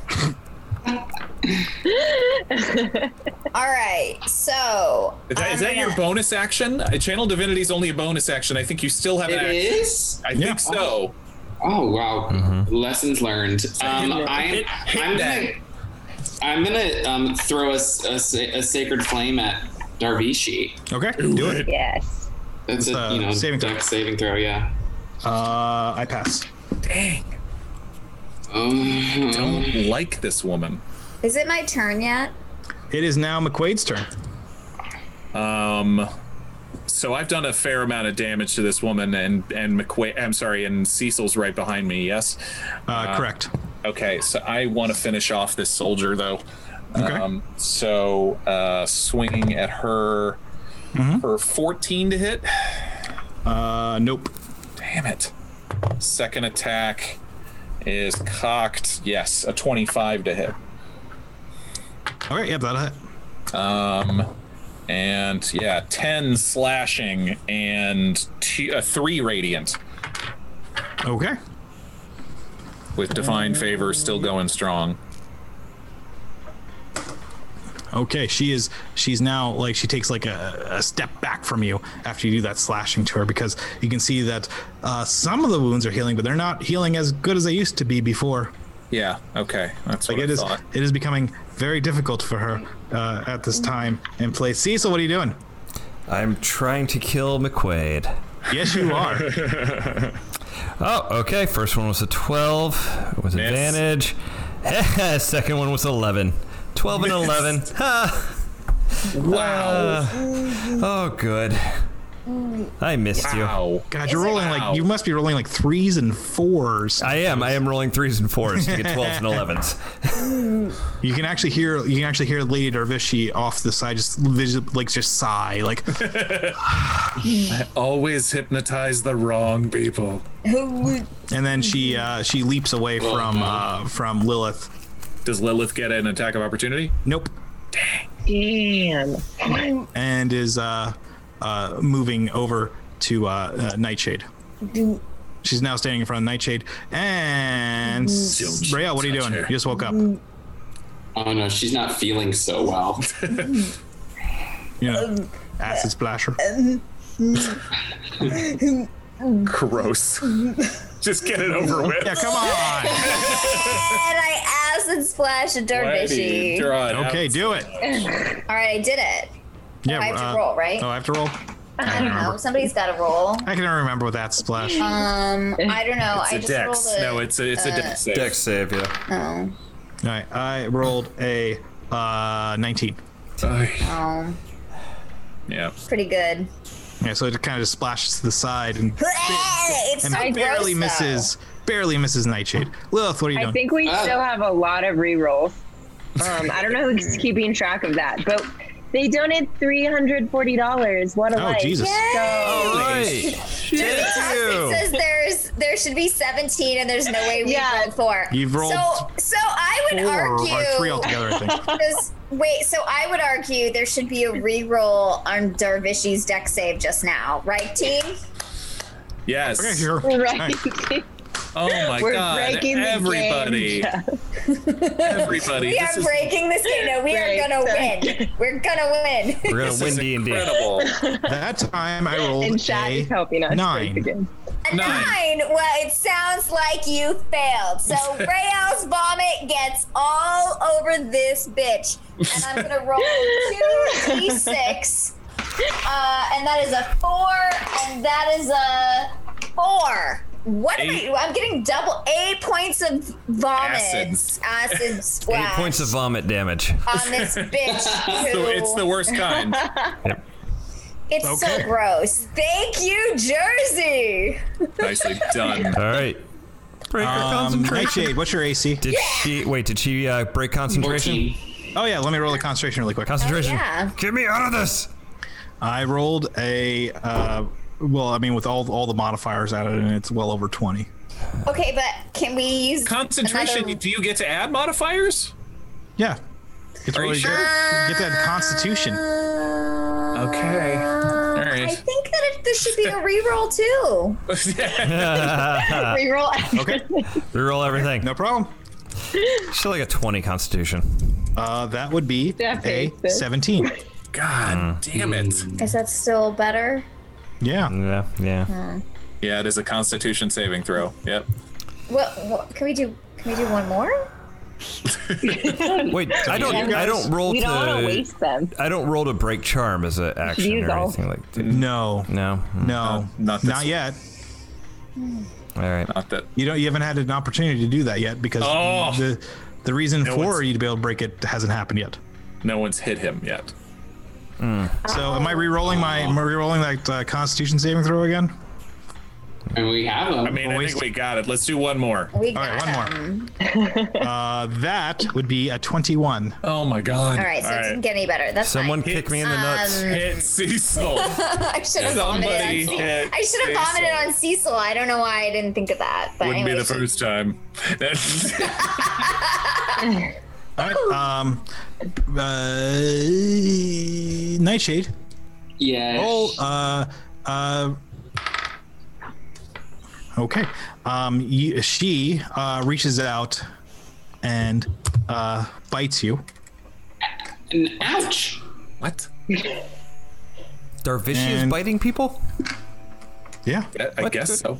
S3: All right, so um,
S2: Is that, is
S3: I'm
S2: that your
S3: gonna-
S2: bonus action? Uh, Channel Divinity's only a bonus action. I think you still have an
S4: It
S2: action.
S4: is.
S2: I
S1: Yeah.
S2: think so.
S4: Oh wow! Lessons learned. Um, I'm,
S2: hit- hit
S4: I'm gonna,
S2: that.
S4: I'm gonna um, throw a, s- a sa- a sacred flame at Darvishi.
S1: Okay, do it.
S5: Yes.
S4: That's a
S1: Uh,
S4: you know
S1: saving throw.
S4: deck saving throw. Yeah.
S1: Uh, I pass.
S2: Dang.
S4: Um,
S2: Don't like this woman.
S3: <laughs> Is it my turn yet?
S1: It is now McQuaid's turn. Uh,
S2: Um, so I've done a fair amount of damage to this woman, and and McQuay. I'm sorry, and Cecil's right behind me. Yes.
S1: Uh, correct.
S2: Okay. So I want to finish off this soldier though.
S1: Okay.
S2: Um, so uh, swinging at her,
S1: Mm-hmm.
S2: her 14 to hit.
S1: Uh, nope.
S2: Damn it. Second attack is cocked. Yes, a 25 to hit.
S1: Okay, yep, that'll hit.
S2: Um, and yeah, 10 slashing and two, uh, three radiant
S1: Okay.
S2: with divine favor still going strong.
S1: Okay, she is. She's now like she takes like a, a step back from you after you do that slashing to her because you can see that uh, some of the wounds are healing, but they're not healing as good as they used to be before.
S2: Yeah, okay. That's
S1: Like
S2: what
S1: it
S2: I
S1: is.
S2: thought.
S1: It is becoming very difficult for her uh, at this time and place. Cecil, what are you doing?
S7: I'm trying to kill McQuaid.
S1: Yes, you
S2: <laughs>
S1: are.
S7: Oh, okay. First one was a 12 with advantage. <laughs> Second one was 11. 12 and 11. <laughs> Ha!
S2: Wow.
S7: Oh, good.
S5: Mm.
S7: I missed you.
S2: wow.
S1: God, you're
S3: Is it-
S1: rolling
S2: Wow.
S1: like you must be rolling like threes and fours.
S7: I am. I am rolling threes and fours to get 12s and 11s.
S1: You can actually hear you can actually hear Lady Darvishi off the side, just visi- like just sigh, like
S2: Always hypnotize the wrong people.
S1: and then she uh, she leaps away from uh, from Lilith.
S2: Does Lilith get an attack of opportunity?
S1: Nope,
S5: Damn.
S1: and is uh, uh, moving over to uh, uh, Nightshade. She's now standing in front of Nightshade.
S3: Mm.
S1: And
S2: Don't
S1: Rael, what are you
S2: touch
S1: doing?
S2: her.
S1: You just woke up.
S4: oh no, she's not feeling so well.
S1: You know,
S3: Um,
S1: acid splasher.
S3: uh,
S2: Gross. <laughs> Just get
S1: <laughs>
S2: it over with.
S1: Yeah, come
S3: <laughs>
S1: on.
S3: And I acid splash a
S2: Lady,
S3: dervishy.
S2: draw it out.
S1: Okay, do it.
S3: All right, I did it. Oh,
S1: Yeah,
S3: I have to
S1: uh,
S3: roll, right?
S1: Oh, I have to roll.
S3: I don't know. Somebody's got to roll.
S1: I can remember what that splash.
S3: Um, I don't know. I
S2: It's a
S3: just
S2: dex.
S3: rolled a.
S2: No, it's a it's a dex save.
S7: Dex save, yeah.
S3: Oh,
S1: All right, I rolled a uh, 19.
S2: Ay,
S3: oh,
S2: yeah.
S3: pretty good.
S1: Yeah, so it kind of just splashes to the side and,
S3: it's
S1: and
S3: so gross,
S1: barely
S3: though.
S1: misses, barely misses Nightshade. Lilith, what are you
S5: I
S1: doing?
S5: think we
S4: Oh.
S5: still have a lot of
S1: <laughs>
S5: rerolls. Um, I don't know who's keeping track of that, but they donated three hundred forty dollars. What a
S1: Oh,
S5: life!
S1: Jesus.
S3: Yay!
S7: All right.
S3: It
S7: Thank
S3: says there's there should be 17 and there's no way we
S5: Yeah.
S3: rolled four.
S1: You've rolled
S3: so so I would
S1: Four
S3: argue
S1: or three
S3: <laughs>
S1: altogether,
S5: <laughs>
S1: I think.
S3: Because- wait, so I would argue there should be a re-roll on Darvishi's deck save just now, right, team?
S2: Yes.
S1: Okay, sure.
S5: <laughs> Right.
S2: Oh my
S5: We're
S2: god.
S5: breaking the
S2: everybody.
S5: game.
S2: everybody.
S3: We
S2: this
S3: are
S2: is
S3: breaking this game. No, we
S5: Right,
S3: are gonna
S5: sorry.
S3: win. We're gonna win.
S7: We're
S2: this
S7: gonna win
S2: is
S7: D and D.
S2: incredible.
S1: That time I rolled
S5: <laughs> And Chad
S1: a
S5: is helping us.
S1: nine.
S5: once again.
S3: A
S2: Nine.
S3: nine. Well, it sounds like you failed.
S2: <laughs>
S3: So Rayo's vomit gets all over this bitch, and I'm gonna roll two d6, uh, and that is a four, and that is a four. What am
S2: Eight.
S3: I? I'm getting double eight points of vomit,
S2: Acid.
S3: acid
S7: Eight
S3: splash
S7: points of vomit damage.
S2: <laughs>
S3: on this bitch.
S2: It's
S3: who-
S2: the- it's the worst
S3: <laughs>
S2: kind.
S3: it's
S1: Okay.
S3: so gross. Thank you, Jersey.
S2: Nicely done.
S7: All right. Break her
S1: Um, Nightshade, what's your AC?
S7: Did she wait? Did she uh, break concentration?
S4: 14.
S1: Oh yeah, let me roll a concentration really quick.
S7: Concentration.
S3: Oh, Yeah.
S7: Get me out of this.
S1: I rolled a uh, well, I mean with all all the modifiers at it, and it's well over 20.
S3: Okay, but can we use
S2: Concentration.
S3: another-
S2: Do you get to add modifiers?
S1: Yeah, it's
S2: Are you
S1: really
S2: sure?
S1: good. Get that Constitution.
S2: Okay. All
S3: Uh, I
S2: right.
S3: think that it, this should be a reroll too.
S5: Reroll.
S1: Okay,
S7: Reroll everything.
S1: no problem.
S7: She's like a 20 constitution.
S1: Uh, that would be
S5: That
S1: a
S5: makes sense. <laughs>
S1: 17.
S2: <laughs> God damn it.
S3: Is that still better?
S1: Yeah.
S7: Yeah, yeah.
S2: Yeah, it is a Constitution saving throw. Yep.
S3: What, what can we do? Can we do one more?
S7: Wait, I don't.
S1: you
S7: I
S1: guys-
S7: don't roll
S5: we
S7: to.
S5: don't want to waste them.
S7: I don't roll to break charm as an action
S5: use
S7: or
S5: all-
S7: anything like. That.
S1: No,
S7: No. Mm,
S1: no,
S2: not
S1: not,
S2: this one.
S1: yet.
S7: All right.
S2: Not that.
S1: You don't. You haven't had an opportunity to do that yet because
S2: Oh.
S1: the the reason for
S2: it's-
S1: you to be able to break it hasn't happened yet.
S2: No one's hit him yet.
S1: So am I re-rolling my am I re-rolling that uh, Constitution saving throw again?
S4: And we have them.
S2: I mean, I
S1: Always-
S2: think we got it. Let's do one more.
S3: We
S1: All
S3: got
S1: right, one
S3: him.
S1: more. uh, that would be a 21.
S2: Oh my God.
S3: All right, so it didn't get any better. That's
S7: Someone
S3: Fine. Um,
S7: kick me in the nuts.
S2: hit Cecil.
S3: <laughs> I should have vomited. On
S2: Somebody
S3: Cecil.
S2: hit
S3: I should have vomited on Cecil. I don't know why I didn't think of that. But
S2: Wouldn't be the
S3: anyways,
S2: first time. That's-
S1: All right. Um, uh, Nightshade.
S4: yeah.
S1: Roll. Uh, uh, okay. Um, you, she uh, reaches out and uh, bites you.
S4: And ouch.
S2: what?
S7: Darvishi is
S1: And-
S7: biting people.
S1: Yeah.
S2: <laughs> I- I guess so.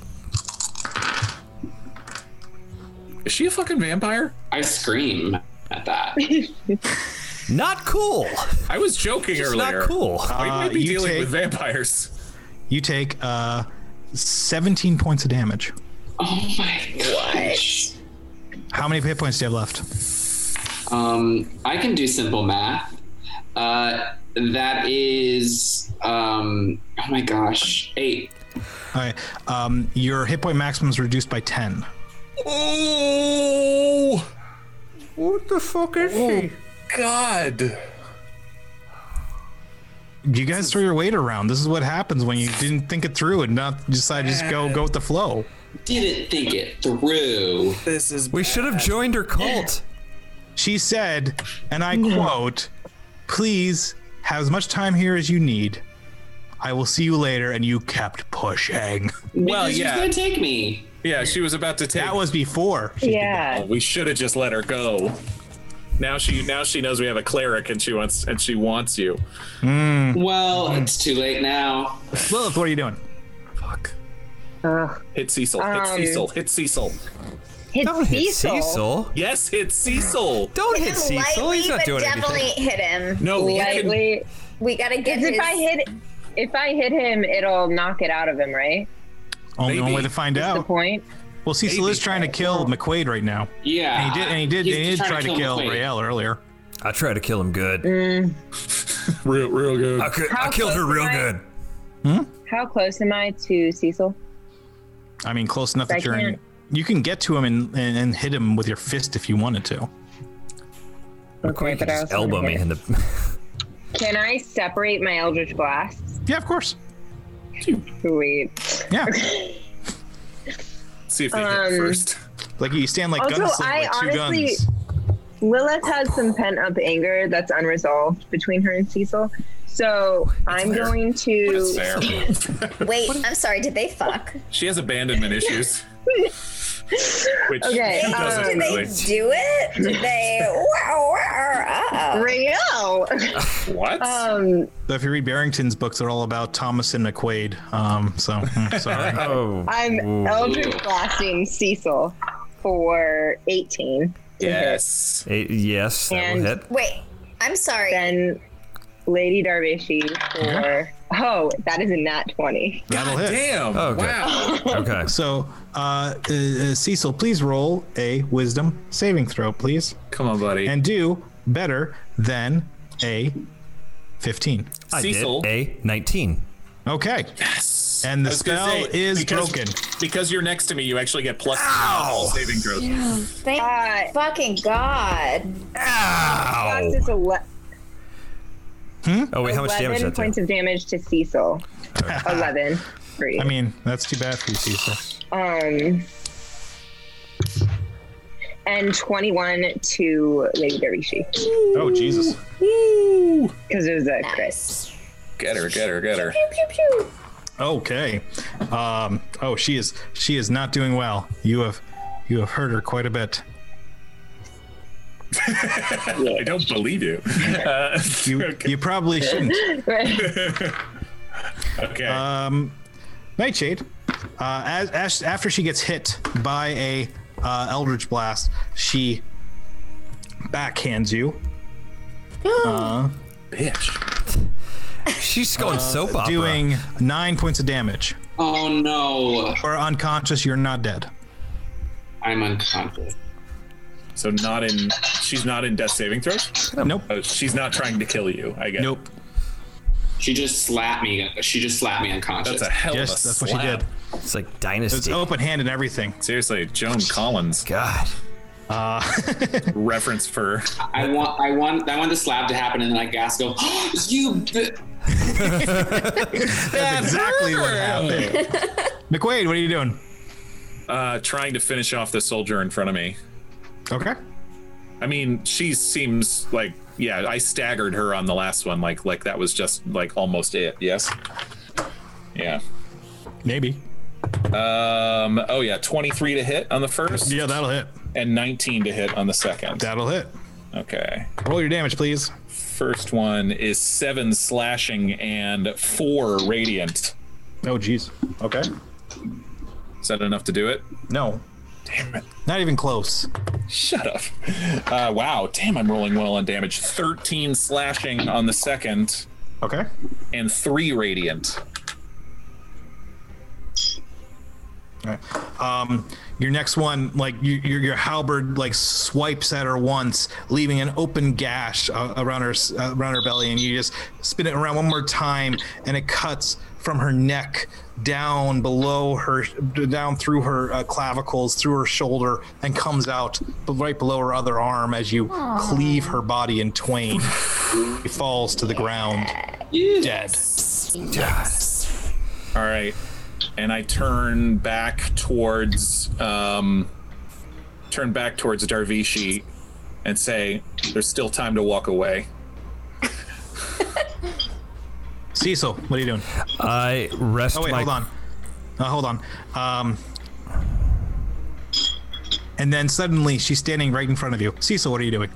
S2: Is she a fucking vampire?
S4: I scream at that.
S7: Not cool.
S2: I was joking
S7: It's
S2: earlier.
S7: not cool.
S2: We
S1: Uh,
S2: might be
S1: you
S2: dealing
S1: take-
S2: with vampires.
S1: You take uh, 17 points of damage.
S4: Oh my gosh.
S1: How many hit points do you have left?
S4: Um, I can do simple math. Uh, that is, um, oh my gosh, eight.
S1: All right. Um, your hit point maximum is reduced by 10.
S2: Oh
S7: What the fuck is she?
S2: God!
S1: You guys throw your weight around. This is what happens when you didn't think it through and not decide to just go go with the flow.
S4: Didn't think it through.
S2: This is
S7: We should have joined her cult.
S1: She said, and I quote, "Please have as much time here as you need. I will see you later." And you kept pushing. <laughs>
S2: Well,
S4: Because
S2: yeah.
S4: She's gonna take me.
S2: Yeah, she was about to take. Oh,
S1: That was before. she did
S5: Yeah.
S2: We should have just let her go. Now she now she knows we have a cleric and she wants and she wants you.
S4: Well, it's too late now.
S1: that. Lilith, what are you doing?
S2: Fuck.
S5: Ugh.
S2: Hit Cecil. Hit
S5: Um,
S2: Cecil. Hit Cecil.
S5: Hit
S7: Don't hit
S5: Cecil.
S7: Cecil.
S2: Yes, hit Cecil.
S7: Don't hit
S3: hit him
S7: Cecil.
S3: lightly,
S7: He's not
S3: but
S7: doing
S3: definitely
S7: anything.
S3: hit him.
S2: No, we can.
S5: Lightly.
S3: We gotta get
S5: If
S3: his.
S5: I hit, If I hit him, it'll knock it out of him, right?
S1: Only one
S2: Maybe.
S1: way to find
S5: That's the
S1: out.
S5: point.
S1: Well, Cecil is trying to kill McQuaid right now.
S4: Yeah.
S1: And he did. And he did.
S4: He's
S1: And he did try to kill
S4: McQuaid.
S1: Rael earlier.
S7: I tried to kill him good.
S2: Real, real good.
S7: I, could, I
S5: How
S7: killed her
S5: close
S7: real
S5: am I?
S7: good.
S5: How close am I to Cecil?
S1: I mean, close enough
S5: I
S1: that you're in.
S5: can't-
S1: You can get to him and, and, and hit him with your fist if you wanted to.
S5: Okay,
S7: He could just
S5: also wanna
S7: elbow
S5: hit
S7: me
S5: him.
S7: in the. <laughs>
S5: Can I separate my Eldritch Blasts?
S1: Yeah, of course.
S5: Sweet.
S1: Yeah.
S2: See if they
S5: Um,
S2: hit first.
S1: Like you stand like
S5: Also,
S1: gunslinger
S5: I
S1: with two
S5: honestly-
S1: guns.
S5: Lilith has some pent up anger that's unresolved between her and Cecil. So I'm
S2: fair.
S5: going
S2: It's
S5: to.
S2: fair.
S3: Wait, I'm sorry. Did they fuck?
S2: She has
S5: <laughs>
S2: abandonment issues. Which
S5: Okay,
S2: she
S5: um,
S2: doesn't
S3: Did they
S2: really.
S3: do it? Did they? <laughs> wow, wow, uh-oh.
S5: Rael! <laughs>
S2: What?
S5: um,
S1: Though if you read Barrington's books, they're all about Thomas and McQuaid. Um, so <laughs> mm, sorry.
S7: Oh.
S5: I'm
S7: Ooh.
S5: Eldritch Blasting Cecil for 18. to hit.
S2: yes.
S7: Eh, yes, that will
S5: And-
S7: hit.
S3: Wait, I'm sorry.
S5: Then Lady Darvishi for. Oh, that is a nat 20.
S1: That'll
S2: God
S1: hit.
S2: Damn.
S6: Oh,
S7: Okay.
S2: Wow.
S7: Okay.
S1: So, uh, uh, uh, Cecil, please roll a wisdom saving throw, please,
S2: Come on, buddy.
S1: and do better than a 15.
S7: I
S2: Cecil.
S7: did a 19.
S1: Okay. And the
S2: I was gonna
S1: spell
S2: say,
S1: is
S2: because-
S1: broken.
S2: Because you're next to me, you actually get plus saving throws.
S3: Thank
S5: Uh,
S3: fucking God.
S5: Cost
S7: Ow!
S5: is ele-
S7: Oh wait, how much damage
S5: 11
S7: did that
S5: points
S7: do?
S5: of damage to Cecil. 11. For you.
S1: I mean, that's too bad for you, Cecil.
S5: um, and 21 to Lady Darvishi.
S1: Oh, Jesus.
S5: Because it was a crit.
S3: Nice.
S2: Get her, get her, get her.
S3: Pew, pew, pew.
S1: Okay. Um, oh, she is she is not doing well. You have you have hurt her quite a bit.
S2: I don't believe you. <laughs> Uh,
S1: You
S2: okay.
S1: you probably shouldn't.
S2: okay.
S1: Um, Nightshade, uh, as, as after she gets hit by a uh, Eldritch Blast, she backhands you,
S2: Bitch.
S7: She's going soap opera.
S1: Uh, doing nine points of damage.
S4: Oh no.
S1: Or unconscious, you're not dead.
S4: I'm unconscious.
S2: So not in. She's not in death saving throws.
S1: Nope.
S2: Oh, she's not trying to kill you. I guess.
S1: Nope.
S4: She just slapped me. She just slapped me unconscious.
S2: That's a hell
S1: Yes,
S2: of a
S1: that's what
S2: slap.
S1: she did.
S7: It's like
S1: It's
S7: dynasty.
S1: open hand and everything.
S2: Seriously, Joan Collins
S7: God.
S2: reference for
S4: I want, I want, I want the slap to happen, and then I gas go, <gasps> you. bi-"
S1: That's exactly what happened. McQuaid, what are you doing?
S2: uh, trying to finish off the soldier in front of me.
S1: Okay.
S2: I mean, she seems like yeah. I staggered her on the last one, like like that was just like almost it. Yes. Yeah.
S1: Maybe.
S2: Um. Oh yeah, twenty three to hit on the first,
S1: Yeah, that'll hit.
S2: and nineteen to hit on the second.
S1: That'll hit.
S2: Okay.
S1: Roll your damage, please.
S2: First one is seven slashing and four radiant.
S1: Oh, jeez. Okay.
S2: Is that enough to do it?
S1: No.
S2: Damn it.
S1: Not even close.
S2: Shut up. Uh, wow. Damn, I'm rolling well on damage. 13 slashing on the second
S1: Okay.
S2: and three radiant.
S1: Right. Um, your next one, like your your, your halberd, like swipes at her once, leaving an open gash uh, around her s- uh, around her belly, and you just spin it around one more time, and it cuts from her neck down below her, down through her uh, clavicles, through her shoulder, and comes out b- right below her other arm as you cleave her body in twain. She falls to the ground, dead.
S2: All right. And I turn back towards um, turn back towards Darvishi and say, "There's still time to walk away."
S1: Cecil, what are you doing?
S7: I rest
S1: Oh wait,
S7: my.
S1: hold on. Uh, hold on. Um, and then suddenly she's standing right in front of you. Cecil, what are you doing?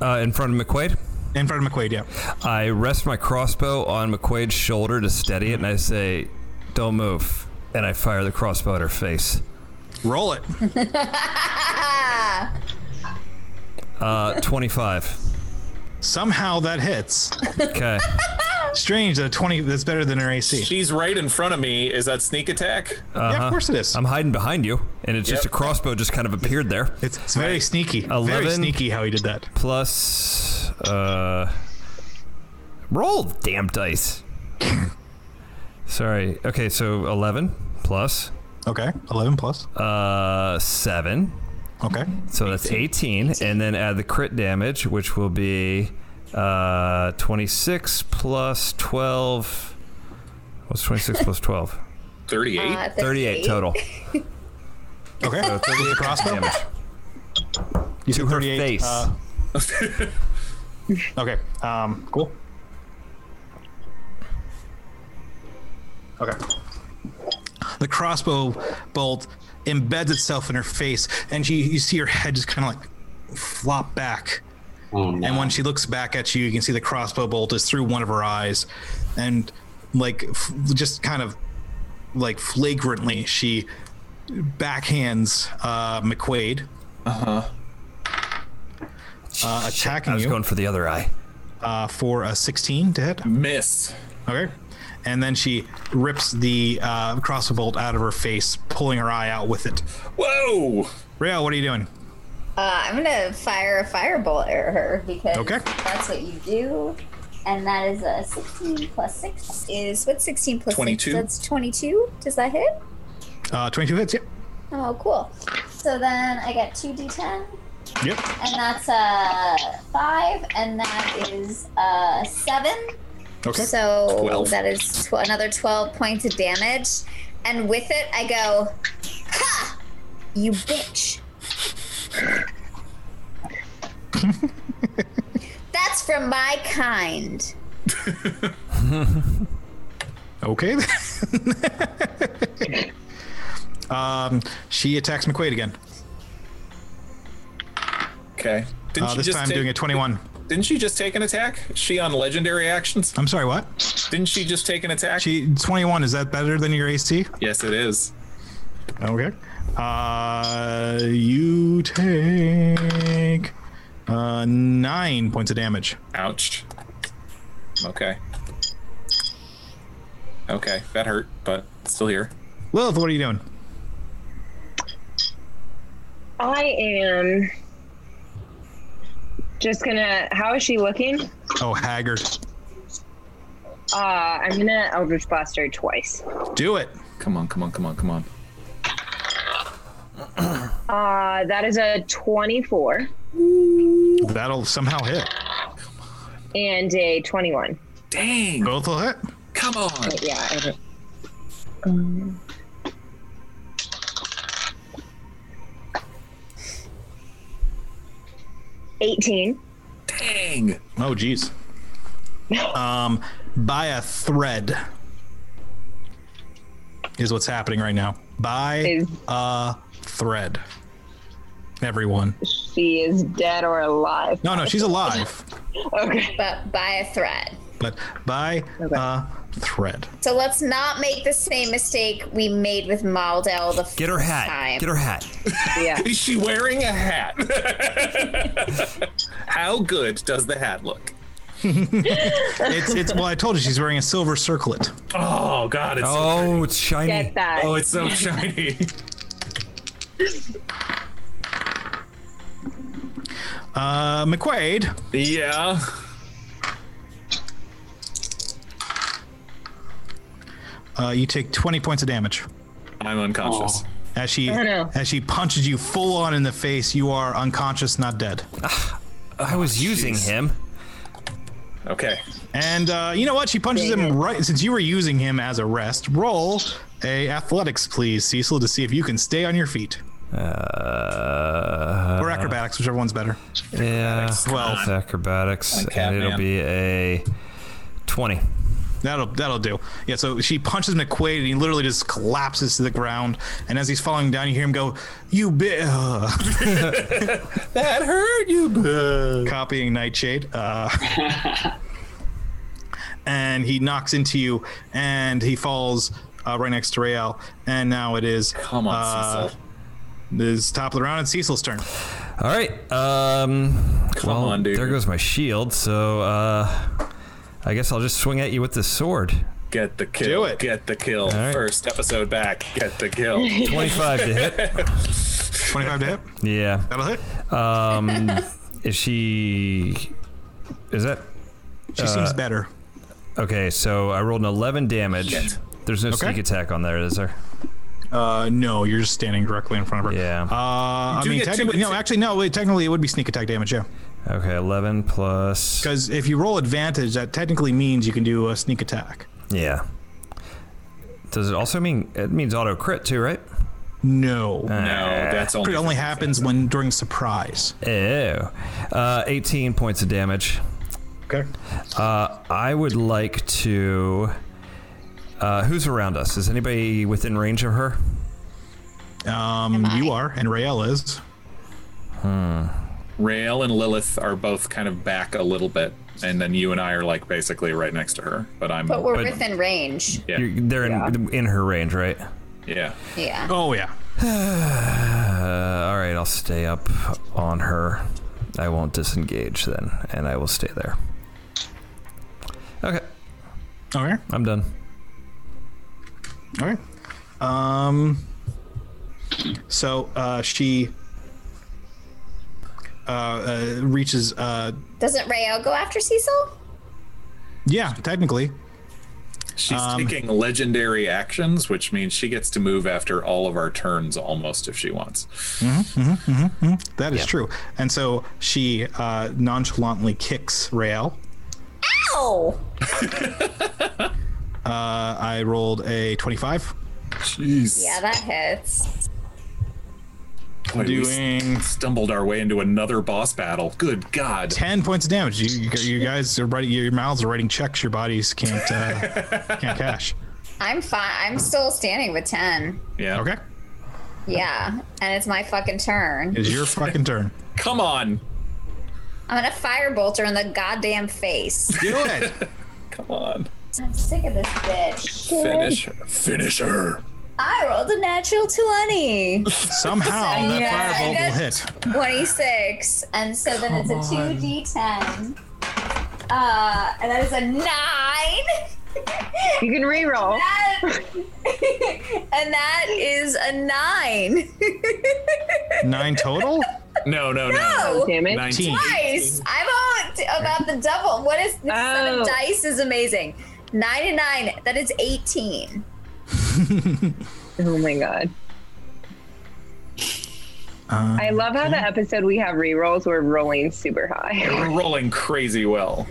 S7: Uh, in front of McQuaid.
S1: In front of McQuaid, yeah.
S7: I rest my crossbow on McQuaid's shoulder to steady it, and I say, "Don't move." And I fire the crossbow at her face.
S1: Roll it.
S7: Uh, 25.
S6: Uh,
S1: Somehow that hits.
S7: Okay.
S1: <laughs> Strange, a 20 that's better than her AC.
S2: She's right in front of me. Is that sneak attack?
S1: Yeah, of course it is.
S6: Uh-huh. I'm hiding behind you, and it's just a
S2: Yep.
S6: crossbow just kind of appeared there.
S1: it's, it's very sneaky. Very
S6: 11.
S1: sneaky how he did that.
S6: Plus, uh, roll damn dice. <coughs> Sorry. Okay, so 11 plus
S1: Okay. 11 plus.
S6: uh 7.
S1: Okay.
S6: So that's 18, and then add the crit damage, which will be uh, 26 plus 12. What's 26 plus 12?
S5: <laughs>
S2: 38.
S3: Uh,
S6: 38 total
S1: Okay. So 38 crossbow.
S6: damage.
S1: You
S6: To
S1: said
S6: her
S1: 38,
S6: face.
S1: uh, <laughs> okay. Um, cool. Okay. The crossbow bolt embeds itself in her face, and she you see her head just kind of like flop back.
S4: Oh, no.
S1: And when she looks back at you, you can see the crossbow bolt is through one of her eyes, and like f- just kind of like flagrantly, she backhands uh, McQuaid. Uh-huh. attacking
S6: I was
S1: you
S6: going for the other eye.
S1: uh, for a 16 to hit.
S2: Miss.
S1: Okay. And then she rips the uh, crossbow bolt out of her face, pulling her eye out with it.
S2: Whoa.
S1: Rael, what are you doing?
S3: Uh, I'm gonna fire a firebolt at her because
S1: Okay.
S3: that's what you do. And that is a 16 plus 6 is what's 16 plus
S2: 22?
S3: 6? That's 22. Does that hit?
S1: Uh, 22 hits. Yep.
S3: Oh, cool. So then I get 2d10,
S1: Yep.
S3: and that's a 5, and that is a 7.
S1: Okay.
S3: So
S2: 12.
S3: that is tw- another 12 points of damage. And with it, I go, Ha! You
S6: <laughs>
S3: bitch. That's from my kind.
S1: Okay. <laughs> um, she attacks McQuaid again.
S2: Okay. Didn't
S1: Uh,
S2: she
S1: this
S2: just
S1: time
S2: take,
S1: doing a 21.
S2: Didn't she just take an attack? Is She on legendary actions?
S1: I'm sorry, what?
S2: Didn't she just take an attack?
S1: She 21. Is that better than your AC?
S2: yes, it is.
S1: Okay. Uh, you take uh, nine points of damage.
S2: Ouch. Okay. Okay, that hurt, but still here.
S1: Lilith, what are you doing?
S5: I am just gonna. How is she looking?
S1: Oh, haggard.
S5: Uh, I'm gonna Eldritch Blast her twice.
S1: Do it.
S2: Come on, come on, come on, come on.
S5: Uh, that is a 24
S1: That'll somehow hit.
S5: and a 21.
S2: Dang.
S1: Both will hit.
S2: Come on.
S5: Yeah. I don't- Um, Eighteen.
S2: Dang.
S1: Oh, jeez. Um, by a thread is what's happening right now. By
S5: Is-
S1: a thread. Everyone.
S5: She is dead or alive.
S1: No, no, she's alive,
S5: Okay.
S3: But by a threat.
S1: but by a thread.
S3: So let's not make the same mistake we made with Maldell the
S6: Get her
S3: first
S6: hat.
S3: time.
S6: Get her hat.
S5: Yeah.
S2: Is she wearing a hat? <laughs> How good does the hat look?
S1: It's it's. Well, I told you she's wearing a silver circlet.
S2: Oh God, it's
S6: Oh, it's shiny.
S5: Get that.
S2: oh, it's so shiny.
S1: Uh, McQuaid,
S2: yeah.
S1: uh, you take twenty points of damage
S2: I'm unconscious.
S4: Aw.
S1: as she
S5: no.
S1: as she punches you full on in the face. You are unconscious, not dead.
S6: I was using
S2: jeez.
S6: him.
S2: Okay.
S1: And uh, you know what? She punches him right since you were using him as a rest. Roll a athletics, please, Cecil, to see if you can stay on your feet
S6: Uh,
S1: or acrobatics, whichever one's better.
S6: yeah,
S1: Well-
S6: it's acrobatics,
S2: Like
S6: and it'll
S2: Catman.
S6: be a 20.
S1: That'll that'll do. Yeah. So she punches McQuaid, and he literally just collapses to the ground. And as he's falling down, you hear him go, "You <laughs> bit."
S2: <laughs> That hurt you.
S1: copying Nightshade. Uh,
S2: <laughs>
S1: and he knocks into you, and he falls uh, right next to Rael. And now it is
S2: Come on,
S1: uh,
S2: Cecil.
S1: This top of the round. It's Cecil's turn.
S6: All right. Um,
S2: Come
S6: well,
S2: on, dude.
S6: There goes my shield. So uh, I guess I'll just swing at you with this sword.
S2: Get the kill.
S1: Do it.
S2: Get the kill.
S6: right.
S2: First episode back. Get the
S3: <laughs>
S2: kill.
S6: 25
S2: <laughs>
S6: to hit.
S1: 25 to hit.
S6: Yeah. um,
S1: That'll hit.
S2: <laughs>
S6: Is she. Is that. Uh,
S1: She seems better.
S6: Okay, so I rolled an 11 damage.
S2: Shit.
S6: There's no sneak attack on there, is there?
S1: Uh, no, you're just standing directly in front of her.
S6: Yeah.
S1: Uh, I
S2: do
S1: mean,
S2: get two
S1: technically, no,
S2: atta-
S1: actually, no. Wait, technically, it would be sneak attack damage. Yeah,
S6: Okay, 11 plus.
S1: because if you roll advantage, that technically means you can do a sneak attack.
S6: Yeah. Does it also mean. It means auto crit too, right?
S1: No,
S2: No,
S6: Uh,
S2: that's only.
S1: it only happens when during surprise.
S6: Ew. Uh, 18 points of damage.
S1: Okay.
S6: I would like to. Uh, who's around us? Is anybody within range of her?
S1: Um,
S3: Am
S1: you
S3: I?
S1: are, and Rael is.
S2: Rail and Lilith are both kind of back a little bit, and then you and I are like basically right next to her. But I'm.
S3: But we're
S6: But-
S3: within range.
S2: yeah,
S6: You're, they're in, in her range, right?
S2: yeah.
S3: Yeah.
S1: Oh yeah.
S6: Uh, all right, I'll stay up on her. I won't disengage then, and I will stay there. Okay,
S1: Okay.
S6: I'm done.
S1: All right. Um. So uh, she uh, uh, reaches. Uh,
S3: Doesn't Rayo go after Cecil?
S1: yeah, technically.
S2: She's taking legendary actions, which means she gets to move after all of our turns almost if she wants.
S1: That is true. And so she uh, nonchalantly kicks Rael.
S3: Ow!
S1: Uh, I rolled a 25.
S2: Jeez.
S3: Yeah, that hits.
S2: Boy, we
S1: Doing
S2: stumbled our way into another boss battle. Good God.
S1: 10 points of damage. You, you, you guys are writing, your mouths are writing checks your bodies can't uh, <laughs> can't cash.
S3: I'm fine. I'm still standing with 10.
S2: Yeah.
S1: Okay.
S3: Yeah. And it's my fucking turn.
S1: It's your fucking turn.
S2: Come on.
S3: I'm gonna firebolt her in the goddamn face.
S1: Do it.
S2: Come on.
S3: I'm sick of this bitch.
S2: Finish her. Finish her.
S3: I rolled a natural 20.
S1: Somehow that
S3: Yeah.
S1: firebolt will hit.
S3: 26. And so then it's a 2d10. Uh, and that is a 9.
S5: You can reroll.
S3: That- <laughs> and that is a 9.
S1: Nine total?
S2: No, no, no.
S3: No.
S5: Damn it.
S2: 19.
S3: Oh, Nice. I'm on t- about the double. What is the seven
S5: Oh.
S3: dice is amazing. Nine and nine. That is 18.
S5: Oh my god.
S3: Um,
S5: I love how the episode we have rerolls, we're rolling super high. <laughs>
S2: We're rolling crazy well.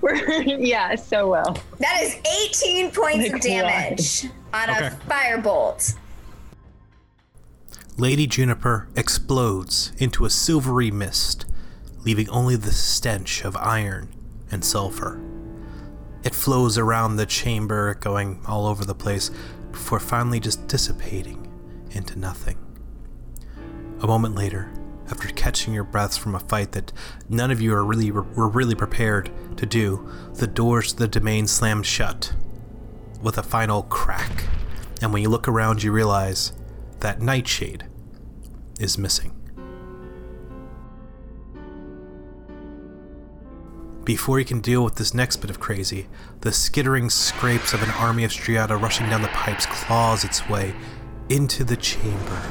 S5: we're, yeah, so well.
S3: That is 18 points of
S5: Like,
S3: damage on a
S1: Okay.
S3: firebolt.
S8: Lady Juniper explodes into a silvery mist, leaving only the stench of iron and sulfur. It flows around the chamber, going all over the place, before finally just dissipating into nothing. A moment later, after catching your breaths from a fight that none of you are really were really prepared to do, the doors to the domain slam shut with a final crack. And when you look around, you realize that Nightshade is missing. Before you can deal with this next bit of crazy, the skittering scrapes of an army of striata rushing down the pipes claws its way into the chamber,